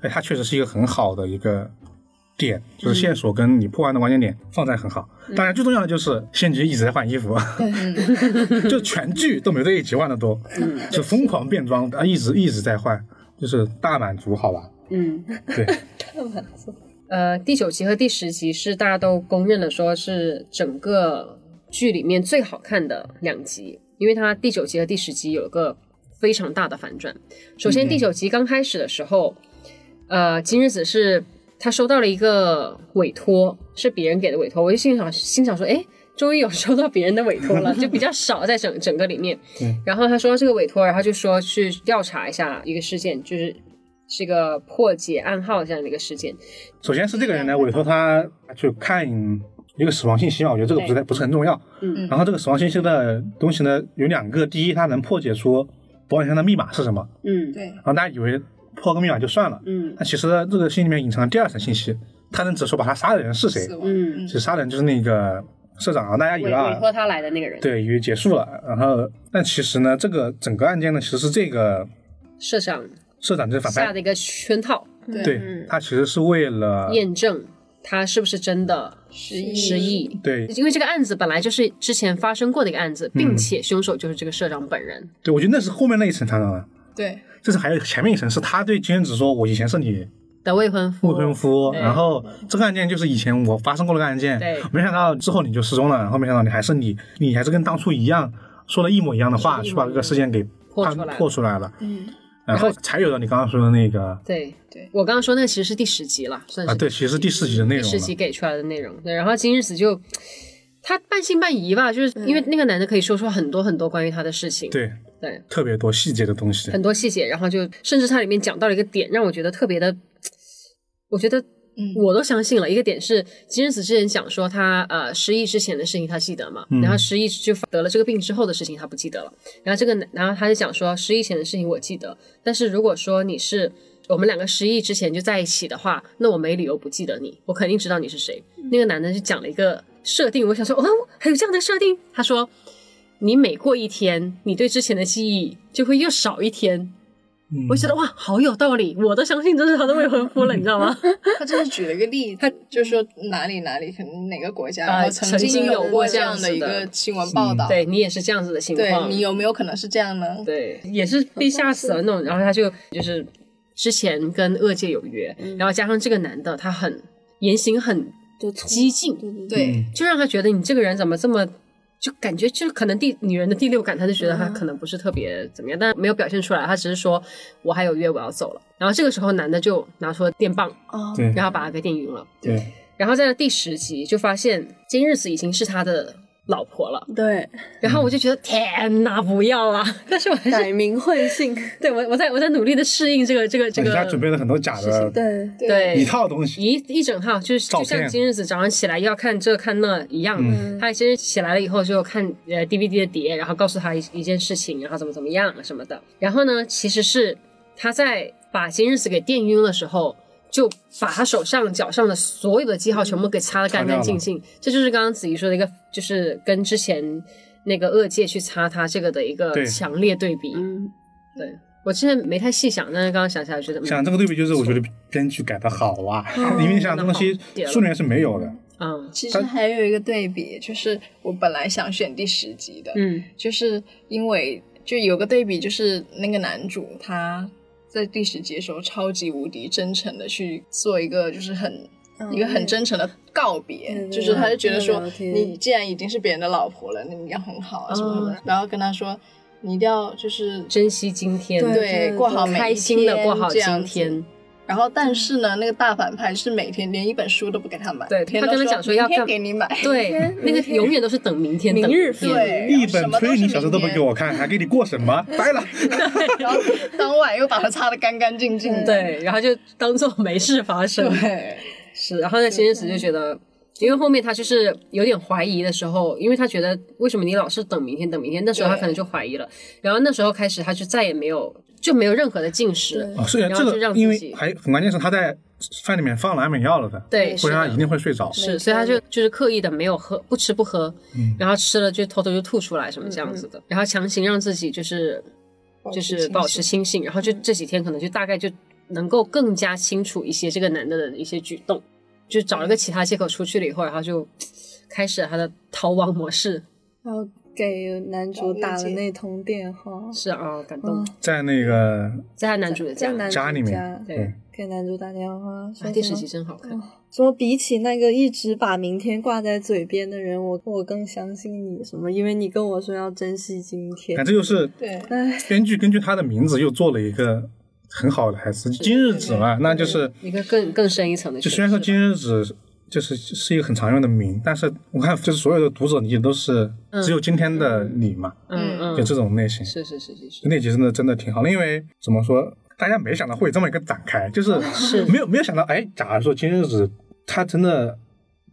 [SPEAKER 2] 哎，他确实是一个很好的一个点，就是线索跟你破案的关键点放在很好。当然，最重要的就是线局一直在换衣服， *laughs* 就全剧都没这一集换的多，就疯狂变装，啊，一直一直在换，就是大满足好吧？
[SPEAKER 1] 嗯，
[SPEAKER 2] 对，
[SPEAKER 1] 呃，第九集和第十集是大家都公认的，说是整个剧里面最好看的两集，因为它第九集和第十集有一个非常大的反转。首先，第九集刚开始的时候，呃，今日子是他收到了一个委托，是别人给的委托，我就心想心想说，哎。终于有收到别人的委托了，就比较少在整整个里面
[SPEAKER 2] 嗯。
[SPEAKER 1] 然后他收到这个委托，然后就说去调查一下一个事件，就是是一个破解暗号这样的一个事件。
[SPEAKER 2] 首先是这个人来委托他去看一个死亡信息嘛，啊我觉得这个不是不是很重要。
[SPEAKER 1] 嗯
[SPEAKER 2] 然后这个死亡信息的东西呢，有两个，第一，它能破解出保险箱的密码是什么，
[SPEAKER 1] 嗯
[SPEAKER 4] 对，
[SPEAKER 2] 然后大家以为破个密码就算了，
[SPEAKER 1] 嗯
[SPEAKER 2] 但其实这个信里面隐藏了第二层信息，它能指出把他杀的人是谁
[SPEAKER 4] 死。亡，
[SPEAKER 1] 嗯，
[SPEAKER 2] 其实杀的人就是那个社长，然后大家以
[SPEAKER 1] 委
[SPEAKER 2] 为
[SPEAKER 1] 委
[SPEAKER 2] 啊，
[SPEAKER 1] 托他来的那个人，
[SPEAKER 2] 对，以为结束了。然后，但其实呢，这个整个案件呢，其实是这个
[SPEAKER 1] 社长
[SPEAKER 2] 社长就是反
[SPEAKER 1] 下
[SPEAKER 2] 派，
[SPEAKER 1] 的一个圈套，
[SPEAKER 3] 嗯
[SPEAKER 4] 对
[SPEAKER 2] 对他其实是为了
[SPEAKER 1] 嗯验证他是不是真的
[SPEAKER 4] 失忆
[SPEAKER 1] 失忆。
[SPEAKER 2] 对
[SPEAKER 1] 因为这个案子本来就是之前发生过的一个案子，并
[SPEAKER 2] 嗯
[SPEAKER 1] 且凶手就是这个社长本人。
[SPEAKER 2] 对，我觉得那是后面那一层他的，
[SPEAKER 4] 对，
[SPEAKER 2] 就是还有前面一层是他对金子说，我以前是你
[SPEAKER 1] 的未婚夫，
[SPEAKER 2] 未婚夫，
[SPEAKER 1] 哦对
[SPEAKER 2] 然后这个案件就是以前我发生过的案件
[SPEAKER 1] 对，
[SPEAKER 2] 没想到之后你就失踪了，然后没想到你还是你，你还是跟当初一样说了一模一样的话，
[SPEAKER 1] 是一模一样
[SPEAKER 2] 去把这个事件给
[SPEAKER 1] 破
[SPEAKER 2] 判
[SPEAKER 1] 出来了
[SPEAKER 2] 破出来了，
[SPEAKER 1] *laughs*
[SPEAKER 4] 嗯，
[SPEAKER 2] 然后才有了你刚刚说的那个
[SPEAKER 1] 对
[SPEAKER 4] 对
[SPEAKER 1] 我刚刚说那个其实是第十集了，算是
[SPEAKER 2] 啊，对，其实是第四集的内
[SPEAKER 1] 第
[SPEAKER 2] 容
[SPEAKER 1] 十
[SPEAKER 2] 了，
[SPEAKER 1] 集给出来的内容。对，然后今日子就他半信半疑吧，就是因为那个男的可以说出很多很多关于他的事情，
[SPEAKER 2] 对，
[SPEAKER 1] 对，
[SPEAKER 2] 特别多细节的东西，
[SPEAKER 1] 很多细节，然后就甚至它里面讲到了一个点，让我觉得特别的，我觉得
[SPEAKER 4] 嗯
[SPEAKER 1] 我都相信了。一个点是金日子之前讲说他呃失忆之前的事情他记得嘛，
[SPEAKER 2] 嗯
[SPEAKER 1] 然后失忆就得了这个病之后的事情他不记得了，然后这个男然后他就讲说失忆前的事情我记得，但是如果说你是。我们两个失忆之前就在一起的话，那我没理由不记得你，我肯定知道你是谁。
[SPEAKER 4] 嗯
[SPEAKER 1] 那个男的就讲了一个设定，我想说，哦，还有这样的设定？他说，你每过一天，你对之前的记忆就会又少一天。
[SPEAKER 2] 嗯
[SPEAKER 1] 我就觉得哇，好有道理，我都相信这是他的未婚夫了，你知道
[SPEAKER 4] *laughs*
[SPEAKER 1] 吗？
[SPEAKER 4] 他真是举了一个例子，他就说哪里哪里，可能哪个国家，
[SPEAKER 1] 呃
[SPEAKER 4] 然后
[SPEAKER 1] 曾
[SPEAKER 4] 经
[SPEAKER 1] 经有
[SPEAKER 4] 有
[SPEAKER 1] 过
[SPEAKER 4] 过
[SPEAKER 1] 这
[SPEAKER 4] 这
[SPEAKER 1] 样
[SPEAKER 4] 样
[SPEAKER 1] 子的嗯
[SPEAKER 4] 的一个新闻报道，
[SPEAKER 1] 对你也是这样子的情
[SPEAKER 4] 对
[SPEAKER 1] 况，
[SPEAKER 4] 你有没有可能是这样呢？
[SPEAKER 1] 对也是被吓死了那种。然后他就就是之前跟恶界有约，
[SPEAKER 4] 嗯
[SPEAKER 1] 然后加上这个男的他很言行很
[SPEAKER 3] 就从
[SPEAKER 1] 激进，
[SPEAKER 3] 对对对，
[SPEAKER 4] 对，
[SPEAKER 2] 嗯
[SPEAKER 1] 就让他觉得你这个人怎么这么。就感觉就是可能第女人的第六感，他就觉得
[SPEAKER 2] 嗯
[SPEAKER 1] 他可能不是特别怎么样，但没有表现出来，他只是说我还有约，我要走了。然后这个时候男的就拿出了电棒，
[SPEAKER 3] 啊，
[SPEAKER 2] 对
[SPEAKER 1] 然后把他给电晕了。
[SPEAKER 2] 对，
[SPEAKER 1] 然后在第十集就发现今日子已经是他的老婆了，
[SPEAKER 3] 对，
[SPEAKER 1] 然后我就觉
[SPEAKER 2] 嗯
[SPEAKER 1] 得、天哪，不要啊！ *laughs* 但是我还是
[SPEAKER 3] 改名换姓，
[SPEAKER 1] 对我我在我在努力的适应这个这个这
[SPEAKER 2] 而且他
[SPEAKER 1] 个
[SPEAKER 2] 准备了很多假的
[SPEAKER 3] 对，
[SPEAKER 1] 对
[SPEAKER 2] 一套东西，
[SPEAKER 1] 一一整套，就是
[SPEAKER 2] 照
[SPEAKER 1] 就
[SPEAKER 2] 片
[SPEAKER 1] 像今日子早上起来要看这看那一样，
[SPEAKER 2] 嗯
[SPEAKER 1] 他其实起来了以后就看呃 DVD 的碟，然后告诉他一一件事情，然后怎么怎么样什么的。然后呢，其实是他在把今日子给电晕的时候。就把他手上、脚上的所有的记号全部给擦得干干净
[SPEAKER 2] 嗯
[SPEAKER 1] 净，这就是刚刚子怡说的一个，就是跟之前那个恶界去擦他这个的一个
[SPEAKER 2] 对
[SPEAKER 1] 强烈对比。
[SPEAKER 3] 嗯，
[SPEAKER 1] 对我之前没太细想，但是刚刚想起来觉得，嗯
[SPEAKER 2] 想这个对比，就是我觉得编剧改的好啊，因为你想这东西书里面是没有的，
[SPEAKER 1] 嗯
[SPEAKER 4] 其实还有一个对比，就是我本来想选第十集的，
[SPEAKER 1] 嗯
[SPEAKER 4] 就是因为就有个对比，就是那个男主他在第十集的时候超级无敌真诚的去做一个就是很。
[SPEAKER 3] 嗯
[SPEAKER 4] 一个很真诚的告别，
[SPEAKER 3] 嗯
[SPEAKER 4] 就是他就觉得说
[SPEAKER 3] 嗯，嗯
[SPEAKER 4] 你既然已经是别人的老婆了，那你要很好啊什么什
[SPEAKER 2] 嗯
[SPEAKER 4] 么的，然后跟他说，你一定要就是
[SPEAKER 1] 珍惜今天，
[SPEAKER 3] 对
[SPEAKER 4] 对过好每一
[SPEAKER 1] 开心的
[SPEAKER 4] 天
[SPEAKER 1] 过好
[SPEAKER 4] 这
[SPEAKER 1] 今
[SPEAKER 4] 样子
[SPEAKER 1] 天。
[SPEAKER 4] 然后，但是呢，那个大反派是每天连一本书都不给他买，
[SPEAKER 1] 对
[SPEAKER 4] 每天
[SPEAKER 1] 他
[SPEAKER 4] 都
[SPEAKER 1] 跟他讲说
[SPEAKER 4] 说
[SPEAKER 1] 要
[SPEAKER 4] 明天
[SPEAKER 1] 干
[SPEAKER 4] 给你买， *laughs*
[SPEAKER 1] 对，那个永远都是等明天，
[SPEAKER 3] 明
[SPEAKER 1] 等
[SPEAKER 3] 日
[SPEAKER 1] 天
[SPEAKER 4] 对，
[SPEAKER 2] 一本推理小说
[SPEAKER 4] 说
[SPEAKER 2] 都不给我看，还给你过
[SPEAKER 1] *laughs*
[SPEAKER 2] 什么？掰了，
[SPEAKER 4] 然后当晚又把它擦得干干净净的。
[SPEAKER 1] 对，然后就当做没事发生。
[SPEAKER 4] 对，
[SPEAKER 1] *laughs* 是，然后呢，秦日子就觉得，因为后面他就是有点怀疑的时候，因为他觉得为什么你老是等明天等明天，那时候他
[SPEAKER 4] 对
[SPEAKER 1] 可能就怀疑了。然后那时候开始，他就再也没有就没有任何的进食。
[SPEAKER 2] 哦，是
[SPEAKER 1] 然后
[SPEAKER 2] 这
[SPEAKER 1] 就让
[SPEAKER 2] 个，
[SPEAKER 1] 自己
[SPEAKER 2] 因为还很关键是他在饭里面放了安眠药了的，
[SPEAKER 1] 对，
[SPEAKER 2] 不
[SPEAKER 1] 是
[SPEAKER 2] 然他
[SPEAKER 1] 的
[SPEAKER 2] 一定会睡着。
[SPEAKER 1] 是，所以他就就是刻意的没有喝，不吃不喝，
[SPEAKER 2] 嗯
[SPEAKER 1] 然后吃了就偷偷就吐出来什么这样子的，然后强行让自己就是就是保持清醒，然后就这几天可能就大概就能够更加清楚一些这个男的的一些举动。就找了个其他借口出去了以后，然后就开始了他的逃亡模式。
[SPEAKER 3] 然后给男主打了那通电话，
[SPEAKER 1] 是啊，感动，
[SPEAKER 3] 嗯
[SPEAKER 2] 在那个嗯
[SPEAKER 1] 在他男主的家
[SPEAKER 3] 在，男主
[SPEAKER 2] 家里面
[SPEAKER 1] 对，
[SPEAKER 3] 给男主打电话，
[SPEAKER 1] 啊
[SPEAKER 3] 说
[SPEAKER 1] 第
[SPEAKER 3] 什
[SPEAKER 1] 十
[SPEAKER 3] 么
[SPEAKER 1] 集真好看。
[SPEAKER 3] 说比起那个一直把明天挂在嘴边的人，我我更相信你什么？因为你跟我说要珍惜今天
[SPEAKER 2] 那。这就是
[SPEAKER 4] 对，
[SPEAKER 3] 哎，
[SPEAKER 2] 编剧根据他的名字又做了一个很好的台词，今日子嘛，那就是
[SPEAKER 1] 一个更更深一层的诠释
[SPEAKER 2] 就
[SPEAKER 1] 吧，
[SPEAKER 2] 虽然说今日子就是是一个很常用的名，但是我看就是所有的读者理解都是
[SPEAKER 1] 嗯
[SPEAKER 2] 只有今天的你嘛，
[SPEAKER 1] 嗯
[SPEAKER 2] 就
[SPEAKER 1] 嗯，
[SPEAKER 2] 这种类型。
[SPEAKER 1] 是是是是是，
[SPEAKER 2] 那集真的真的挺好的，因为怎么说，大家没想到会有这么一个展开，
[SPEAKER 3] 哦
[SPEAKER 2] 就是
[SPEAKER 1] 是
[SPEAKER 2] 没有没有想到，哎，假如说今日子他真的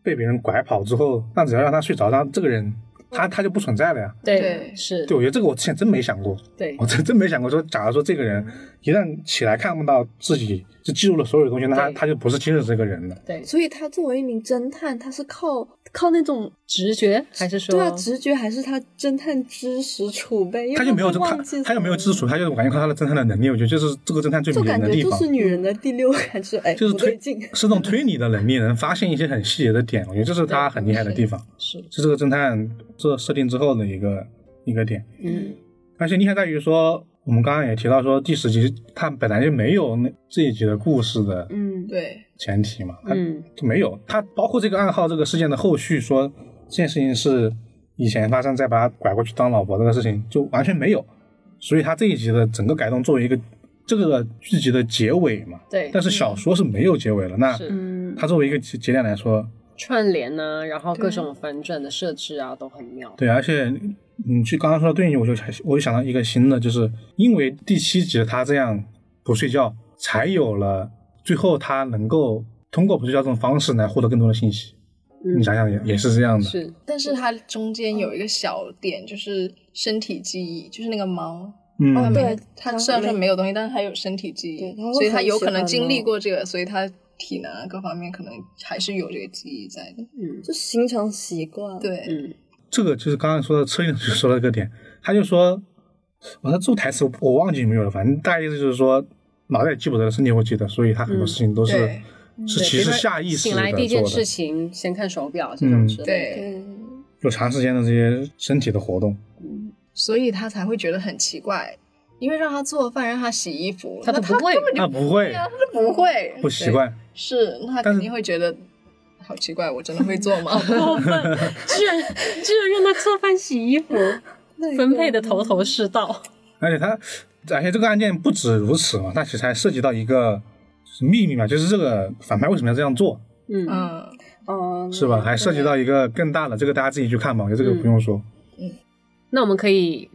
[SPEAKER 2] 被别人拐跑之后，那只要让他睡着，那这个人他他就不存在了呀。
[SPEAKER 1] 对
[SPEAKER 4] 对
[SPEAKER 1] 是，
[SPEAKER 2] 对，我觉得这个我之前真没想过，
[SPEAKER 1] 对
[SPEAKER 2] 我真真没想过说，假如说这个人一旦起来看不到自己，就记录了所有的东西，那他
[SPEAKER 1] 对
[SPEAKER 2] 他就不是今日这个人了。
[SPEAKER 1] 对，
[SPEAKER 3] 所以他作为一名侦探，他是靠靠那种
[SPEAKER 1] 直觉还是说
[SPEAKER 3] 对啊直觉，还是他侦探知识储备？因为
[SPEAKER 2] 他就没有
[SPEAKER 3] 会
[SPEAKER 2] 这他
[SPEAKER 3] 忘记
[SPEAKER 2] 他就没有
[SPEAKER 3] 什么
[SPEAKER 2] 自主，他就是我感觉靠他的侦探的能力，我觉得就是这个侦探最
[SPEAKER 3] 就
[SPEAKER 2] 迷人
[SPEAKER 3] 感
[SPEAKER 2] 的
[SPEAKER 3] 觉
[SPEAKER 2] 地
[SPEAKER 3] 就
[SPEAKER 2] 方，
[SPEAKER 3] 是女人的第六感知，哎，
[SPEAKER 2] 就是
[SPEAKER 3] 不
[SPEAKER 2] 推
[SPEAKER 3] 对劲。
[SPEAKER 1] *laughs*
[SPEAKER 2] 是那种推理的能力，能发现一些很细节的点，我觉得这是他很厉害的地方，
[SPEAKER 1] 是
[SPEAKER 2] 是这个侦探这设定之后的一个一个点。
[SPEAKER 1] 嗯
[SPEAKER 2] 而且厉害在于说，我们刚刚也提到说第十集它本来就没有那这一集的故事的
[SPEAKER 3] 嗯，
[SPEAKER 4] 对，
[SPEAKER 2] 前提嘛，它
[SPEAKER 1] 嗯
[SPEAKER 2] 就没有。它包括这个暗号这个事件的后续说，这件事情是以前发生，再把他拐过去当老婆这个事情，就完全没有。所以它这一集的整个改动作为一个这个剧集的结尾嘛，
[SPEAKER 1] 对，
[SPEAKER 2] 但是小说是啊没有结尾了。那
[SPEAKER 1] 是
[SPEAKER 3] 嗯，
[SPEAKER 2] 它作为一个节节点来说，
[SPEAKER 1] 串联呢，然后各
[SPEAKER 4] 对
[SPEAKER 1] 种反转的设置啊都很妙，
[SPEAKER 2] 对，而且你去刚刚说到对应，我就我就想到一个新的，就是因为第七集他这样不睡觉，才有了最后他能够通过不睡觉这种方式来获得更多的信息。
[SPEAKER 1] 嗯
[SPEAKER 2] 你想想也也是这样的，
[SPEAKER 1] 是
[SPEAKER 4] 但是它中间有一个小点，就是身体记忆，就是那个猫，它
[SPEAKER 1] 哦
[SPEAKER 2] 嗯，
[SPEAKER 4] 没
[SPEAKER 3] 对
[SPEAKER 4] 它
[SPEAKER 3] 它
[SPEAKER 4] 虽然说
[SPEAKER 3] 没
[SPEAKER 4] 没有东西，但是它有身体记
[SPEAKER 3] 对
[SPEAKER 4] 忆
[SPEAKER 3] 它会，
[SPEAKER 4] 所以
[SPEAKER 3] 很
[SPEAKER 4] 它有
[SPEAKER 3] 喜
[SPEAKER 4] 可能
[SPEAKER 3] 欢
[SPEAKER 4] 经历
[SPEAKER 3] 猫
[SPEAKER 4] 过这个，所以它体能啊各方面可能还是有这个记忆在的。
[SPEAKER 1] 嗯
[SPEAKER 3] 就形成习惯。，
[SPEAKER 4] 对，
[SPEAKER 1] 嗯
[SPEAKER 2] *laughs* 这个就是刚刚说的车就说到这个点，他就说，我他这台词我我忘记有没有了，反正大意思就是说，脑袋也记不得，身体会记得，所以他很多事情都是、
[SPEAKER 4] 对
[SPEAKER 2] 是
[SPEAKER 1] 嗯对
[SPEAKER 2] 其
[SPEAKER 1] 比
[SPEAKER 2] 实
[SPEAKER 1] 如说
[SPEAKER 2] 下意识
[SPEAKER 1] 醒
[SPEAKER 2] 的
[SPEAKER 1] 来
[SPEAKER 2] 做
[SPEAKER 1] 第一件
[SPEAKER 2] 的
[SPEAKER 1] 事，情先看手表这种
[SPEAKER 2] 嗯
[SPEAKER 1] 之类的，
[SPEAKER 4] 对，
[SPEAKER 3] 对，
[SPEAKER 2] 就长时间的这些身体的活动。
[SPEAKER 4] 所以他才会觉得很奇怪，因为让他做饭，让他洗衣服，
[SPEAKER 1] 他
[SPEAKER 4] 那
[SPEAKER 1] 都不会
[SPEAKER 4] 根
[SPEAKER 2] *laughs*
[SPEAKER 4] 本
[SPEAKER 2] 那
[SPEAKER 4] 就
[SPEAKER 2] 不会
[SPEAKER 1] *laughs*
[SPEAKER 4] 对啊，他都不会，
[SPEAKER 2] 不习惯，
[SPEAKER 4] 对，是，那他
[SPEAKER 2] 但是
[SPEAKER 4] 肯定会觉得好奇怪，我真的会做吗？
[SPEAKER 1] 居然居然让他做饭洗衣服，分配的头头是道，
[SPEAKER 2] 而且他，而且这个案件不止如此嘛，它其实还涉及到一个就是秘密嘛，就是这个反派为什么要这样做，
[SPEAKER 1] 嗯
[SPEAKER 4] 嗯，
[SPEAKER 3] 嗯，
[SPEAKER 2] 是吧？还涉及到一个更大的，这个大家自己去看吧，我觉得这个不用说。
[SPEAKER 1] 嗯那我们可以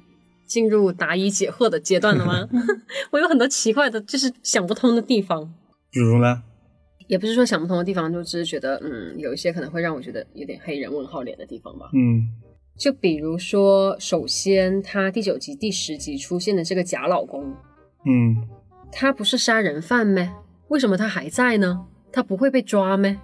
[SPEAKER 1] 进入答疑解惑的阶段了 *laughs* 吗？我有很多奇怪的，就是想不通的地方。
[SPEAKER 2] 比如呢，
[SPEAKER 1] 也不是说想不通的地方，就只是觉得，嗯，有一些可能会让我觉得有点黑人问号脸的地方吧。
[SPEAKER 2] 嗯，
[SPEAKER 1] 就比如说，首先他第九集、第十集出现的这个假老公，
[SPEAKER 2] 嗯，
[SPEAKER 1] 他不是杀人犯吗？为什么他还在呢？他不会被抓吗？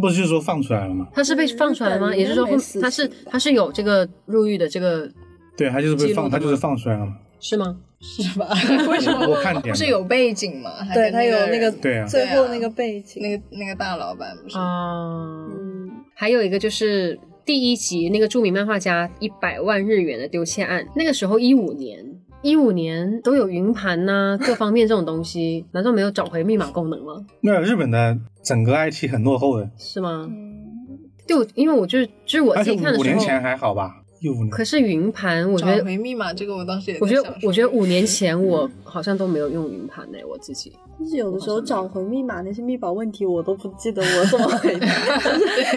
[SPEAKER 2] 不是说放出来了吗？
[SPEAKER 1] 他是被
[SPEAKER 3] 嗯
[SPEAKER 1] 放出来吗？
[SPEAKER 3] 日本
[SPEAKER 1] 也就是说
[SPEAKER 3] 应该没死，
[SPEAKER 1] 他是
[SPEAKER 3] 刑吧
[SPEAKER 1] 他是有这个入狱的这个
[SPEAKER 2] 对，他就是被
[SPEAKER 1] 记录
[SPEAKER 2] 放，
[SPEAKER 1] 的
[SPEAKER 2] 他
[SPEAKER 1] 吗
[SPEAKER 2] 就是放出来了嘛。
[SPEAKER 1] 是吗？
[SPEAKER 4] 是吧？ *laughs* 为什么
[SPEAKER 2] 我看点
[SPEAKER 4] 不是
[SPEAKER 2] 了
[SPEAKER 4] 有背景吗？还
[SPEAKER 3] 对
[SPEAKER 4] 跟
[SPEAKER 3] 他有那个
[SPEAKER 4] 人
[SPEAKER 2] 对啊
[SPEAKER 3] 最后那个背景，
[SPEAKER 4] 那个那个大老板不是？
[SPEAKER 1] 啊、
[SPEAKER 3] 嗯，
[SPEAKER 1] 还有一个就是第一集那个著名漫画家一百万日元的丢窃案，那个时候一五年，一五年都有云盘呐、各方面这种东西，难道没有找回密码功能吗？
[SPEAKER 2] 那日本的整个 IT 很落后的，
[SPEAKER 1] 是吗？
[SPEAKER 3] 嗯
[SPEAKER 1] 就因为我就是就是我
[SPEAKER 2] 而
[SPEAKER 1] 自
[SPEAKER 2] 且
[SPEAKER 1] 己看的
[SPEAKER 2] 五
[SPEAKER 1] 时
[SPEAKER 2] 年
[SPEAKER 1] 候，
[SPEAKER 2] 前还好吧，一五年
[SPEAKER 1] 可是云盘，我觉
[SPEAKER 4] 找
[SPEAKER 1] 得
[SPEAKER 4] 回密码这个我当时也在
[SPEAKER 1] 我觉
[SPEAKER 4] 想
[SPEAKER 1] 得
[SPEAKER 4] 说
[SPEAKER 1] 我觉得五年前
[SPEAKER 2] 嗯
[SPEAKER 1] 我好像都没有用云盘呢、我自己。
[SPEAKER 4] *laughs*
[SPEAKER 3] 就是有的时候找回密码那些密保问题，我都不记得我怎么回答。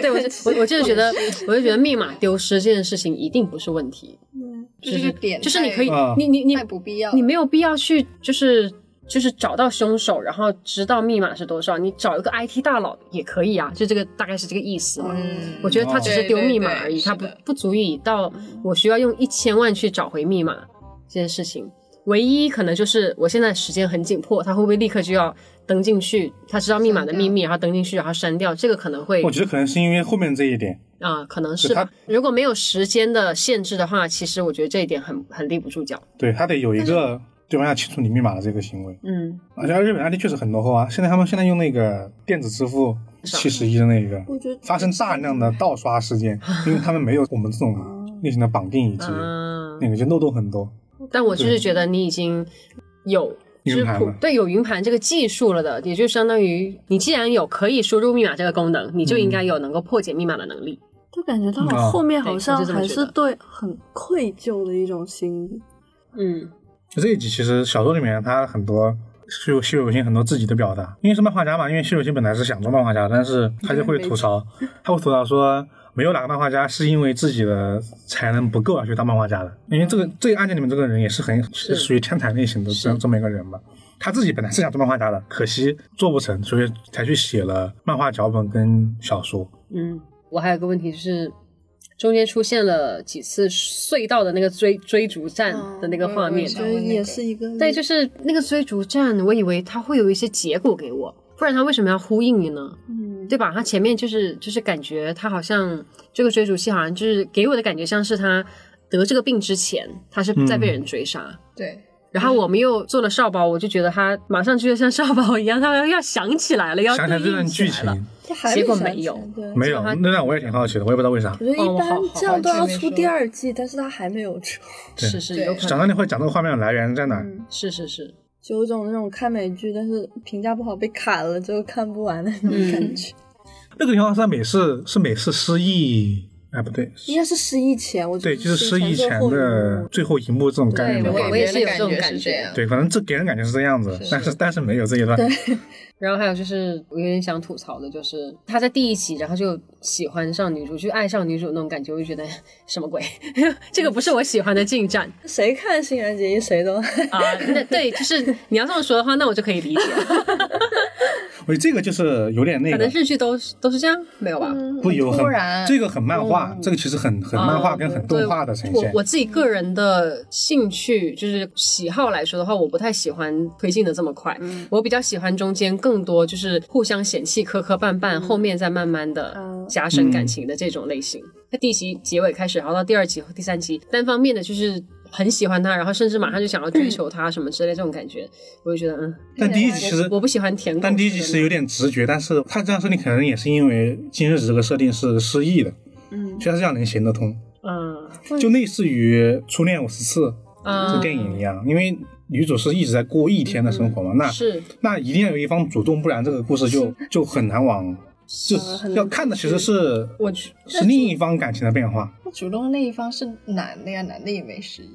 [SPEAKER 1] 对我就我我就是觉得，我就觉得密码丢失这件事情一定不是问题，
[SPEAKER 3] 嗯
[SPEAKER 4] 就这个点
[SPEAKER 1] 就是你
[SPEAKER 4] 太
[SPEAKER 1] 可以
[SPEAKER 2] 啊，
[SPEAKER 1] 你你你
[SPEAKER 4] 太不必要了，
[SPEAKER 1] 你没有必要去就是就是找到凶手，然后知道密码是多少，你找一个 IT 大佬也可以啊，就这个大概是这个意思嘛。
[SPEAKER 4] 嗯，
[SPEAKER 1] 我觉得他只是丢密码而已，
[SPEAKER 4] 哦对对对
[SPEAKER 1] 他不
[SPEAKER 4] 是的
[SPEAKER 1] 不足以到我需要用一千万去找回密码这件事情。唯一可能就是我现在时间很紧迫，他会不会立刻就要登进去？他知道密码的秘密，然后登进去，然后删
[SPEAKER 4] 哦
[SPEAKER 1] 掉，这个可能会
[SPEAKER 2] 我觉得可能是因为后面这一点，
[SPEAKER 1] 啊、可能
[SPEAKER 2] 就是他
[SPEAKER 1] 吧。如果没有时间的限制的话，其实我觉得这一点很很立不住脚。
[SPEAKER 2] 对他得有一个对方要清除你密码的这个行为。
[SPEAKER 1] 嗯，
[SPEAKER 2] 啊而且日本 IT 确实很落后啊，现在他们现在用那个电子支付，七十一的那个
[SPEAKER 3] 我觉得
[SPEAKER 2] 发生大量的盗刷事件，因为他们没有我们这种类型的绑定以及
[SPEAKER 1] 嗯，
[SPEAKER 2] 那个就漏洞很多。
[SPEAKER 1] 但我就是觉得你已经有
[SPEAKER 2] 云
[SPEAKER 1] 就是
[SPEAKER 2] 盘
[SPEAKER 1] 普
[SPEAKER 2] 了
[SPEAKER 1] 对有云盘这个技术了的，也就相当于你既然有可以输入密码这个功能，你就应该有能够破解密码的能力。
[SPEAKER 3] 就感觉到
[SPEAKER 2] 嗯
[SPEAKER 3] 后面
[SPEAKER 1] 对
[SPEAKER 3] 好
[SPEAKER 1] 我
[SPEAKER 3] 像
[SPEAKER 1] 就这么
[SPEAKER 3] 还
[SPEAKER 1] 觉
[SPEAKER 3] 是
[SPEAKER 1] 得
[SPEAKER 3] 对很愧疚的一种心理。
[SPEAKER 1] 嗯，
[SPEAKER 2] 就这一集其实小说里面他很多稀有稀有性很多自己的表达，因为是漫画家嘛，因为稀有性本来是想做漫画家，但是他就会吐槽，他会吐槽说没有哪个漫画家是因为自己的才能不够而去当漫画家的，因为这个这个案件里面这个人也是很是属于天才类型的这样这么一个人嘛。他自己本来是想做漫画家的，可惜做不成，所以才去写了漫画脚本跟小说。
[SPEAKER 1] 嗯，我还有个问题是，中间出现了几次隧道的那个追追逐战的那个画面，
[SPEAKER 4] 嗯嗯
[SPEAKER 3] 就
[SPEAKER 4] 嗯
[SPEAKER 3] 是哦也是一个
[SPEAKER 1] 对，就是那个追逐战，我以为他会有一些结果给我，不然他为什么要呼应你呢？
[SPEAKER 3] 嗯，
[SPEAKER 1] 对吧？他前面就是就是感觉他好像这个追逐戏，好像就是给我的感觉像是他得这个病之前，他
[SPEAKER 2] 嗯
[SPEAKER 1] 是在被人追杀。
[SPEAKER 4] 对，
[SPEAKER 1] 然后我们又做了少保，我就觉得他马上就像少保一样，他要要想起来了，要
[SPEAKER 2] 想起来
[SPEAKER 1] 对
[SPEAKER 2] 这段
[SPEAKER 1] 应
[SPEAKER 2] 剧
[SPEAKER 1] 起来了。
[SPEAKER 2] 情
[SPEAKER 3] 就还
[SPEAKER 1] 结果
[SPEAKER 3] 想
[SPEAKER 1] 没
[SPEAKER 3] 起
[SPEAKER 1] 有
[SPEAKER 3] 来对
[SPEAKER 2] 没有
[SPEAKER 1] 结果他，
[SPEAKER 2] 那段我也挺好奇的，我也不知道为啥。
[SPEAKER 3] 我觉得
[SPEAKER 1] 哦
[SPEAKER 3] 一
[SPEAKER 1] 我好
[SPEAKER 3] 般
[SPEAKER 1] 好
[SPEAKER 3] 这样都要
[SPEAKER 4] 完全没
[SPEAKER 3] 出
[SPEAKER 4] 说
[SPEAKER 3] 第二季，但是他还没有出，
[SPEAKER 2] 对
[SPEAKER 1] 是是
[SPEAKER 4] 对
[SPEAKER 1] 有可
[SPEAKER 2] 讲
[SPEAKER 1] 能，
[SPEAKER 2] 到那会讲这个画面的来源在哪儿？
[SPEAKER 3] 嗯
[SPEAKER 1] 是是是，
[SPEAKER 3] 就有种那种看美剧，但是评价不好被砍了就看不完的那种感觉。
[SPEAKER 4] 嗯
[SPEAKER 2] 那个地方是在美式，是美式失忆，哎，不对，
[SPEAKER 3] 应该是失忆前，我觉
[SPEAKER 2] 对，
[SPEAKER 3] 得
[SPEAKER 2] 就是失
[SPEAKER 3] 失
[SPEAKER 2] 忆
[SPEAKER 3] 忆
[SPEAKER 2] 前的最后一幕这种概念
[SPEAKER 1] 对
[SPEAKER 2] 的
[SPEAKER 1] 我
[SPEAKER 2] 话
[SPEAKER 1] 我，也
[SPEAKER 4] 给
[SPEAKER 1] 是有
[SPEAKER 4] 人的
[SPEAKER 1] 这种
[SPEAKER 4] 感觉是这样
[SPEAKER 2] 对，反正这给人感觉是这样子，
[SPEAKER 4] 是
[SPEAKER 2] 但是但是没有这一段，
[SPEAKER 1] 然后还有就是，我有点想吐槽的，就是他在第一集，然后就喜欢上女主，就爱上女主那种感觉，我就觉得 *laughs* 什么鬼，这个不是我喜欢的进展
[SPEAKER 3] 谁看《新垣结衣》谁都 *laughs*
[SPEAKER 1] *laughs* 啊。那对，就是你要这么说的话，那我就可以理
[SPEAKER 2] *laughs*
[SPEAKER 1] 解。
[SPEAKER 2] *laughs* 我觉得这个就是有点那
[SPEAKER 1] 可能
[SPEAKER 2] 个，
[SPEAKER 1] 日剧都是都是这样，没有吧？
[SPEAKER 2] 不有很
[SPEAKER 4] 突然
[SPEAKER 2] 这个很漫画，这个其实很很漫画跟很动画的呈
[SPEAKER 1] 嗯我
[SPEAKER 2] 现，
[SPEAKER 1] 我自己个人的兴趣就是喜好来说的话，我不太喜欢推进的这么快，我比较喜欢中间更多就是互相嫌弃、磕磕绊绊，后面再慢慢的
[SPEAKER 3] 嗯
[SPEAKER 1] 加深感情的这种类型。那第一集结尾开始，然后到第二集、和第三集，单方面的就是很喜欢他，然后甚至马上就想要追求他什么之类这种感觉，我就觉得嗯，
[SPEAKER 2] 但第一集其实
[SPEAKER 1] 我不喜欢舔狗。
[SPEAKER 2] 但第一集是有点直觉，但是他这样设定可能也是因为今日子这个设定是失忆的，
[SPEAKER 3] 嗯
[SPEAKER 2] 所以他这样能行得通，
[SPEAKER 1] 嗯
[SPEAKER 2] 就类似于《初恋五十次》这
[SPEAKER 1] 嗯，
[SPEAKER 2] 个电影一样，因为女主是一直在过一天的生活嘛，那
[SPEAKER 1] 嗯是
[SPEAKER 2] 那一定要有一方主动，不然这个故事就就很难往，就
[SPEAKER 3] 呃很难
[SPEAKER 2] 要看的其实是
[SPEAKER 1] 我去。
[SPEAKER 2] 是另一方感情的变化。
[SPEAKER 4] 那主动的那一方是男的呀，男的也没失忆。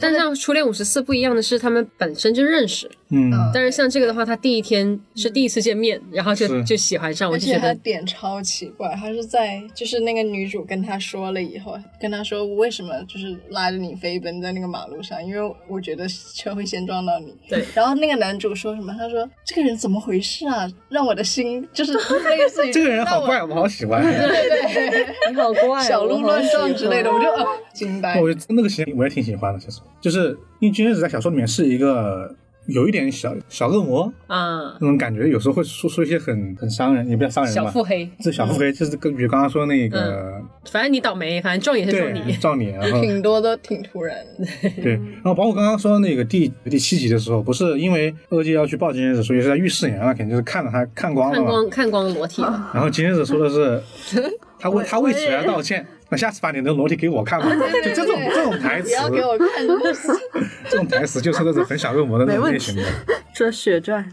[SPEAKER 1] 但是像初恋五十四不一样的是，他们本身就认识，
[SPEAKER 2] 嗯，
[SPEAKER 4] 嗯
[SPEAKER 1] 但是像这个的话，他第一天是
[SPEAKER 3] 嗯
[SPEAKER 1] 第一次见面，然后就是就喜欢上，我
[SPEAKER 4] 而
[SPEAKER 1] 就
[SPEAKER 4] 且
[SPEAKER 1] 觉
[SPEAKER 4] 他
[SPEAKER 1] 得
[SPEAKER 4] 点超奇怪，他是在就是那个女主跟他说了以后，跟他说我为什么就是拉着你飞奔在那个马路上，因为我觉得车会先撞到你。
[SPEAKER 1] 对
[SPEAKER 4] 然后那个男主说什么？他说这个人怎么回事啊？让我的心就是类似于
[SPEAKER 2] 这个人好怪，
[SPEAKER 4] 让我。
[SPEAKER 2] 我好喜欢。
[SPEAKER 4] 对对对，
[SPEAKER 3] 你好怪哦，
[SPEAKER 4] 小鹿乱撞之
[SPEAKER 3] *laughs*
[SPEAKER 4] 类的，
[SPEAKER 3] 我
[SPEAKER 4] 我
[SPEAKER 3] 好
[SPEAKER 4] 就啊惊呆。
[SPEAKER 2] *laughs* 我那个其实我也挺喜欢的，其实就是因为金日子在小说里面是一个有一点小小恶魔
[SPEAKER 1] 啊，
[SPEAKER 2] 那种感觉，有时候会说说一些很很伤人，也不叫伤人
[SPEAKER 1] 小
[SPEAKER 2] 吧。
[SPEAKER 1] 腹黑，
[SPEAKER 2] 这小腹黑就是跟与刚刚说那个、
[SPEAKER 1] 反正你倒霉，反正撞也是撞
[SPEAKER 2] 对
[SPEAKER 1] 你， *laughs*
[SPEAKER 2] 照你，然后
[SPEAKER 4] 挺多都挺突然的，
[SPEAKER 2] 对，然后包括刚刚说那个第第七集的时候，不是因为二季要去报金日子，所以是在浴室里面，那肯定就是看了他看光了
[SPEAKER 1] 看
[SPEAKER 2] 嘛。
[SPEAKER 1] 光看光裸体
[SPEAKER 3] 啊
[SPEAKER 1] 了，
[SPEAKER 2] 然后金日子说
[SPEAKER 1] *laughs*
[SPEAKER 2] 的是，他为他为此而道歉。那下次把你的裸体给我看
[SPEAKER 1] 啊
[SPEAKER 2] 吧，就这种这种台
[SPEAKER 4] 不
[SPEAKER 2] 词，
[SPEAKER 4] 要给我看
[SPEAKER 2] 这种台词就是那种很小恶魔的那种类型的。
[SPEAKER 3] 这血赚，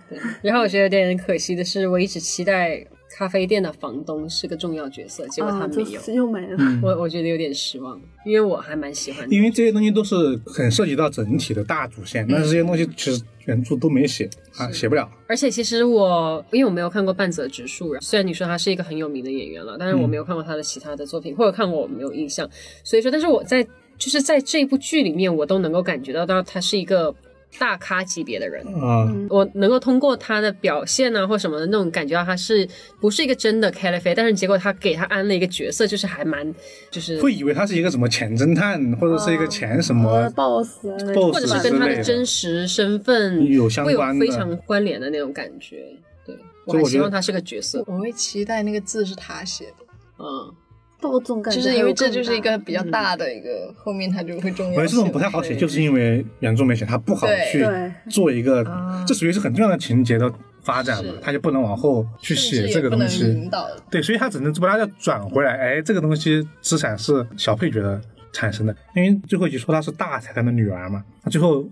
[SPEAKER 1] 然后我觉得有点可惜的是，我一直期待咖啡店的房东是个重要角色，结果他
[SPEAKER 3] 啊，
[SPEAKER 1] 没
[SPEAKER 3] 就
[SPEAKER 1] 有，
[SPEAKER 3] 是又没了。
[SPEAKER 2] 嗯，
[SPEAKER 1] 我我觉得有点失望，因为我还蛮喜欢的，
[SPEAKER 2] 因为这些东西都是很涉及到整体的大主线，但是这
[SPEAKER 1] 嗯
[SPEAKER 2] 些东西其实原著都没写啊，写不了。
[SPEAKER 1] 而且其实我因为我没有看过半泽直树，虽然你说他是一个很有名的演员了，但是
[SPEAKER 2] 嗯
[SPEAKER 1] 我没有看过他的其他的作品，或者看过我没有印象。所以说，但是我在就是在这部剧里面，我都能够感觉到到他是一个大咖级别的人。
[SPEAKER 2] 啊、
[SPEAKER 1] 我能够通过他的表现啊，或什么的那种感觉到他是不是一个真的 c a l i f a 但是结果他给他安了一个角色，就是还蛮就是
[SPEAKER 2] 会以为他是一个什么前侦探，或者是一个前什么
[SPEAKER 1] 呃
[SPEAKER 3] 啊 boss 啊那种
[SPEAKER 2] boss
[SPEAKER 1] 或者是
[SPEAKER 2] 之
[SPEAKER 1] 跟他
[SPEAKER 2] 类
[SPEAKER 1] 的真实身份
[SPEAKER 2] 有相
[SPEAKER 1] 会有
[SPEAKER 2] 关的
[SPEAKER 1] 非常关联的那种感觉。对，我
[SPEAKER 2] 所以
[SPEAKER 1] 还
[SPEAKER 2] 我觉
[SPEAKER 1] 希
[SPEAKER 2] 得
[SPEAKER 1] 望他是个角色，
[SPEAKER 4] 我会期待那个字是他写的。
[SPEAKER 1] 嗯。
[SPEAKER 3] 但 *laughs* 我总感觉
[SPEAKER 4] 就是因为这就是一
[SPEAKER 3] 还有
[SPEAKER 4] 个比较大的一个，后面它就会重要性。
[SPEAKER 2] 我觉得这种不太好写，就是因为原著没写，它不好
[SPEAKER 4] 对
[SPEAKER 2] 去
[SPEAKER 3] 对
[SPEAKER 2] 做一个，这属于是很重要的情节的发展嘛
[SPEAKER 4] 是，
[SPEAKER 2] 他就不能往后去
[SPEAKER 4] 甚
[SPEAKER 2] 写
[SPEAKER 4] 至
[SPEAKER 2] 这个
[SPEAKER 4] 也不
[SPEAKER 2] 东
[SPEAKER 4] 能
[SPEAKER 2] 西。
[SPEAKER 4] 引导
[SPEAKER 2] 对，所以他只能把它转回来。哎，这个东西资产是小配角的产生的，因为最后一集说她是大财团的女儿嘛，她最后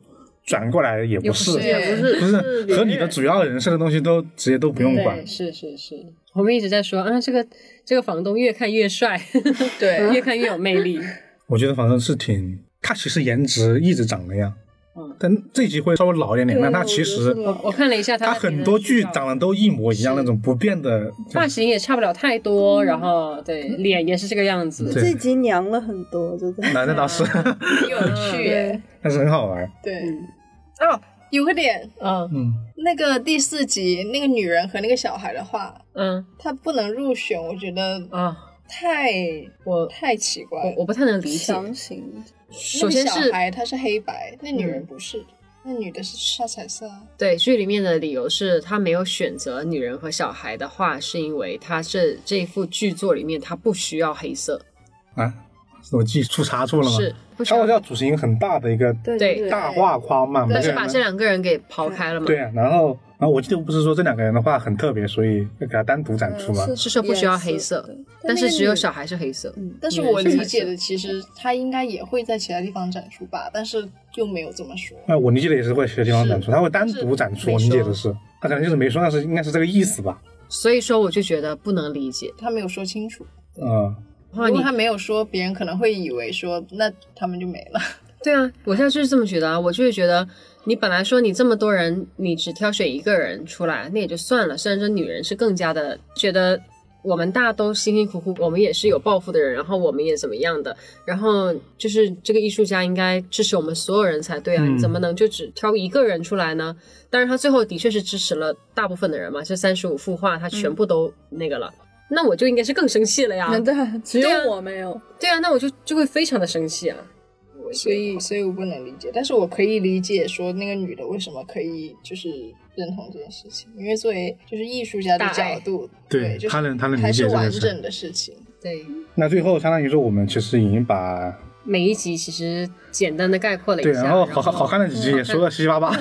[SPEAKER 2] 转过来也不是，
[SPEAKER 4] 也
[SPEAKER 3] 也不是
[SPEAKER 2] 不
[SPEAKER 3] 是别
[SPEAKER 2] 和你的
[SPEAKER 3] 人
[SPEAKER 2] 主要人设的东西都直接都不用管
[SPEAKER 1] 对，。是是是，我们一直在说，啊，这个这个房东越看越帅，
[SPEAKER 4] 对
[SPEAKER 1] *laughs* 越看越有魅力。
[SPEAKER 2] 我觉得反正是挺，她其实颜值一直长那样，
[SPEAKER 1] 嗯
[SPEAKER 2] 但这一集会稍微老一点点，
[SPEAKER 3] 对
[SPEAKER 2] 但她
[SPEAKER 3] 我觉
[SPEAKER 2] 其
[SPEAKER 3] 得
[SPEAKER 2] 实
[SPEAKER 3] 是
[SPEAKER 1] 我我看了一下
[SPEAKER 2] 她
[SPEAKER 1] 他
[SPEAKER 2] 很多剧长得都一模一样，
[SPEAKER 1] 是
[SPEAKER 2] 那种不变的。
[SPEAKER 1] 发型也差不了太多，然后对脸也是这个样子。
[SPEAKER 2] 对
[SPEAKER 3] 这集娘了很多，就在
[SPEAKER 2] 那那倒是，
[SPEAKER 4] 有趣耶，
[SPEAKER 2] *laughs* 但是很好玩。
[SPEAKER 4] 对
[SPEAKER 1] 嗯
[SPEAKER 4] 哦，有个点，
[SPEAKER 1] 嗯
[SPEAKER 2] 嗯，
[SPEAKER 4] 那个第四集那个女人和那个小孩的话，
[SPEAKER 1] 嗯
[SPEAKER 4] 她不能入选，我觉得
[SPEAKER 1] 啊，
[SPEAKER 4] 太
[SPEAKER 1] 我
[SPEAKER 4] 太奇怪
[SPEAKER 1] 我
[SPEAKER 4] 了。
[SPEAKER 1] 我不太能理解。
[SPEAKER 3] 强行
[SPEAKER 1] 首先
[SPEAKER 4] 那个
[SPEAKER 1] 是
[SPEAKER 4] 小孩她是黑白，那女人不是，那女的是刷彩色啊。
[SPEAKER 1] 对剧里面的理由是他没有选择女人和小孩的话，是因为他这这一部剧作里面他不需要黑色，
[SPEAKER 2] 啊，是我记出差错了吗？
[SPEAKER 1] 是不需
[SPEAKER 2] 他们
[SPEAKER 1] 要，
[SPEAKER 2] 要组成一个很大的一个
[SPEAKER 3] 对
[SPEAKER 1] 对
[SPEAKER 3] 对
[SPEAKER 2] 大画框嘛，每
[SPEAKER 1] 但
[SPEAKER 2] 个
[SPEAKER 1] 是
[SPEAKER 2] 人
[SPEAKER 1] 把
[SPEAKER 2] 呢
[SPEAKER 1] 这两个人给刨开了嘛。
[SPEAKER 2] 对啊，然后然后我记得不是说这两个人的话很特别，所以要给他单独展
[SPEAKER 3] 嗯
[SPEAKER 2] 出嘛。
[SPEAKER 1] 嗯是说不需要黑色，
[SPEAKER 3] 对
[SPEAKER 1] 但
[SPEAKER 4] 那
[SPEAKER 1] 是
[SPEAKER 4] 个
[SPEAKER 1] 只有
[SPEAKER 4] 女
[SPEAKER 1] 小孩是黑色。
[SPEAKER 3] 嗯，
[SPEAKER 4] 但是
[SPEAKER 1] 女人
[SPEAKER 4] 我
[SPEAKER 1] 是彩
[SPEAKER 4] 理
[SPEAKER 1] 色
[SPEAKER 4] 解的，其实她应该也会在其他地方展出吧，但是又没有这么说。
[SPEAKER 2] 那我理解的也是会写地方展出，
[SPEAKER 4] 是
[SPEAKER 2] 他会单独展
[SPEAKER 4] 是
[SPEAKER 2] 出。
[SPEAKER 4] 没
[SPEAKER 2] 我
[SPEAKER 4] 说
[SPEAKER 2] 理解的是，他可能就是没说，但是应该是这个意思吧？
[SPEAKER 1] 所以说我就觉得不能理解。
[SPEAKER 4] 她没有说清楚，
[SPEAKER 2] 嗯，
[SPEAKER 1] 然后
[SPEAKER 4] 如
[SPEAKER 1] 你
[SPEAKER 4] 果她没有说，别人可能会以为说那他们就没了。
[SPEAKER 1] 对啊，我现在就是这么觉得啊，我就是觉得你本来说你这么多人，你只挑选一个人出来，那也就算了。虽然说女人是更加的觉得我们大家都辛辛苦苦，我们也是有抱负的人，然后我们也怎么样的，然后就是这个艺术家应该支持我们所有人才对啊，
[SPEAKER 2] 嗯
[SPEAKER 1] 你怎么能就只挑一个人出来呢？但是他最后的确是支持了大部分的人嘛，这三十五幅画他
[SPEAKER 4] 嗯
[SPEAKER 1] 全部都那个了，那我就应该是更生气了呀。
[SPEAKER 3] *laughs* 对啊，只有
[SPEAKER 1] 对啊
[SPEAKER 3] 我没有。
[SPEAKER 1] 对啊，那我就就会非常的生气啊。
[SPEAKER 4] 所以，所以我不能理解，但是我可以理解说那个女的为什么可以就是认同这件事情，因为作为就是艺术家的
[SPEAKER 1] 大爱
[SPEAKER 4] 角度，
[SPEAKER 2] 对
[SPEAKER 4] 对，就是
[SPEAKER 2] 她能她能理解
[SPEAKER 4] 还是
[SPEAKER 2] 这个
[SPEAKER 4] 完
[SPEAKER 2] 事
[SPEAKER 4] 整的事情，
[SPEAKER 1] 对。
[SPEAKER 2] 那最后相当于说我们其实已经把
[SPEAKER 1] 每一集其实简单的概括了一
[SPEAKER 2] 对，
[SPEAKER 1] 下，
[SPEAKER 2] 然后好好好看的几集也说了七
[SPEAKER 1] *laughs*
[SPEAKER 2] 七八八。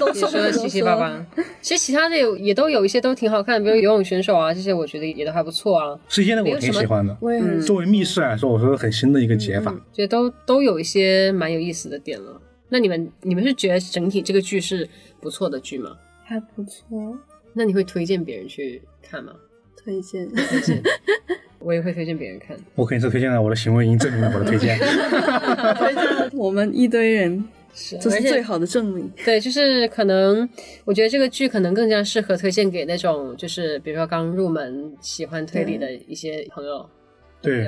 [SPEAKER 1] 都说的七七八八。其实其他的有也都有一些都挺好看的，比如游泳选手啊这些，我觉得也都还不错啊，
[SPEAKER 2] 是现在
[SPEAKER 1] 没
[SPEAKER 2] 我
[SPEAKER 1] 有
[SPEAKER 2] 挺
[SPEAKER 1] 什么
[SPEAKER 2] 喜欢的。
[SPEAKER 3] 我也
[SPEAKER 1] 嗯
[SPEAKER 3] 很
[SPEAKER 2] 作为密室来说，我说很新的一个解法。
[SPEAKER 1] 觉得都都有一些蛮有意思的点了。那你们你们是觉得整体这个剧是不错的剧吗？
[SPEAKER 3] 还不错，
[SPEAKER 1] 那你会推荐别人去看吗？
[SPEAKER 3] 推荐。
[SPEAKER 1] 嗯我也会推荐别人看。
[SPEAKER 2] *laughs* 我肯定是推荐了，我的行为已经证明了我的
[SPEAKER 1] *laughs*
[SPEAKER 2] 推荐。
[SPEAKER 3] 推荐我们一堆人，
[SPEAKER 1] 是啊
[SPEAKER 3] 这
[SPEAKER 1] 而
[SPEAKER 3] 是
[SPEAKER 1] 且
[SPEAKER 3] 最好的证明。
[SPEAKER 1] 对，就是可能，我觉得这个剧可能更加适合推荐给那种，就是比如说刚入门、喜欢推理的一些朋友。
[SPEAKER 2] 对，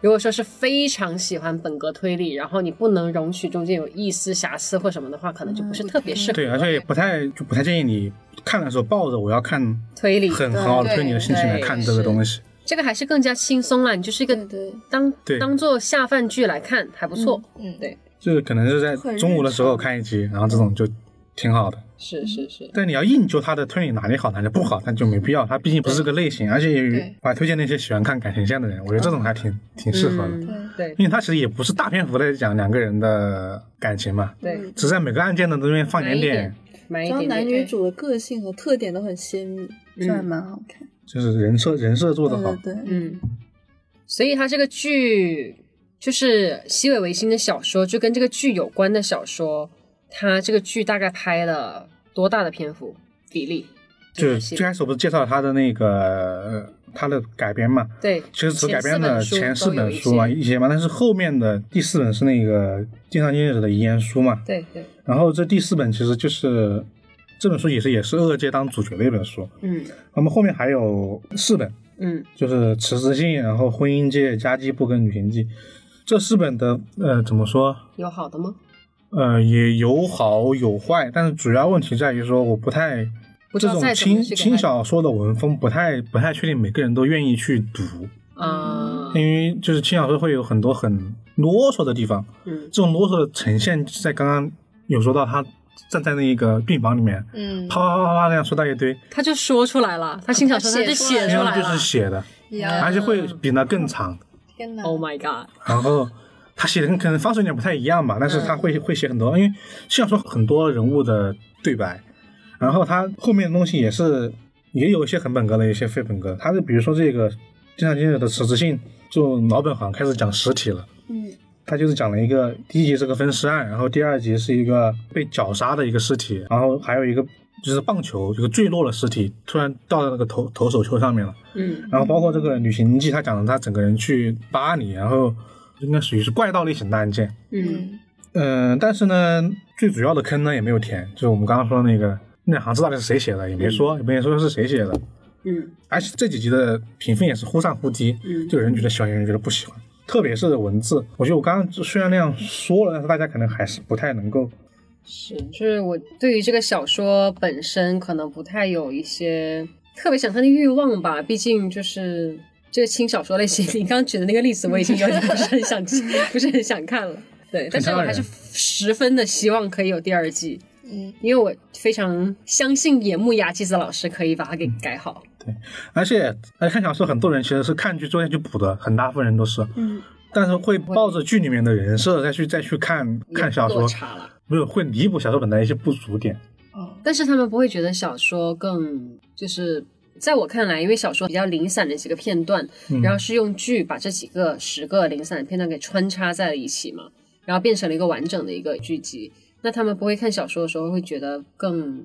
[SPEAKER 1] 如果说是非常喜欢本格推理，然后你不能容许中间有一丝瑕疵或什么的话，可能就
[SPEAKER 3] 嗯
[SPEAKER 1] 不是特别适合
[SPEAKER 2] 对，而且也不太就不太建议你看的时候抱着我要看
[SPEAKER 1] 推理。
[SPEAKER 2] 很好的推你的心情来看这个东西。
[SPEAKER 1] 这个还是更加轻松啦，你就是一个
[SPEAKER 3] 对对，
[SPEAKER 1] 当
[SPEAKER 2] 对
[SPEAKER 1] 当做下饭剧来看，还不错。
[SPEAKER 4] 嗯，
[SPEAKER 1] 对，
[SPEAKER 2] 就是可能是在中午的时候看一集，然后这种就挺好的。
[SPEAKER 1] 是是是，
[SPEAKER 2] 但你要硬究它的推理哪里好哪里不好，那就没必要。它毕竟不是这个类型，而且也有
[SPEAKER 4] 对
[SPEAKER 2] 我还推荐那些喜欢看感情线的人，我觉得这种还挺挺适合的。
[SPEAKER 1] 嗯对
[SPEAKER 2] 因为它其实也不是大篇幅的讲两个人的感情嘛，
[SPEAKER 1] 对，
[SPEAKER 2] 只是在每个案件的中间放
[SPEAKER 1] 买
[SPEAKER 2] 点
[SPEAKER 1] 一
[SPEAKER 2] 点
[SPEAKER 1] 点，，买一
[SPEAKER 3] 嗯主要
[SPEAKER 1] 点
[SPEAKER 3] 男
[SPEAKER 1] 点
[SPEAKER 3] 女主的个性和特点都很鲜明，这还蛮好看。
[SPEAKER 2] 就是人设人设做
[SPEAKER 3] 对
[SPEAKER 2] 得好
[SPEAKER 3] 对。对，
[SPEAKER 1] 嗯，所以他这个剧就是西尾维新的小说，就跟这个剧有关的小说，他这个剧大概拍了多大的篇幅比例？
[SPEAKER 2] 就是
[SPEAKER 1] 哪些
[SPEAKER 2] 最开始我不是介绍他的那个呃他的改编嘛，
[SPEAKER 1] 对，
[SPEAKER 2] 其实只
[SPEAKER 1] 前
[SPEAKER 2] 改
[SPEAKER 1] 四
[SPEAKER 2] 编了
[SPEAKER 1] 本书
[SPEAKER 2] 前四
[SPEAKER 1] 都有
[SPEAKER 2] 本
[SPEAKER 1] 一
[SPEAKER 2] 书嘛
[SPEAKER 1] 些
[SPEAKER 2] 一些嘛，但是后面的第四本是那个《地上今日的遗言书》嘛，
[SPEAKER 1] 对对，
[SPEAKER 2] 然后这第四本其实就是这本书也是也是恶界当主角的一本书，
[SPEAKER 1] 嗯
[SPEAKER 2] 那么后面还有四本，
[SPEAKER 1] 嗯
[SPEAKER 2] 就是辞职信，然后婚姻界、家计簿跟旅行记，这四本的呃怎么说
[SPEAKER 1] 有好的吗？
[SPEAKER 2] 呃也有好有坏，但是主要问题在于说我不太。
[SPEAKER 1] 不知
[SPEAKER 2] 这
[SPEAKER 1] 道
[SPEAKER 2] 种
[SPEAKER 1] 再怎么
[SPEAKER 2] 轻
[SPEAKER 1] 去给
[SPEAKER 2] 轻
[SPEAKER 1] 他
[SPEAKER 2] 小说的文风不太不太确定每个人都愿意去读，
[SPEAKER 1] 啊，
[SPEAKER 2] 因为就是轻小说会有很多很啰嗦的地方。
[SPEAKER 1] 嗯
[SPEAKER 2] 这种啰嗦的呈现，在刚刚有说到他站在那个病房里面，
[SPEAKER 4] 嗯，
[SPEAKER 2] 啪啪啪啪啪那样说到一堆，
[SPEAKER 1] 他就说出来了，他欣赏说他
[SPEAKER 4] 他
[SPEAKER 1] 就
[SPEAKER 4] 写
[SPEAKER 1] 写
[SPEAKER 4] 出
[SPEAKER 1] 出
[SPEAKER 4] 来
[SPEAKER 2] 那
[SPEAKER 1] 来
[SPEAKER 2] 样就
[SPEAKER 1] 了
[SPEAKER 2] 是写的，
[SPEAKER 4] 呀，
[SPEAKER 2] 而且会比那更长。
[SPEAKER 4] 天哪，
[SPEAKER 1] ，Oh my god，
[SPEAKER 2] 然后他写的跟可能方式有点不太一样吧，但是他会会写很多，因为轻小说很多人物的对白，然后它后面的东西也是也有一些很本科的，一些非本科。它是比如说这个经常接着的实质性，就老本行开始讲实体了。
[SPEAKER 3] 嗯，
[SPEAKER 2] 它就是讲了一个第一集是个分尸案，然后第二集是一个被绞杀的一个尸体，然后还有一个就是棒球一个坠落的尸体突然掉到那个投投手球上面了。
[SPEAKER 1] 嗯，
[SPEAKER 2] 然后包括这个旅行记，他讲了他整个人去巴黎，然后应该属于是怪盗类型的案件。
[SPEAKER 1] 嗯，
[SPEAKER 2] 嗯、但是呢，最主要的坑呢也没有填，就是我们刚刚说的那个那行字到底是谁写的，也没说，也没说是谁写的。
[SPEAKER 1] 嗯，
[SPEAKER 2] 而且这几集的评分也是忽上忽低，
[SPEAKER 1] 嗯
[SPEAKER 2] 就有人觉得喜欢，有人觉得不喜欢。特别是文字，我觉得我刚刚虽然那样说了，但是大家可能还是不太能够，
[SPEAKER 1] 是，就是我对于这个小说本身可能不太有一些特别想看的欲望吧，毕竟就是这个轻小说类型，你刚刚举的那个例子，我已经有点不是很想，不是很想看了。对，但是我还是十分的希望可以有第二季，
[SPEAKER 4] 嗯，
[SPEAKER 1] 因为我非常相信野木雅纪子老师可以把它给改好。
[SPEAKER 2] 而且而且看小说很多人其实是看剧之后再去补的，很大部分人都是，
[SPEAKER 3] 嗯，
[SPEAKER 2] 但是会抱着剧里面的人设再去再去看看小说
[SPEAKER 1] 落，差了。
[SPEAKER 2] 没有会弥补小说本来一些不足点。
[SPEAKER 4] 哦，
[SPEAKER 1] 但是他们不会觉得小说更就是。在我看来，因为小说比较零散的几个片段，
[SPEAKER 2] 嗯
[SPEAKER 1] 然后是用剧把这几个十个零散的片段给穿插在了一起嘛，然后变成了一个完整的一个剧集。那他们不会看小说的时候会觉得更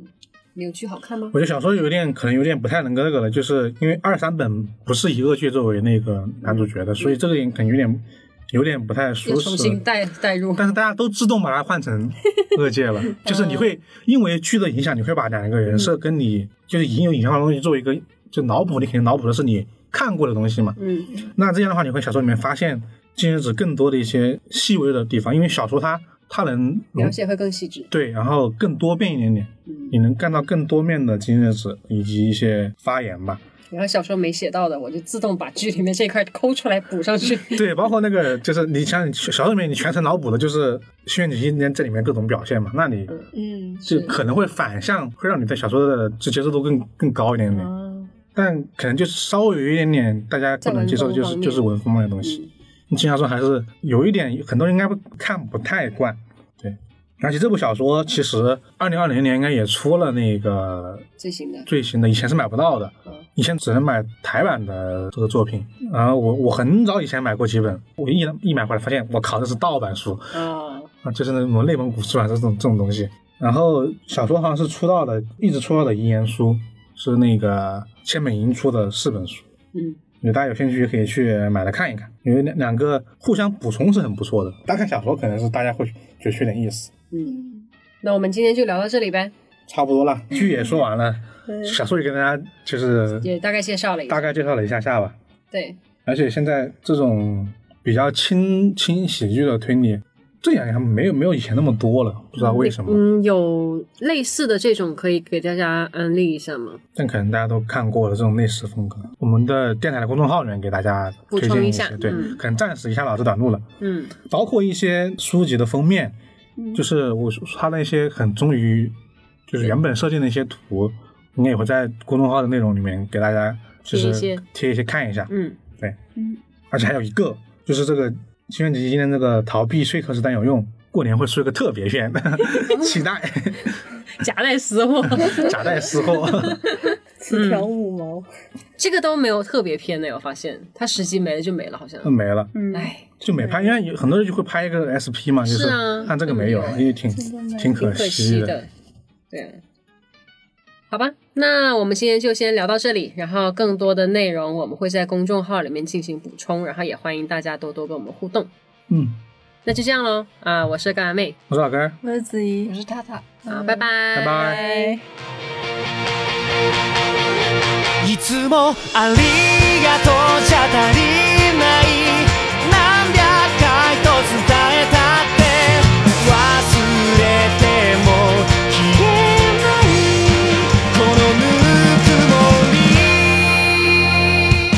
[SPEAKER 1] 没有剧好看吗？
[SPEAKER 2] 我觉得小说有点可能有点不太能够那个了，就是因为二三本不是以恶剧作为那个男主角的，所以这个也可能有点有点不太
[SPEAKER 1] 又
[SPEAKER 2] 舒
[SPEAKER 1] 重新
[SPEAKER 2] 适。
[SPEAKER 1] 带带入，
[SPEAKER 2] 但是大家都自动把它换成恶界
[SPEAKER 1] *laughs*
[SPEAKER 2] 了，就是你会因为剧的影响，你会把两个人
[SPEAKER 1] 嗯
[SPEAKER 2] 设跟你就是已经有影像的东西做一个就脑补，你肯定脑补的是你看过的东西嘛。
[SPEAKER 1] 嗯
[SPEAKER 2] 那这样的话，你会小说里面发现今日子更多的一些细微的地方，因为小说它它能
[SPEAKER 1] 描写会更细致。
[SPEAKER 2] 对，然后更多变一点点，
[SPEAKER 1] 嗯
[SPEAKER 2] 你能看到更多面的今日子以及一些发言吧。
[SPEAKER 1] 然后小说没写到的，我就自动把剧里面这一块抠出来补上去。
[SPEAKER 2] 对，包括那个就是你像你小说里面你全程脑补的就是轩辕今天这里面各种表现嘛，那你
[SPEAKER 4] 嗯，
[SPEAKER 2] 就可能会反向会让你对小说的就接受度更更高一点点，
[SPEAKER 1] 啊，
[SPEAKER 2] 但可能就稍微有一点点大家不能接受的就是
[SPEAKER 1] 在文风方面
[SPEAKER 2] 就是文风方面的东西。
[SPEAKER 1] 嗯，
[SPEAKER 2] 你经常说还是有一点，很多人应该不看不太惯。对，而且这部小说其实二零二零年应该也出了那个
[SPEAKER 1] 最新的，
[SPEAKER 2] 最新的，以前是买不到的
[SPEAKER 1] 嗯，
[SPEAKER 2] 以前只能买台版的这个作品。然后我我很早以前买过几本，我一一买回来发现，我靠，这是盗版书
[SPEAKER 1] 啊，
[SPEAKER 2] 啊，就是那种内蒙古出版社这种这种东西。然后小说好像是出道的，一直出道的遗言书是那个千本樱出的四本书。
[SPEAKER 1] 嗯
[SPEAKER 2] 有大家有兴趣可以去买来看一看，因为两两个互相补充是很不错的。单看小说可能是大家会觉得有点意思，
[SPEAKER 1] 嗯。那我们今天就聊到这里呗，
[SPEAKER 2] 差不多了。剧也说完了，
[SPEAKER 3] 对，
[SPEAKER 2] 小说也跟大家就是
[SPEAKER 1] 嗯也大概介绍了一下。
[SPEAKER 2] 大概介绍了一下下吧。
[SPEAKER 1] 对，
[SPEAKER 2] 而且现在这种比较轻轻喜剧的推理，这两年还没有没有以前那么多了，不知道为什么，
[SPEAKER 1] 嗯，有类似的这种可以给大家安利一下吗？
[SPEAKER 2] 但可能大家都看过了这种类似风格。我们的电台的公众号里面给大家
[SPEAKER 1] 补
[SPEAKER 2] 推
[SPEAKER 1] 充
[SPEAKER 2] 荐
[SPEAKER 1] 一
[SPEAKER 2] 些
[SPEAKER 1] 下，
[SPEAKER 2] 对，
[SPEAKER 1] 嗯
[SPEAKER 2] 可能暂时一下老子短路了。
[SPEAKER 1] 嗯
[SPEAKER 2] 包括一些书籍的封面，就是我说它那些很忠于就是原本设定的一些图，应该也会在公众号的内容里面给大家就
[SPEAKER 1] 贴一
[SPEAKER 2] 是
[SPEAKER 1] 些
[SPEAKER 2] 贴一些看一下。
[SPEAKER 1] 嗯
[SPEAKER 2] 而且还有一个就是这个新垣结衣今天这个逃避睡壳时但有用，过年会出一个特别篇， *laughs*
[SPEAKER 1] *laughs*
[SPEAKER 2] 期待 *laughs*
[SPEAKER 1] 夹带私货，
[SPEAKER 2] 夹带私货。 *laughs*
[SPEAKER 3] 此条五毛，
[SPEAKER 1] *laughs* 这个都没有特别偏的，我发现它十集没了就没了，好像
[SPEAKER 2] 那。没了，
[SPEAKER 3] 嗯，
[SPEAKER 1] 哎，
[SPEAKER 2] 就没拍，因为有很多人就会拍一个 SP 嘛，就是
[SPEAKER 1] 啊
[SPEAKER 2] 但这个没有，
[SPEAKER 1] 嗯
[SPEAKER 2] 也挺
[SPEAKER 4] 真的没
[SPEAKER 2] 挺
[SPEAKER 1] 挺
[SPEAKER 2] 可
[SPEAKER 1] 可惜
[SPEAKER 2] 嗯的。
[SPEAKER 1] 的。对，啊好吧，那我们今天就先聊到这里，然后更多的内容我们会在公众号里面进行补充，然后也欢迎大家多多跟我们互动。
[SPEAKER 2] 嗯，
[SPEAKER 1] 那就这样喽，啊、我是甘蓝妹，
[SPEAKER 2] 我是老根儿，
[SPEAKER 3] 我是子怡
[SPEAKER 4] 我，是塔塔。
[SPEAKER 1] 啊，拜拜，
[SPEAKER 2] 拜拜。
[SPEAKER 1] 哎
[SPEAKER 3] 拜。
[SPEAKER 5] いつもありがとうじゃ足りない何百回と伝えたって忘れても消えないこのぬくもり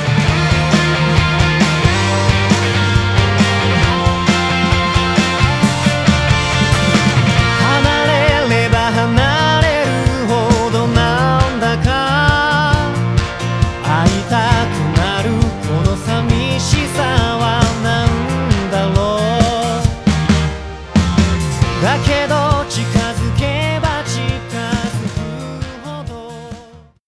[SPEAKER 5] 離れれば離れるほどなんだか会いたくなるこの寂しさはなんだけど